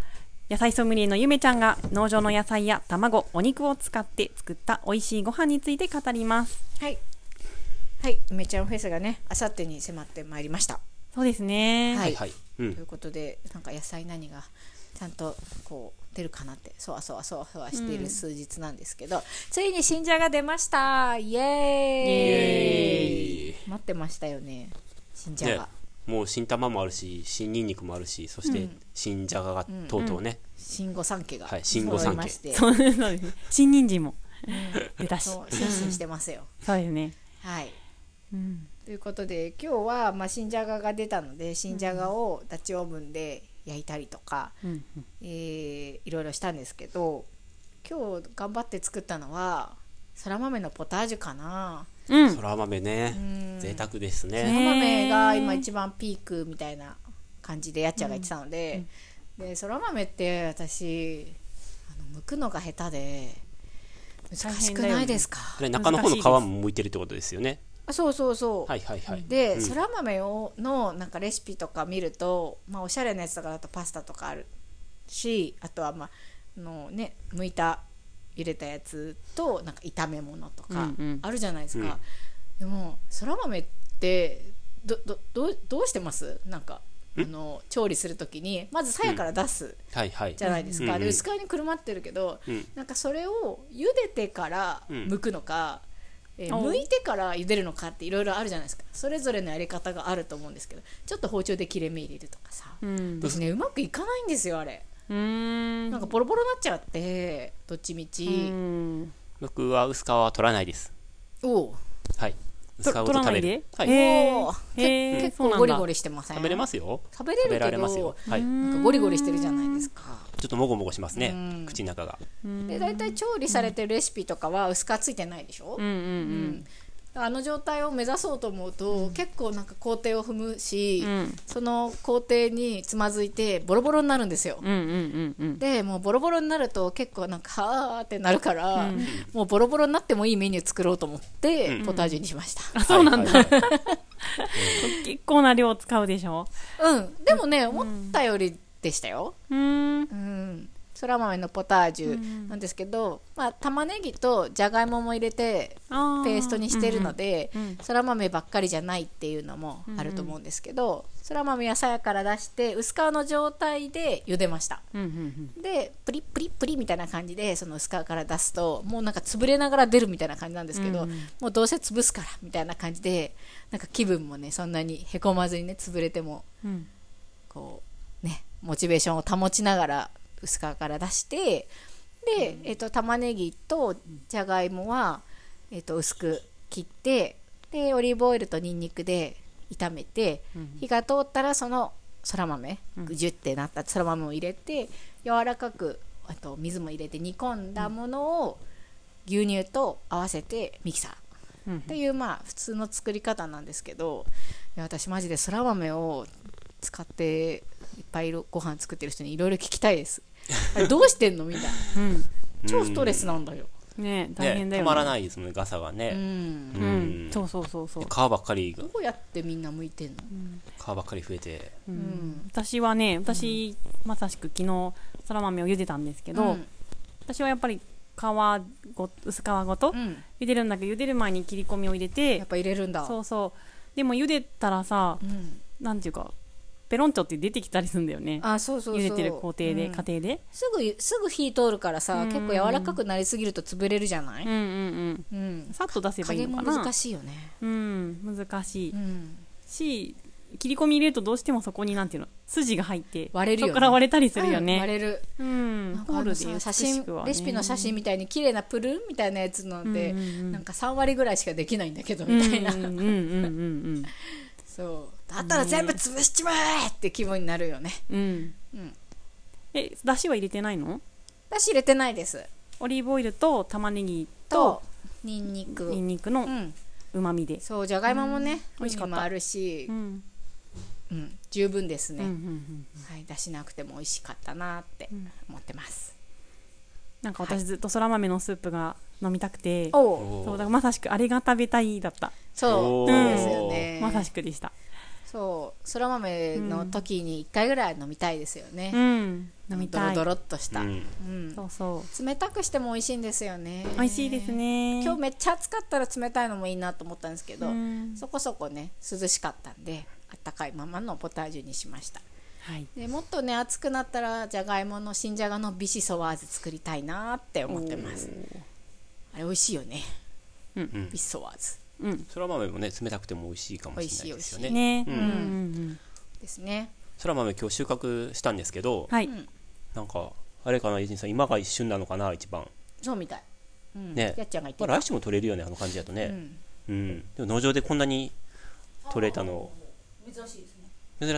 Speaker 1: 野菜ソムリエのゆめちゃんが農場の野菜や卵、お肉を使って作った美味しいご飯について語ります。
Speaker 3: はい。はい、梅ちゃんフェスがね、あさってに迫ってまいりました。
Speaker 1: そうですね。
Speaker 3: は
Speaker 2: はいい、はい。う
Speaker 3: とい
Speaker 2: ん、
Speaker 3: うことで、なんか野菜何が。ちゃんとこう出るかなってそわそわそわそわしている数日なんですけど、ついに新じゃが出ましたイエーイ
Speaker 2: イエーイ
Speaker 3: 待ってましたよね新じゃ
Speaker 2: ね
Speaker 3: が、、
Speaker 2: もう新玉もあるし、新ニンニクもあるし、そして新じゃががとうとうね。
Speaker 3: 新御三家が
Speaker 2: はい新御三
Speaker 3: 揃い
Speaker 2: 家
Speaker 3: まして、
Speaker 1: そうそうですね。新人参も出たし。
Speaker 3: そ
Speaker 1: そう
Speaker 3: 心身してますよ
Speaker 1: うですね。
Speaker 3: はい
Speaker 1: うん。
Speaker 3: ということで今日は、まあ、新じゃがが出たので新じゃがをダッチオーブンで焼いたりとか、
Speaker 1: うん。
Speaker 3: えーいろいろしたんですけど今日頑張って作ったのはそら豆のポタージュかな
Speaker 1: うん。
Speaker 2: そら豆ね、贅沢です
Speaker 3: そ
Speaker 2: ね。
Speaker 3: ら豆が今一番ピークみたいな感じでやっちゃんが言ってたので、でそら豆って私あの剥くのが下手で難しくないですか、
Speaker 2: あれ中の方の皮も剥いてるってことですよね。
Speaker 3: あそうそうそう、
Speaker 2: はいはいはい。
Speaker 3: で、
Speaker 2: うん
Speaker 3: そら豆をのなんかレシピとか見ると、まあ、おしゃれなやつとかだとパスタとかあるしあとはまああのね剥いた茹でたやつとなんか炒め物と
Speaker 1: う
Speaker 3: か
Speaker 1: んうん
Speaker 3: あるじゃないですか、でもそら豆ってどどどうどうしてますなんかあの調理する時にまずさやから出す
Speaker 2: はいはい
Speaker 3: じ。ゃないですか、
Speaker 2: うん
Speaker 3: で
Speaker 2: うん
Speaker 3: 薄皮にくるまってるけど、
Speaker 2: うん
Speaker 3: なんかそれを茹でてから
Speaker 2: うん
Speaker 3: 剥くのか、えー
Speaker 1: おう
Speaker 3: 剥いてから茹でるのかっていろいろあるじゃないですかそれぞれのやり方があると思うんですけどちょっと包丁で切れ目入れるとかさ、
Speaker 1: うん。
Speaker 3: 私ねうまくいかないんですよあれ
Speaker 1: うん。
Speaker 3: なんかボロボロになっちゃってどっちみ
Speaker 1: う
Speaker 3: ち、
Speaker 1: ん。
Speaker 2: 僕は薄皮は取らないです。
Speaker 3: おう
Speaker 2: はい。薄
Speaker 1: と
Speaker 2: 皮を
Speaker 1: 取ら
Speaker 2: 食
Speaker 1: ない
Speaker 2: べる
Speaker 1: で。。
Speaker 2: はい。
Speaker 1: へ
Speaker 2: 食
Speaker 1: え
Speaker 3: おー
Speaker 1: へえ
Speaker 3: 結
Speaker 1: そうなん
Speaker 3: 構
Speaker 1: だ
Speaker 3: ゴリゴリしてません
Speaker 2: べれますよ。
Speaker 3: 食べれる
Speaker 2: 食
Speaker 3: け
Speaker 2: べ
Speaker 3: ど
Speaker 2: られますよ。はい。
Speaker 3: なんかゴリゴリしてるじゃないですか
Speaker 2: ちょっともごもごしますね。口の中が。
Speaker 3: で大体調理されてるレシピとかは薄皮ついてないでしょ、
Speaker 1: うんうんうん。
Speaker 3: あの状態を目指そうと思うと、結構なんか工程を踏むし、
Speaker 1: うん
Speaker 3: その工程につまずいてボロボロになるんですよ。
Speaker 1: うんうんうんうん
Speaker 3: でもうボロボロになると結構なんかはーってなるから、もうボロボロになってもいいメニュー作ろうと思って、ポタージュにしました。
Speaker 2: あ、そうなんだ。はいはい
Speaker 1: 結構な量使うでしょ
Speaker 3: うん、でもね、思ったよりでしたよ。
Speaker 1: うーん
Speaker 3: うん、そら豆のポタージュなんですけど、まあ玉ねぎとじゃがいもも入れて
Speaker 1: あ
Speaker 3: ペーストにしてるので
Speaker 1: うんうんうん
Speaker 3: そら豆ばっかりじゃないっていうのもあると思うんですけどそら豆野菜から出して薄皮の状態で茹でました
Speaker 1: うんうんうん
Speaker 3: でプリップリップリみたいな感じでその薄皮から出すともうなんか潰れながら出るみたいな感じなんですけど、もうどうせ潰すからみたいな感じでなんか気分もねそんなにへこまずにね潰れても
Speaker 1: うん
Speaker 3: こうねモチベーションを保ちながら薄皮から出してで、えっと玉ねぎとじゃがいもは、えっと薄く切ってでオリーブオイルとニンニクで炒めて、火が通ったらそのそら豆ぐじゅってなったそら豆を入れて柔らかくあと水も入れて煮込んだものを牛乳と合わせてミキサー。
Speaker 1: うん
Speaker 3: っていうまあ普通の作り方なんですけどいや私マジでそら豆を使っていっぱいご飯作ってる人にいろいろ聞きた いですあれどうしてんのみたいな
Speaker 1: うん
Speaker 3: 超ストレスなんだよ
Speaker 1: ねえ大
Speaker 2: ね
Speaker 1: 変だ
Speaker 2: た
Speaker 1: よ
Speaker 2: まら
Speaker 1: い
Speaker 2: ないですもんね、ガサが
Speaker 3: う
Speaker 2: ね。
Speaker 3: ん
Speaker 1: う
Speaker 2: うんん
Speaker 1: そうそうそうそう
Speaker 2: で皮ばっかりが
Speaker 3: ど、うやってみんな向いてんの
Speaker 2: 皮ばっかり増えて。
Speaker 3: うん
Speaker 1: 私はね私まさしく昨日そら豆を茹でたんですけ
Speaker 3: う
Speaker 1: ど
Speaker 3: ん
Speaker 1: 私はやっぱり皮ご薄皮ごと
Speaker 3: うん
Speaker 1: 茹でるんだけど茹でる前に切り込みを入れて
Speaker 3: やっぱ入れるんだ
Speaker 1: そうそうでも茹でたらさ
Speaker 3: うん
Speaker 1: なんていうかペロンチョって出てきたりするんだよね
Speaker 3: あそうそうそう
Speaker 1: 茹でてる工程で
Speaker 3: うん
Speaker 1: 家庭です
Speaker 3: ぐすぐ火通るからさ
Speaker 1: うん
Speaker 3: 結構柔らかくなりすぎると潰れるじゃな
Speaker 1: うん
Speaker 3: い
Speaker 1: うんうん
Speaker 3: うん
Speaker 1: さっと出せば
Speaker 3: 加
Speaker 1: いい
Speaker 3: 減
Speaker 1: の
Speaker 3: も
Speaker 1: かな
Speaker 3: 難しいよね
Speaker 1: うん難しい
Speaker 3: うん
Speaker 1: し切り込み入れるとどうしてもそこになんていうの筋が入って
Speaker 3: 割れるよね
Speaker 1: そこから割れたりするよ
Speaker 3: うん割
Speaker 1: ね
Speaker 3: れる
Speaker 1: うん、
Speaker 3: なん
Speaker 1: ホ
Speaker 3: かあ
Speaker 1: ー
Speaker 3: の
Speaker 1: ルで
Speaker 3: さ
Speaker 1: 美
Speaker 3: 写
Speaker 1: し
Speaker 3: 真
Speaker 1: くはね
Speaker 3: レシピの写真みたいに綺麗なプルーンみたいなやつなんで、
Speaker 1: うんうんうん
Speaker 3: なんか3割ぐらいしかできないんだけど
Speaker 1: うん
Speaker 3: みたいな、
Speaker 1: うんうんうん
Speaker 3: そうだったら全部潰しちまえって気分になるよね
Speaker 1: うんうん
Speaker 3: うん
Speaker 1: えだしは入れてないの
Speaker 3: 私入れてないです
Speaker 1: オリーブオイルと玉ねぎと
Speaker 3: とニンニク
Speaker 1: ニンニク
Speaker 3: う
Speaker 1: の
Speaker 3: ん
Speaker 1: うまみで、
Speaker 3: そうじゃがいももね
Speaker 1: 美味しかった
Speaker 3: 風味もあるし
Speaker 1: う、ん
Speaker 3: うん十分です
Speaker 1: う
Speaker 3: ね、
Speaker 1: んうんうん、
Speaker 3: はい、出しなくても美味しかったなって思ってます、
Speaker 1: なんか私ずっとそら豆のスープが飲みたくて、
Speaker 3: おう
Speaker 1: そうだ
Speaker 2: おー
Speaker 1: からまさしくあれが食べたいだった、
Speaker 3: そう
Speaker 2: おー
Speaker 3: ですよね、
Speaker 1: まさしくでした
Speaker 3: そうそら豆の時に1回ぐらい飲みたいですよね、
Speaker 1: うん飲みたい
Speaker 3: ドロドロっとし
Speaker 2: う
Speaker 3: た、うん
Speaker 2: ん。
Speaker 1: そうそ
Speaker 3: 冷たくしても美味しいんですよね
Speaker 1: う美味しいですね
Speaker 3: 今日めっちゃ暑かったら冷たいのもいいなと思ったんですけど、
Speaker 1: うん
Speaker 3: そこそこね涼しかったんであったかいままのポタージュにしました
Speaker 1: はい
Speaker 3: でもっとね暑くなったらじゃがいもの新じゃがのビシソワーズ作りたいなって思ってますあれ美味しいよね、
Speaker 1: うん
Speaker 3: ビシソワーズ
Speaker 1: うん
Speaker 2: そら豆もね、冷たくても美味しいかもしれないですよね。
Speaker 1: ね
Speaker 2: うん
Speaker 1: うんうん
Speaker 3: ですね
Speaker 2: そら豆今日収穫したんですけど、
Speaker 1: はい
Speaker 2: なんか、あれかな、エイジンさん、今が一瞬なのかな、一番。
Speaker 3: そうみたい、うん
Speaker 2: ね
Speaker 3: やっちゃんが言って
Speaker 2: まあ、
Speaker 3: た、
Speaker 2: 来週も取れるよね、あの感じだと
Speaker 3: う
Speaker 2: ね。
Speaker 3: ん
Speaker 2: うん。でも農場でこんなに取れたの、珍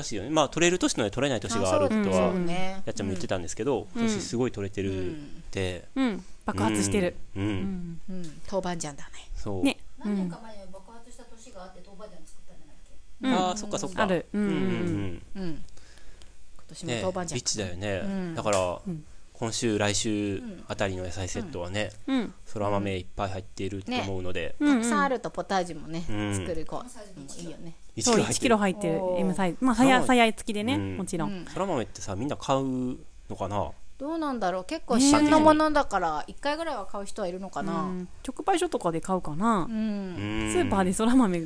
Speaker 2: しいよね。まあ、取れる年とね、取れない年があるとは
Speaker 3: そう、ね
Speaker 2: やっちゃんも言ってたんですけど、今年すごい取れてるって。
Speaker 1: うん爆発してる
Speaker 2: うん。うん
Speaker 1: うん
Speaker 3: うん、豆板醤だね
Speaker 2: そう。
Speaker 1: ね
Speaker 5: 何年か前に爆発した年があって豆板醤作ったんじゃないっけ
Speaker 1: うん
Speaker 2: ああ、そっかそっか。
Speaker 1: あるうん
Speaker 2: う
Speaker 1: うんん
Speaker 2: うん
Speaker 1: うん
Speaker 2: うん。
Speaker 3: うん今年も
Speaker 2: ね、
Speaker 3: 豆板
Speaker 2: リ
Speaker 3: 醤
Speaker 2: ッチだよね、だから、今週来週あたりの野菜セットはね、
Speaker 1: うん
Speaker 2: そら豆いっぱい入っていると思うので、
Speaker 1: うん
Speaker 3: たくさんあるとポタージュもね、
Speaker 2: うん
Speaker 3: 作る子いいよね、
Speaker 2: 1
Speaker 1: そう
Speaker 2: キロ入っ
Speaker 1: 1
Speaker 2: て
Speaker 1: キ
Speaker 2: る
Speaker 1: ロ入ってる
Speaker 3: おー
Speaker 1: M サイズまあ
Speaker 2: そう
Speaker 1: さやさや付きでね
Speaker 2: うん
Speaker 1: もちろん
Speaker 2: そら豆ってさみんな買うのかな
Speaker 3: どうなんだろう結構旬のものだから1回ぐらいは買う人はいるのか
Speaker 1: う
Speaker 3: な、
Speaker 1: ん直売所とかで買うかな
Speaker 3: うん
Speaker 1: ス
Speaker 2: ス
Speaker 1: ーパーでそら豆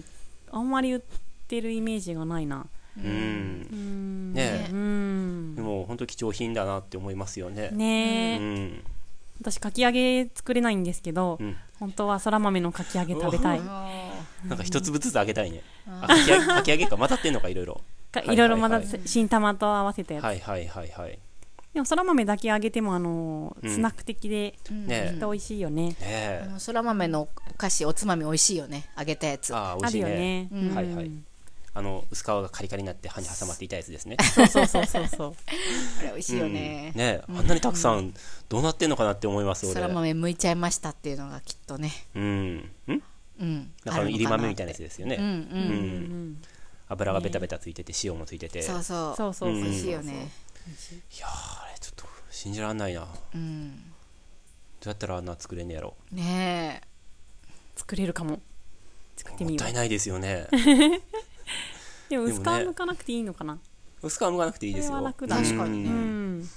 Speaker 1: あんまり売ってるイメージがないな
Speaker 2: うん、
Speaker 1: うん
Speaker 2: ね
Speaker 1: う
Speaker 2: で
Speaker 1: ん
Speaker 2: も本当貴重品だなって思いますよねう
Speaker 1: ねえ
Speaker 2: ん、
Speaker 1: 私かき揚げ作れないんですけど
Speaker 2: うん、
Speaker 1: 本当はそら豆のかき揚げ食べたい
Speaker 3: あ
Speaker 2: なんか一粒ずつあげたいねあかき揚げかき揚げか混ざってんのかいろいろ
Speaker 1: か
Speaker 2: はい
Speaker 1: いろいろま
Speaker 2: は
Speaker 1: だ
Speaker 2: いは
Speaker 1: 新玉と合わせたやつ
Speaker 2: はいはいはいはい
Speaker 1: でもそら豆だけ揚げてもあのー
Speaker 2: うん
Speaker 1: スナック的でき
Speaker 3: ー
Speaker 2: ねえ
Speaker 1: っと美味しいよね、
Speaker 2: ねえ
Speaker 3: あのそら豆のお菓子おつまみ美味しいよね揚げたやつ
Speaker 2: ああ美
Speaker 1: あ
Speaker 2: 味
Speaker 1: る
Speaker 2: しい
Speaker 1: よ
Speaker 2: ね
Speaker 1: ね、うん
Speaker 2: はいはいあの薄皮がカリカリになって歯に挟まっていたやつですね
Speaker 1: そうそうそうそうそう
Speaker 3: あれ美味しいよね,、
Speaker 2: うんねあんなにたくさんどうなってんのかなって思います
Speaker 3: そ
Speaker 2: 俺
Speaker 3: ら豆剥いちゃいましたっていうのがきっとね
Speaker 2: うんん
Speaker 3: うん
Speaker 2: なんか
Speaker 3: あるるのかなって
Speaker 2: 入り豆みたいなやつですよね、
Speaker 3: うん
Speaker 1: う
Speaker 3: うん、
Speaker 1: ん
Speaker 2: 油がベタベタついてて塩もついてて、
Speaker 3: そうそう
Speaker 1: そうそうそう
Speaker 2: うん
Speaker 3: 美味しいよね
Speaker 2: いやーあれちょっと信じらんないなど
Speaker 3: うん
Speaker 2: うやったらあんな作れんねやろ
Speaker 3: ねえ
Speaker 1: 作れるかも作って
Speaker 2: も
Speaker 1: み
Speaker 2: っ
Speaker 1: よ
Speaker 2: たいうないです よね
Speaker 1: でも
Speaker 2: でも
Speaker 1: 薄皮
Speaker 2: ね
Speaker 1: 剥かなくていいのかな
Speaker 2: 薄皮剥がなくていいです
Speaker 1: それ
Speaker 2: よ
Speaker 1: は楽だ
Speaker 2: うん
Speaker 3: 確かにね
Speaker 1: うん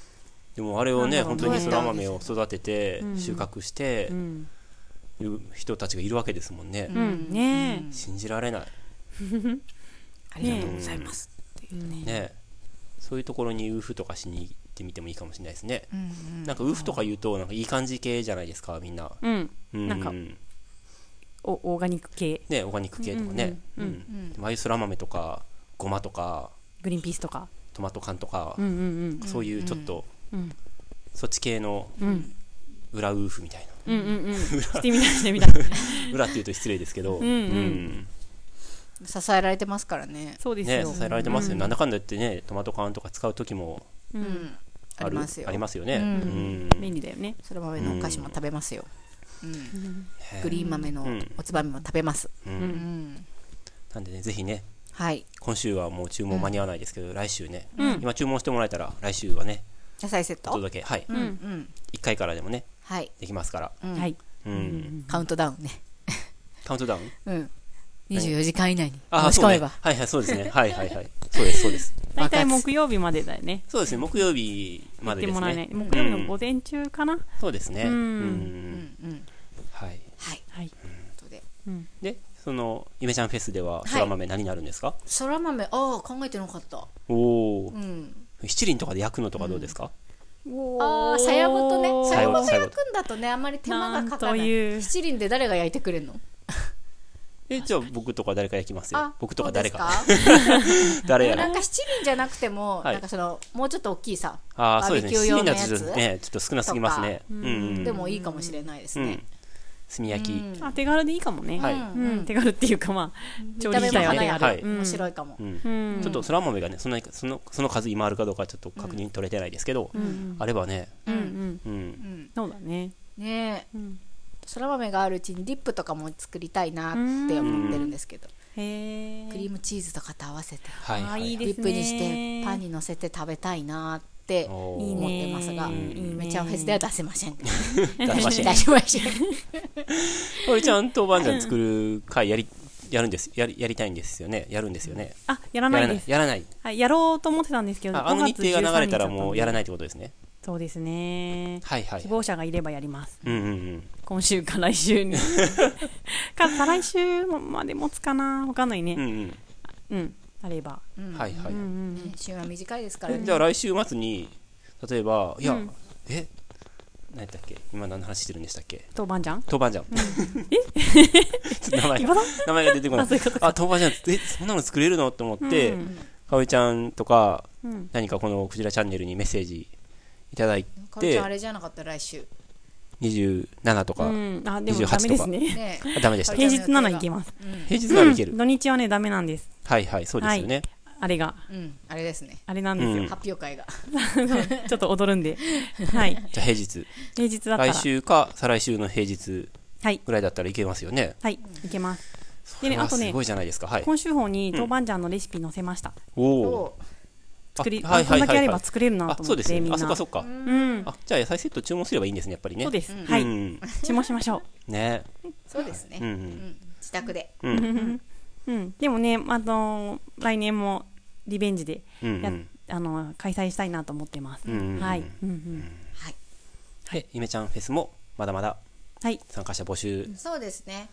Speaker 2: でもあれを
Speaker 1: な
Speaker 2: ね
Speaker 1: んだろう
Speaker 2: 本当にそら豆を育てて
Speaker 1: うん
Speaker 2: 収穫して
Speaker 1: うん
Speaker 2: いう人たちがいるわけですもんね、
Speaker 1: うんね
Speaker 2: 信じられない
Speaker 3: ありがとうございます、
Speaker 2: ねそういうところにウーフとかしに行ってみてもいいかもしれないですね、
Speaker 3: うんうん
Speaker 2: なんかウーフとか言うとなんかいい感じ系じゃないですかみんな、
Speaker 1: えうん
Speaker 2: う
Speaker 1: なんかおオーガニック系
Speaker 2: ねオーガニック系とかね
Speaker 1: うんうんうん
Speaker 2: うんでもああいうそら豆とかごまとか
Speaker 1: グリーンピースとか
Speaker 2: トマト缶とか
Speaker 1: う、んうん
Speaker 2: そういうちょっと、
Speaker 1: うん
Speaker 2: そっち系の
Speaker 1: うんうん
Speaker 2: 裏ウーフみたいな
Speaker 1: うんうんう んしてみたいしてみたい
Speaker 2: 裏っていうと失礼ですけど、
Speaker 1: んうん
Speaker 3: 支えられてますからね
Speaker 1: そうです
Speaker 2: ね
Speaker 1: よ
Speaker 2: 支えられてますよ、なんだかんだ言ってねトマト缶とか使う時も
Speaker 1: う
Speaker 3: うんん
Speaker 2: あ
Speaker 3: あ
Speaker 2: る
Speaker 3: りますよ
Speaker 2: ありますよね、うん
Speaker 1: 便利だよね
Speaker 3: そら豆のお菓子も食べますよ、うんグリーン豆の
Speaker 2: うん
Speaker 3: おつまみも食べます、
Speaker 2: う、
Speaker 3: うんん
Speaker 2: なんでねぜひね
Speaker 3: はい
Speaker 2: 今週はもう注文間に合わないですけど、来週ね、
Speaker 1: うん
Speaker 2: 今注文してもらえたら来週はね
Speaker 3: 野菜セッ
Speaker 2: お
Speaker 3: ト
Speaker 2: 届けはい、
Speaker 3: うんうん
Speaker 2: 1回からでもね
Speaker 3: はい、
Speaker 2: できますから、
Speaker 3: うん
Speaker 1: はい
Speaker 2: うん
Speaker 3: カウントダウンね
Speaker 2: カウントダウン
Speaker 3: うん24時間以内に
Speaker 2: あ
Speaker 3: 申し
Speaker 2: そう
Speaker 3: 込
Speaker 2: ね
Speaker 3: めば、
Speaker 2: はいはいそうで すねはいはいはいそうですそうです
Speaker 1: 大体木曜日までだよね
Speaker 2: そうですね木曜日ま
Speaker 1: やっ
Speaker 2: で
Speaker 1: て
Speaker 2: で
Speaker 1: も
Speaker 2: す
Speaker 1: らえない
Speaker 2: ね
Speaker 1: 木曜日の午前中かな
Speaker 2: そうですね
Speaker 1: うん
Speaker 2: うん
Speaker 3: うんうん
Speaker 2: はい
Speaker 3: はい
Speaker 1: はい
Speaker 3: ということで
Speaker 2: でそのゆめちゃんフェスではそら豆何になるんですか、
Speaker 3: そら豆ああ考えてなかった
Speaker 2: おお、
Speaker 3: うん
Speaker 2: 七輪とかで焼くのとかどうですか、
Speaker 3: ああさやごとねさやごと
Speaker 2: さやご
Speaker 3: 焼くんだとねあんまり手間がかか
Speaker 1: な
Speaker 3: ら
Speaker 1: んと
Speaker 3: な
Speaker 1: いう
Speaker 3: い七輪で誰が焼いてくれるの
Speaker 2: えじゃあ僕とか誰か焼きますよ
Speaker 3: あ
Speaker 2: 僕とか誰か
Speaker 3: そうで す
Speaker 2: 誰や
Speaker 3: な
Speaker 2: ら
Speaker 3: んか七輪じゃなくても、
Speaker 2: はい
Speaker 3: なんかそのもうちょっと大きいさ
Speaker 2: ああ
Speaker 3: バ
Speaker 2: そ
Speaker 3: ー
Speaker 2: う
Speaker 3: ベ
Speaker 2: で
Speaker 3: キ
Speaker 2: す
Speaker 3: ュー
Speaker 2: ね
Speaker 3: 用
Speaker 2: 七輪
Speaker 3: の
Speaker 2: の
Speaker 3: や
Speaker 2: やつね
Speaker 3: つ
Speaker 2: ちょっと少なすぎますねうん、うん、
Speaker 3: でもいいかもしれないです
Speaker 2: う
Speaker 3: ね
Speaker 2: ん、炭焼き、
Speaker 3: うん
Speaker 1: あ手軽でいいかもね
Speaker 2: はい、
Speaker 1: う
Speaker 2: うん
Speaker 1: 手軽っていうかまあ調
Speaker 3: 見
Speaker 1: 理自
Speaker 3: た目も
Speaker 1: 体は
Speaker 3: 花
Speaker 1: ね
Speaker 3: や
Speaker 2: はい
Speaker 3: る、面白いかも、
Speaker 2: ん
Speaker 1: うん
Speaker 2: ちょっとそら豆がねそんなにそのその数今あるかどうかちょっと確認取れてないですけど、あればね、
Speaker 1: うんうん
Speaker 2: うん
Speaker 3: うん、
Speaker 1: そうだね
Speaker 3: ねえ
Speaker 1: うん
Speaker 3: そら豆があるうちにディップとかも作りたいなって思ってるんですけど、
Speaker 1: へ
Speaker 3: クリームチーズとかと合わせて
Speaker 2: はいはい、
Speaker 1: あーいい
Speaker 3: デ
Speaker 1: で
Speaker 3: ィ
Speaker 1: す
Speaker 3: ップにし
Speaker 1: ね
Speaker 3: てパンにのせて食べたいなって
Speaker 2: お
Speaker 1: いい
Speaker 2: ー
Speaker 3: 思ってますが
Speaker 1: いいね
Speaker 3: うんめちゃおフェスでは出せません
Speaker 2: 出しまし
Speaker 3: 出
Speaker 2: た
Speaker 3: しません
Speaker 2: これちゃんとおばあちゃん作る会やりやるんですやりやりたいんですよねやるんですよね
Speaker 1: あやら
Speaker 2: や
Speaker 1: ない
Speaker 2: らな
Speaker 1: で
Speaker 2: い
Speaker 1: す
Speaker 2: やらない
Speaker 1: はいやろうと思ってたんですけど
Speaker 2: ああの日程が流れたらもうやら
Speaker 1: い
Speaker 2: ないってことですね
Speaker 1: そうですね
Speaker 2: はいはい
Speaker 1: 希望者がいればやります
Speaker 2: うんうんうん
Speaker 1: 今週か来週 にか再来週まで持つかなわかんないね
Speaker 2: うん
Speaker 1: うんあれば
Speaker 2: うんはいはい、
Speaker 1: うんうん
Speaker 3: ね旬は短いですから
Speaker 2: え
Speaker 3: ね
Speaker 2: じゃあ来週末に例えばいや、え何やったっけ今何の話してるんでしたっけ
Speaker 1: 豆板醤
Speaker 2: 豆板醤、 えちょっと名前が
Speaker 1: 茨
Speaker 2: 名前が出てこない
Speaker 1: あそういうこと
Speaker 2: あ豆板醤ってえそんなの作れるのって思って、
Speaker 1: うん
Speaker 2: かおりちゃんとか
Speaker 1: うん
Speaker 2: 何かこのクジラチャンネルにメッセージいただい
Speaker 3: かおち
Speaker 2: て
Speaker 3: ゃんあれじゃなかった来週
Speaker 2: 27とか、
Speaker 1: うんあでも
Speaker 2: 28
Speaker 1: ダメですね
Speaker 3: ね
Speaker 2: あダメでした
Speaker 1: 平日ならいけます
Speaker 2: 平日ならいける、
Speaker 1: 土日はねダメなんです
Speaker 2: はいはいそうですよね、
Speaker 1: あれが
Speaker 3: えうんあれですね
Speaker 1: あれなんですよ、
Speaker 3: 発表会が
Speaker 1: ちょっと踊るんではい
Speaker 2: じゃあ平日
Speaker 1: 平日だったら
Speaker 2: 来週か再来週の平日
Speaker 1: はい
Speaker 2: ぐらいだったらいけますよね
Speaker 1: はいいけます
Speaker 2: そ
Speaker 1: でね
Speaker 2: れは
Speaker 1: あとね
Speaker 2: すごいじゃないですかはい
Speaker 1: 今週法に豆板醤のレシピ載せました、
Speaker 2: おお
Speaker 3: と
Speaker 1: 作り、
Speaker 2: あはいはいはいはい
Speaker 1: こんだけあれば作れるな
Speaker 2: あ
Speaker 1: と
Speaker 2: そ
Speaker 1: 思
Speaker 2: う
Speaker 1: って
Speaker 2: ですよ
Speaker 1: み
Speaker 2: ね
Speaker 1: んな
Speaker 2: あそっかそっか
Speaker 1: うん
Speaker 2: あじゃあ野菜セット注文すればいいんですねやっぱりね
Speaker 1: そうですす、はい
Speaker 2: うん、
Speaker 1: 注文しましょ
Speaker 2: ね
Speaker 3: そうですね、
Speaker 2: うんう
Speaker 3: うんん自宅で
Speaker 2: うんうん
Speaker 1: う、うん、でもね、あのー来年もリベンジで
Speaker 2: う
Speaker 1: や、
Speaker 2: ん
Speaker 1: あのー開催したいなと思ってます、
Speaker 2: うん
Speaker 1: はい、うんうん、
Speaker 3: はい
Speaker 2: でゆめちゃんフェスもまだまだ
Speaker 1: はい
Speaker 2: 参加者募集
Speaker 3: そうですね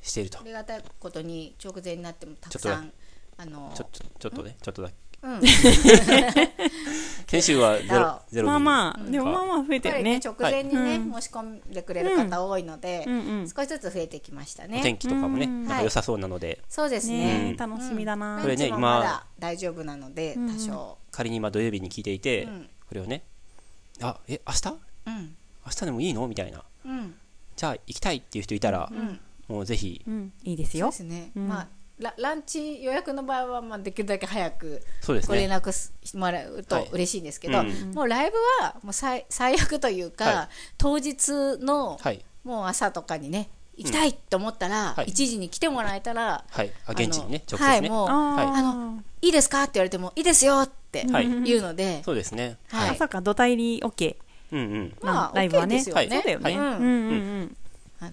Speaker 2: していると
Speaker 3: ありがたいことに直前になってもたくさんあの
Speaker 2: ちょちょちょっとねちょっとだけ
Speaker 3: うん
Speaker 2: 先週はゼロ
Speaker 3: だ
Speaker 2: ゼロ
Speaker 1: まあまあ
Speaker 2: 人
Speaker 1: でもまあまあ増え
Speaker 3: や
Speaker 1: た
Speaker 3: っ
Speaker 1: よ
Speaker 3: ぱりね
Speaker 1: ね
Speaker 3: 直前にね、
Speaker 1: はい
Speaker 3: 申し込んでくれる方多いので、
Speaker 1: うんうん
Speaker 3: 少しずつ増えてきました
Speaker 2: お
Speaker 3: ね。
Speaker 2: 天気とかもね
Speaker 1: うん
Speaker 2: なんか良さそうなので
Speaker 3: そうですね。
Speaker 1: ねえ楽しみだな、
Speaker 2: これね
Speaker 3: ランチも
Speaker 2: 今
Speaker 3: まだ大丈夫なので多少、
Speaker 2: 仮に今土曜日に聞いていて
Speaker 3: ん
Speaker 2: これをねあえ明日
Speaker 3: うん
Speaker 2: 明日でもいいのみたいな
Speaker 3: うん
Speaker 2: じゃあ行きたいっていう人いたら
Speaker 3: うん、
Speaker 2: もうぜひ
Speaker 1: うん、いいです
Speaker 3: そう
Speaker 1: よ
Speaker 3: ですね。
Speaker 1: ん
Speaker 3: まあラランチ予約の場合はまあできるだけ早く
Speaker 2: そうです
Speaker 3: ご連
Speaker 2: ね
Speaker 3: 絡すもらう
Speaker 2: はい
Speaker 3: と嬉しいんですけど、
Speaker 2: うん
Speaker 3: もうライブはもう最最悪というか、
Speaker 2: はい
Speaker 3: 当日の
Speaker 2: はい
Speaker 3: もう朝とかにね行きたいと思ったら、
Speaker 2: はい
Speaker 3: 一時に来てもらえたら、
Speaker 2: はいあ現地にね
Speaker 3: あの
Speaker 2: 直接ね
Speaker 3: はいもう
Speaker 2: はい
Speaker 3: あのいいですかって言われてもいいですよって
Speaker 2: はい
Speaker 3: 言うので、
Speaker 2: そうですね
Speaker 3: はい
Speaker 1: まさか土台入り OK
Speaker 2: うんうん
Speaker 1: な
Speaker 3: まあ
Speaker 1: ライブは
Speaker 3: OK
Speaker 1: ね
Speaker 3: ですよ
Speaker 2: はい
Speaker 3: ね
Speaker 1: そうだよね、う
Speaker 3: はい
Speaker 1: んうんうん
Speaker 3: あの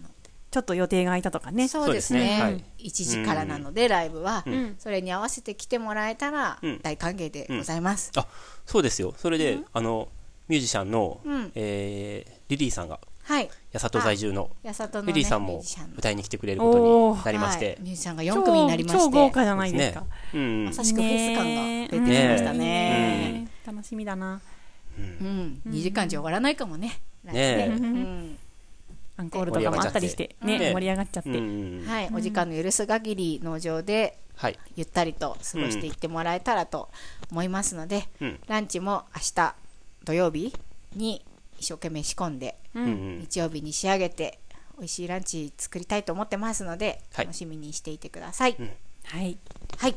Speaker 1: ちょっと予定が空いたとかね
Speaker 3: そうです
Speaker 2: そうですね
Speaker 3: ね
Speaker 2: はい
Speaker 3: 1時からなのでライブは、それに合わせて来てもらえたら
Speaker 2: うん
Speaker 3: 大歓迎でございます、
Speaker 2: あそうですよそれで、あのミュージシャンの、
Speaker 3: うん
Speaker 2: えーリリーさんが
Speaker 3: はい
Speaker 2: 八里在住の
Speaker 3: 八里の、ね、
Speaker 2: リリーさん
Speaker 3: ミュ
Speaker 2: も
Speaker 3: ージシャンの
Speaker 2: 歌いに来てくれることになりまし
Speaker 3: は
Speaker 2: て
Speaker 3: い、ミュージシャンが4組になりまして
Speaker 1: 超超豪華じゃないですか
Speaker 2: ねうんうん
Speaker 3: まさしくフェス感が出てきましたね
Speaker 1: ねえ楽しみだな
Speaker 3: うん、2時間じゃ終わらないかもね来
Speaker 2: ね
Speaker 3: 年
Speaker 1: え
Speaker 3: うん
Speaker 1: アンコールとかもあったりしてね
Speaker 2: ね
Speaker 1: 盛り上がっちゃって、
Speaker 2: うんうんうん
Speaker 3: はい、お時間の許す限り農場で
Speaker 2: はい
Speaker 3: ゆったりと過ごしていってもらえたらと思いますので、
Speaker 2: うん
Speaker 3: ランチも明日土曜日に一生懸命仕込んで、
Speaker 2: うんうん
Speaker 3: 日曜日に仕上げて美味しいランチ作りたいと思ってますので、
Speaker 2: はい
Speaker 3: 楽しみにしていてください。
Speaker 1: はい
Speaker 3: はい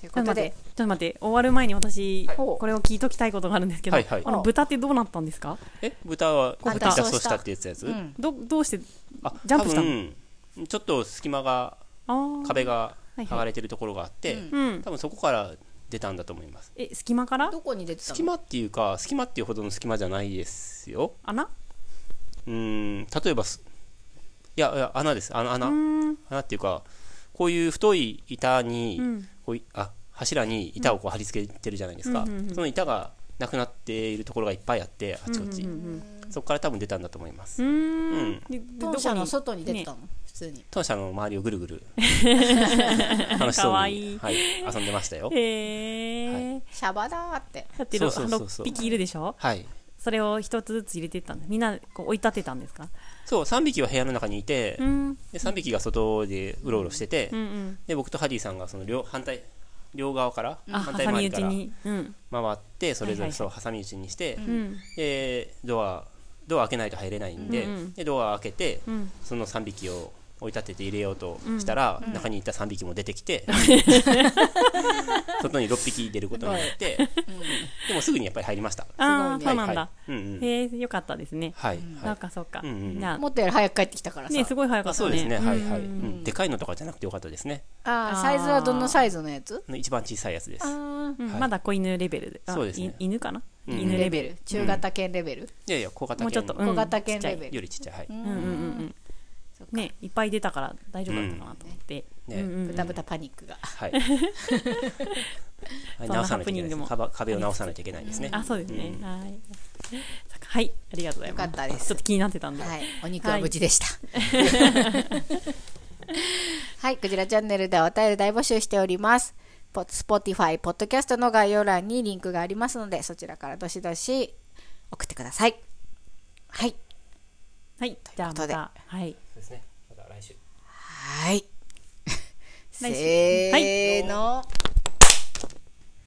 Speaker 3: という
Speaker 1: ちょ
Speaker 3: こ
Speaker 1: っと
Speaker 3: と
Speaker 1: 待って
Speaker 3: で
Speaker 1: ちょっと待って終わる前に私、これを聞いときたいことがあるんですけど、
Speaker 2: はいはい
Speaker 1: あの豚ってどうなったんですか
Speaker 2: え豚は
Speaker 3: 豚
Speaker 2: 豚そうしたってやつやつ、
Speaker 3: うん
Speaker 1: どどうして
Speaker 2: あ
Speaker 1: ジャンプしたの
Speaker 2: 多分ちょっと隙間が
Speaker 1: あー
Speaker 2: 壁が
Speaker 1: いはい
Speaker 2: 剥がれてるところがあって、
Speaker 1: うん
Speaker 2: 多分そこから出たんだと思います
Speaker 1: え隙間から
Speaker 6: どこに出てた
Speaker 2: 隙
Speaker 6: の
Speaker 2: 間っていうか隙間っていうほどの隙間じゃないですよ
Speaker 1: 穴
Speaker 2: うーん例えばすいやいや穴です穴穴穴っていうかこういう太い板に、
Speaker 1: うん
Speaker 2: こういあ柱に板をこう貼り付けてるじゃないですか、
Speaker 1: うんうんうん
Speaker 2: その板がなくなっているところがいっぱいあってあちこち、そこから多分出たんだと思います、
Speaker 1: うー
Speaker 2: うんん
Speaker 1: ででどこ
Speaker 6: 本
Speaker 1: に
Speaker 6: 社の外に出てたの、普通に
Speaker 2: 当社の周りをぐるぐ る楽しそ
Speaker 1: か
Speaker 2: うに
Speaker 1: わいい
Speaker 2: はい、遊んでましたよ
Speaker 1: ねへえ、
Speaker 3: シャバだーって
Speaker 1: だってろ
Speaker 2: そうそうそうそう
Speaker 1: 6匹いるでしょ
Speaker 2: はい
Speaker 1: それを一つずつ入れてったんだみんなこう追い立てたんですか
Speaker 2: そう3匹は部屋の中にいて、
Speaker 1: うん
Speaker 2: で3匹が外でうろうろしてて、
Speaker 1: うんうん
Speaker 2: で僕とハディさんがその両反対両側から
Speaker 1: あ
Speaker 2: 反対
Speaker 1: 挟
Speaker 2: 回
Speaker 1: み
Speaker 2: り
Speaker 1: 撃
Speaker 2: か
Speaker 1: ち
Speaker 2: ら
Speaker 1: にうん
Speaker 2: 回ってそれぞ
Speaker 1: はいはいは
Speaker 2: れ
Speaker 1: い
Speaker 2: そう挟み撃ちにして、
Speaker 1: うん
Speaker 2: でドアドア開けないと入れないんで,、
Speaker 1: うんうん
Speaker 2: でドア開けて、
Speaker 1: うん
Speaker 2: その3匹を追い立てて入れようとしたら、中にいた3匹も出てきて、 外に6匹出ることになって、でもすぐにやっぱり入りました。
Speaker 1: ああ
Speaker 6: す
Speaker 1: そ
Speaker 6: ご
Speaker 1: う
Speaker 6: い
Speaker 1: なんだ
Speaker 2: はいはいうんうん
Speaker 1: へえよかったですね
Speaker 2: はい、
Speaker 1: なん
Speaker 2: はい
Speaker 1: かそうか
Speaker 2: うんうん
Speaker 1: じゃ
Speaker 6: もっとより早く帰ってきたから
Speaker 1: あ
Speaker 6: さ、
Speaker 1: ねすごい早か
Speaker 2: あ
Speaker 1: っ
Speaker 2: そ
Speaker 1: た
Speaker 2: うです
Speaker 1: ね
Speaker 2: ね、はいはい、うんでかいのとかじゃなくてよかったですね。
Speaker 6: あ
Speaker 1: あー
Speaker 6: あサイズはどのサイズのやつ
Speaker 2: 一番小さいやつです。
Speaker 1: うん
Speaker 2: はい
Speaker 1: まだ子犬レベルであ
Speaker 2: そうですね
Speaker 1: い犬かな
Speaker 2: うん
Speaker 1: 犬レ
Speaker 6: レベ
Speaker 1: ベ
Speaker 6: ル中型犬レベル、
Speaker 2: いやいや、小型
Speaker 1: ルもうちょっと
Speaker 2: 犬
Speaker 1: うん
Speaker 6: 小型犬レベル
Speaker 2: よりちっちゃい、はい。
Speaker 1: うんうんうんうんねいっぱい出たから大丈夫だったかなと思って
Speaker 2: ね
Speaker 1: うんうん
Speaker 6: ブタブタパニックが、
Speaker 2: はい。はい
Speaker 1: そんな
Speaker 2: 直さないと
Speaker 1: ハプ
Speaker 2: いけ
Speaker 1: ニ
Speaker 2: ない
Speaker 1: ン
Speaker 2: で
Speaker 1: グも
Speaker 2: すね。壁壁を直さないといけないですね。
Speaker 1: あそうですねはい そっかはいありがとうございます
Speaker 3: よかったです
Speaker 1: ちょっと気になってたんで
Speaker 3: はい、お肉は無事でした。はい、クジラチャンネルではお便り大募集しております。ポスポティファイ、ポッドキャストの概要欄にリンクがありますので、そちらからどしどし送ってください。はい、
Speaker 1: はいじゃあま
Speaker 3: という
Speaker 1: たはい
Speaker 2: そうで すね。また来週。
Speaker 3: はい。
Speaker 1: 来週
Speaker 3: せーの。